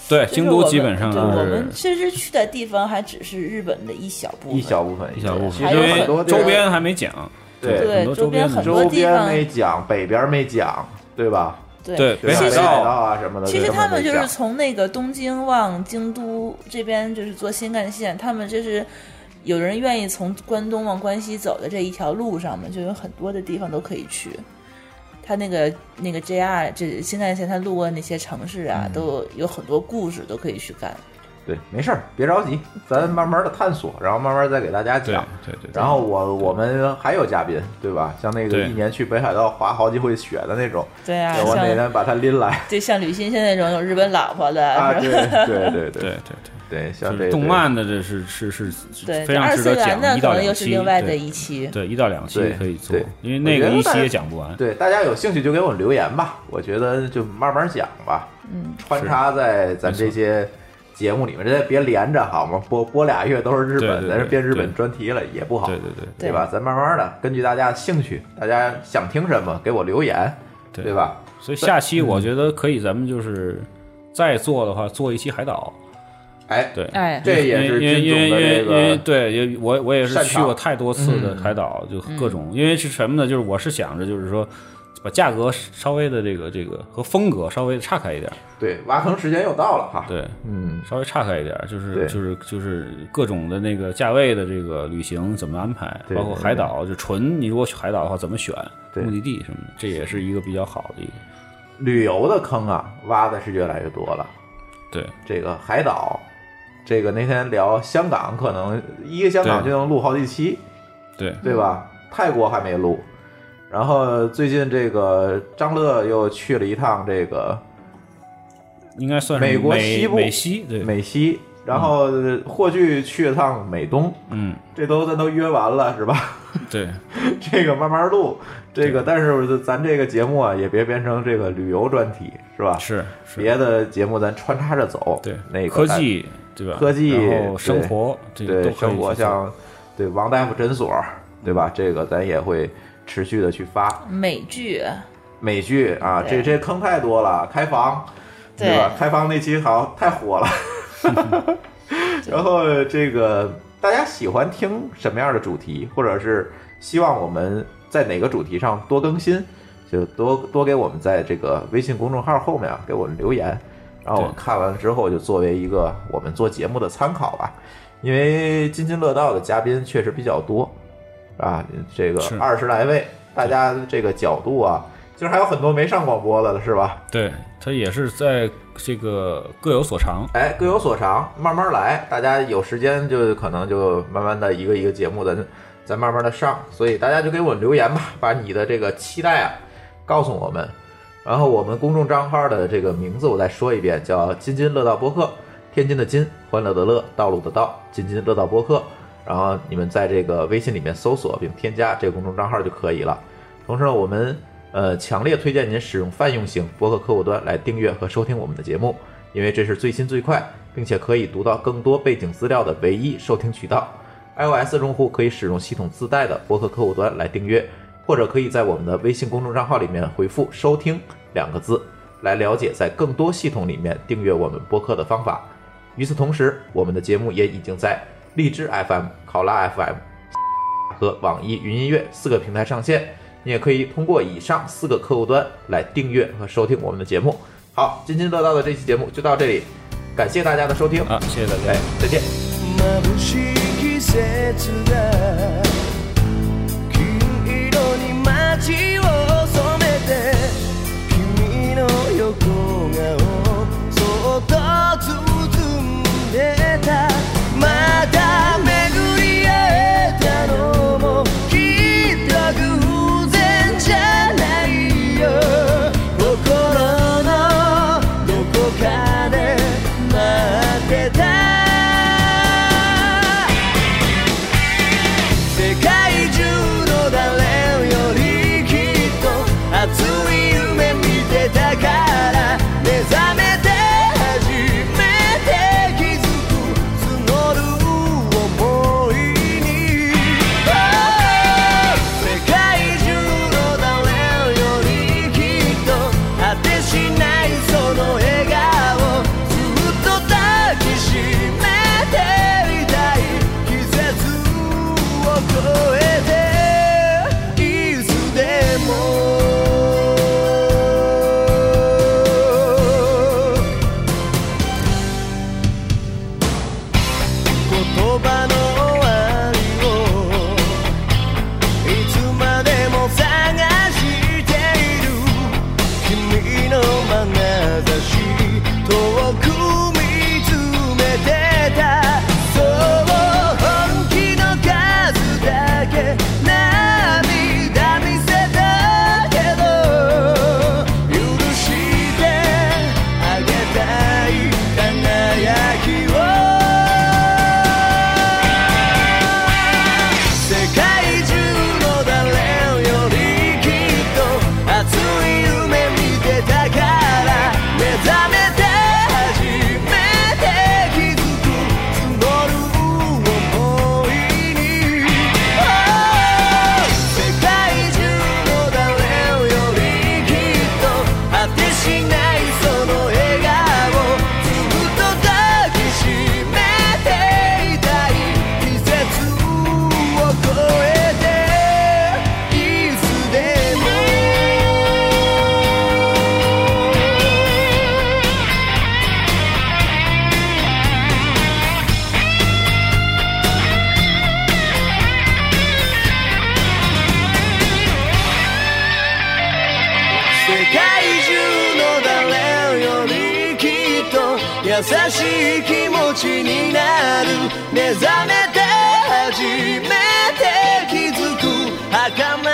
[SPEAKER 5] 对
[SPEAKER 4] 就是
[SPEAKER 5] 京都基本上
[SPEAKER 4] 我
[SPEAKER 5] 就
[SPEAKER 4] 们对我
[SPEAKER 5] 是
[SPEAKER 4] 们其实去的地方还只是日本的一小部分，
[SPEAKER 3] 一小部分，
[SPEAKER 5] 一小部
[SPEAKER 3] 其
[SPEAKER 5] 分，
[SPEAKER 4] 还
[SPEAKER 3] 实
[SPEAKER 5] 因
[SPEAKER 4] 有
[SPEAKER 3] 很
[SPEAKER 5] 为
[SPEAKER 3] 多地方
[SPEAKER 5] 周边还没讲。
[SPEAKER 3] 对
[SPEAKER 5] 很
[SPEAKER 4] 对
[SPEAKER 5] 多
[SPEAKER 4] 周边
[SPEAKER 5] 周边
[SPEAKER 4] 很
[SPEAKER 5] 很
[SPEAKER 4] 多
[SPEAKER 3] 周
[SPEAKER 4] 地
[SPEAKER 3] 边
[SPEAKER 4] 方
[SPEAKER 3] 没讲，北边没讲，对吧？
[SPEAKER 4] 对
[SPEAKER 5] 对
[SPEAKER 3] 对
[SPEAKER 5] 北
[SPEAKER 3] 吧
[SPEAKER 5] 海
[SPEAKER 3] 北海道
[SPEAKER 5] 道，
[SPEAKER 3] 啊什么的，
[SPEAKER 4] 其实
[SPEAKER 3] 对
[SPEAKER 4] 他们就
[SPEAKER 3] 都
[SPEAKER 4] 是
[SPEAKER 3] 没讲
[SPEAKER 4] 从那个东京往京都这边，就是坐新干线，他们就是有人愿意从关东往关西走的这一条路上嘛，就有很多的地方都可以去。他那个那个 JR 这新干线，他路过那些城市啊，都有很多故事都可以去干。
[SPEAKER 3] 对，没事儿，别着急，咱慢慢的探索，然后慢慢再给大家
[SPEAKER 5] 对
[SPEAKER 3] 讲。
[SPEAKER 5] 对对。对
[SPEAKER 3] 然后我我们还有嘉宾，对吧？像那个
[SPEAKER 5] 对
[SPEAKER 3] 一年去北海道滑好几回雪的那种，
[SPEAKER 4] 对啊，
[SPEAKER 3] 我哪
[SPEAKER 4] 像
[SPEAKER 3] 天把他拎来
[SPEAKER 4] 对像吕欣现在那种有日本老婆的，
[SPEAKER 3] 啊！
[SPEAKER 4] 哎是
[SPEAKER 3] 对对
[SPEAKER 4] 吧？
[SPEAKER 3] 对 对
[SPEAKER 5] 对对对
[SPEAKER 3] 对，像
[SPEAKER 5] 就
[SPEAKER 3] 这
[SPEAKER 5] 是动漫的这是是是是
[SPEAKER 4] 对，
[SPEAKER 5] 非常
[SPEAKER 4] 二
[SPEAKER 5] 值
[SPEAKER 4] 次
[SPEAKER 5] 得
[SPEAKER 4] 元
[SPEAKER 5] 讲
[SPEAKER 4] 的
[SPEAKER 5] 一
[SPEAKER 4] 可
[SPEAKER 5] 到
[SPEAKER 4] 能
[SPEAKER 5] 两
[SPEAKER 4] 又是
[SPEAKER 5] 期，
[SPEAKER 4] 另外的
[SPEAKER 5] 对
[SPEAKER 4] 一期。
[SPEAKER 5] 对一到两期
[SPEAKER 3] 对
[SPEAKER 5] 可以做
[SPEAKER 3] 对，
[SPEAKER 5] 因为那
[SPEAKER 3] 我
[SPEAKER 5] 个
[SPEAKER 3] 觉得
[SPEAKER 5] 一
[SPEAKER 3] 大
[SPEAKER 5] 期
[SPEAKER 3] 家
[SPEAKER 5] 也讲不 完。
[SPEAKER 3] 对大家有兴趣就给我留言吧，我觉得就慢慢讲吧。
[SPEAKER 4] 嗯，
[SPEAKER 3] 穿插在咱这些节目里面，这别连着好吗？播播俩月都是日
[SPEAKER 5] 对对
[SPEAKER 3] 本，
[SPEAKER 5] 对
[SPEAKER 3] 咱是变日
[SPEAKER 5] 对
[SPEAKER 3] 本专题了也不好，
[SPEAKER 5] 对对对，
[SPEAKER 3] 对吧？咱慢慢的根据大家的兴趣，大家想听什么给我留言，
[SPEAKER 5] 对
[SPEAKER 3] 对吧？嗯
[SPEAKER 5] 所以下期我觉得可以，咱们就是再做的话，做一期海岛。
[SPEAKER 3] 哎，
[SPEAKER 5] 对，
[SPEAKER 4] 哎，
[SPEAKER 3] 这
[SPEAKER 5] 因
[SPEAKER 3] 也
[SPEAKER 5] 为
[SPEAKER 3] 是
[SPEAKER 5] 因为
[SPEAKER 3] 金
[SPEAKER 5] 因为
[SPEAKER 3] 总的
[SPEAKER 5] 因为
[SPEAKER 3] 这
[SPEAKER 5] 因为
[SPEAKER 3] 个
[SPEAKER 5] 对，也我我也是
[SPEAKER 3] 擅
[SPEAKER 5] 去过
[SPEAKER 3] 长
[SPEAKER 5] 太多次的海岛，就各种，因为是什么呢？就是我是想着，就是说把价格稍微的这个这个和风格稍微岔开一点，
[SPEAKER 3] 对挖坑时间又到了哈，
[SPEAKER 5] 对，
[SPEAKER 3] 嗯，
[SPEAKER 5] 稍微岔开一点，就是
[SPEAKER 3] 对
[SPEAKER 5] 就是就是各种的那个价位的这个旅行怎么安排，
[SPEAKER 3] 对
[SPEAKER 5] 包括
[SPEAKER 3] 对
[SPEAKER 5] 海岛，就纯你如果去海岛的话怎么选
[SPEAKER 3] 对
[SPEAKER 5] 目的地什么的，这也是一个比较好的一个
[SPEAKER 3] 旅游的坑啊，挖的是越来越多了。
[SPEAKER 5] 对。
[SPEAKER 3] 这个海岛，这个那天聊香港，可能一个香港就
[SPEAKER 5] 对
[SPEAKER 3] 能录好几期，
[SPEAKER 5] 对，
[SPEAKER 3] 对吧？泰国还没录，然后最近这个张乐又去了一趟这个
[SPEAKER 5] 应该算是
[SPEAKER 3] 美国西部
[SPEAKER 5] 美西对，
[SPEAKER 3] 美西，然后霍炬去了趟美东，
[SPEAKER 5] 嗯，
[SPEAKER 3] 这都咱都约完了是吧？
[SPEAKER 5] 对，
[SPEAKER 3] 这个慢慢录，这个但是咱这个节目啊也别变成这个旅游专题是吧？
[SPEAKER 5] 是是，
[SPEAKER 3] 别的节目咱穿插着走，
[SPEAKER 5] 对
[SPEAKER 3] 那个
[SPEAKER 5] 科
[SPEAKER 3] 咱
[SPEAKER 5] 技对吧？
[SPEAKER 3] 科技
[SPEAKER 5] 然后
[SPEAKER 3] 对
[SPEAKER 5] 生活这个
[SPEAKER 3] 对
[SPEAKER 5] 都可以
[SPEAKER 3] 生活
[SPEAKER 5] 去做
[SPEAKER 3] 像对王大夫诊所对吧？这个咱也会持续的去发，
[SPEAKER 4] 美剧，
[SPEAKER 3] 美剧啊，这
[SPEAKER 4] 对
[SPEAKER 3] 这坑太多了，开房，对吧？
[SPEAKER 4] 对
[SPEAKER 3] 开房那期好像太火了，然后这个大家喜欢听什么样的主题，或者是希望我们在哪个主题上多更新，就多多给我们在这个微信公众号后面啊给我们留言，然后我
[SPEAKER 5] 对
[SPEAKER 3] 看完之后就作为一个我们做节目的参考吧，因为津津乐道的嘉宾确实比较多，啊，这个
[SPEAKER 5] 是
[SPEAKER 3] 二十来位，大家这个角度啊，其实还有很多没上广播了的是吧？
[SPEAKER 5] 对，它也是在这个各有所长，
[SPEAKER 3] 哎，各有所长，慢慢来，大家有时间就可能就慢慢的一个一个节目咱咱慢慢的上，所以大家就给我留言吧，把你的这个期待啊告诉我们，然后我们公众账号的这个名字我再说一遍，叫津津乐道播客。天津的津，欢乐的乐，道路的道，津津乐道播客。然后你们在这个微信里面搜索并添加这个公众账号就可以了。同时呢，我们呃强烈推荐您使用泛用型播客客户端来订阅和收听我们的节目，因为这是最新最快，并且可以读到更多背景资料的唯一收听渠道。iOS 用户可以使用系统自带的播客客户端来订阅，或者可以在我们的微信公众账号里面回复“收听”两个字，来了解在更多系统里面订阅我们播客的方法。与此同时，我们的节目也已经在荔枝 FM、考拉 FM 和网易云音乐四个平台上线。你也可以通过以上四个客户端来订阅和收听我们的节目。好，津津乐道的这期节目就到这里，感谢大家的收听，
[SPEAKER 5] 啊，谢谢大家
[SPEAKER 3] 哎。，再见。
[SPEAKER 7] 眩しい季節が金色に街を染めて君の横顔そっと包んでたまた巡り会えたのもきっと偶然じゃないよ心のどこかで待ってた世界中の誰よりきっと熱い夢見てたから目覚めて初めて気づく募る想いに Oh 世界中の誰よりきっと果てしないその笑顔ずっと抱きしめていたい季節を超えていつでも言葉の終わりをいつまでも探している君の眼差し遠く見つめてたそう本気の数だけ涙見せたけど許してあげたい輝きを世界中の誰よりきっと熱い夢見てたから目覚めて初めて気づく募る想いに Oh 世界中の誰よりきっと果てしないその笑顔ずっと抱きしめていたい季節を超えていつでも世界中の誰よりきっと優しい気持ちになる目覚めて初めて気づく儚 Oh!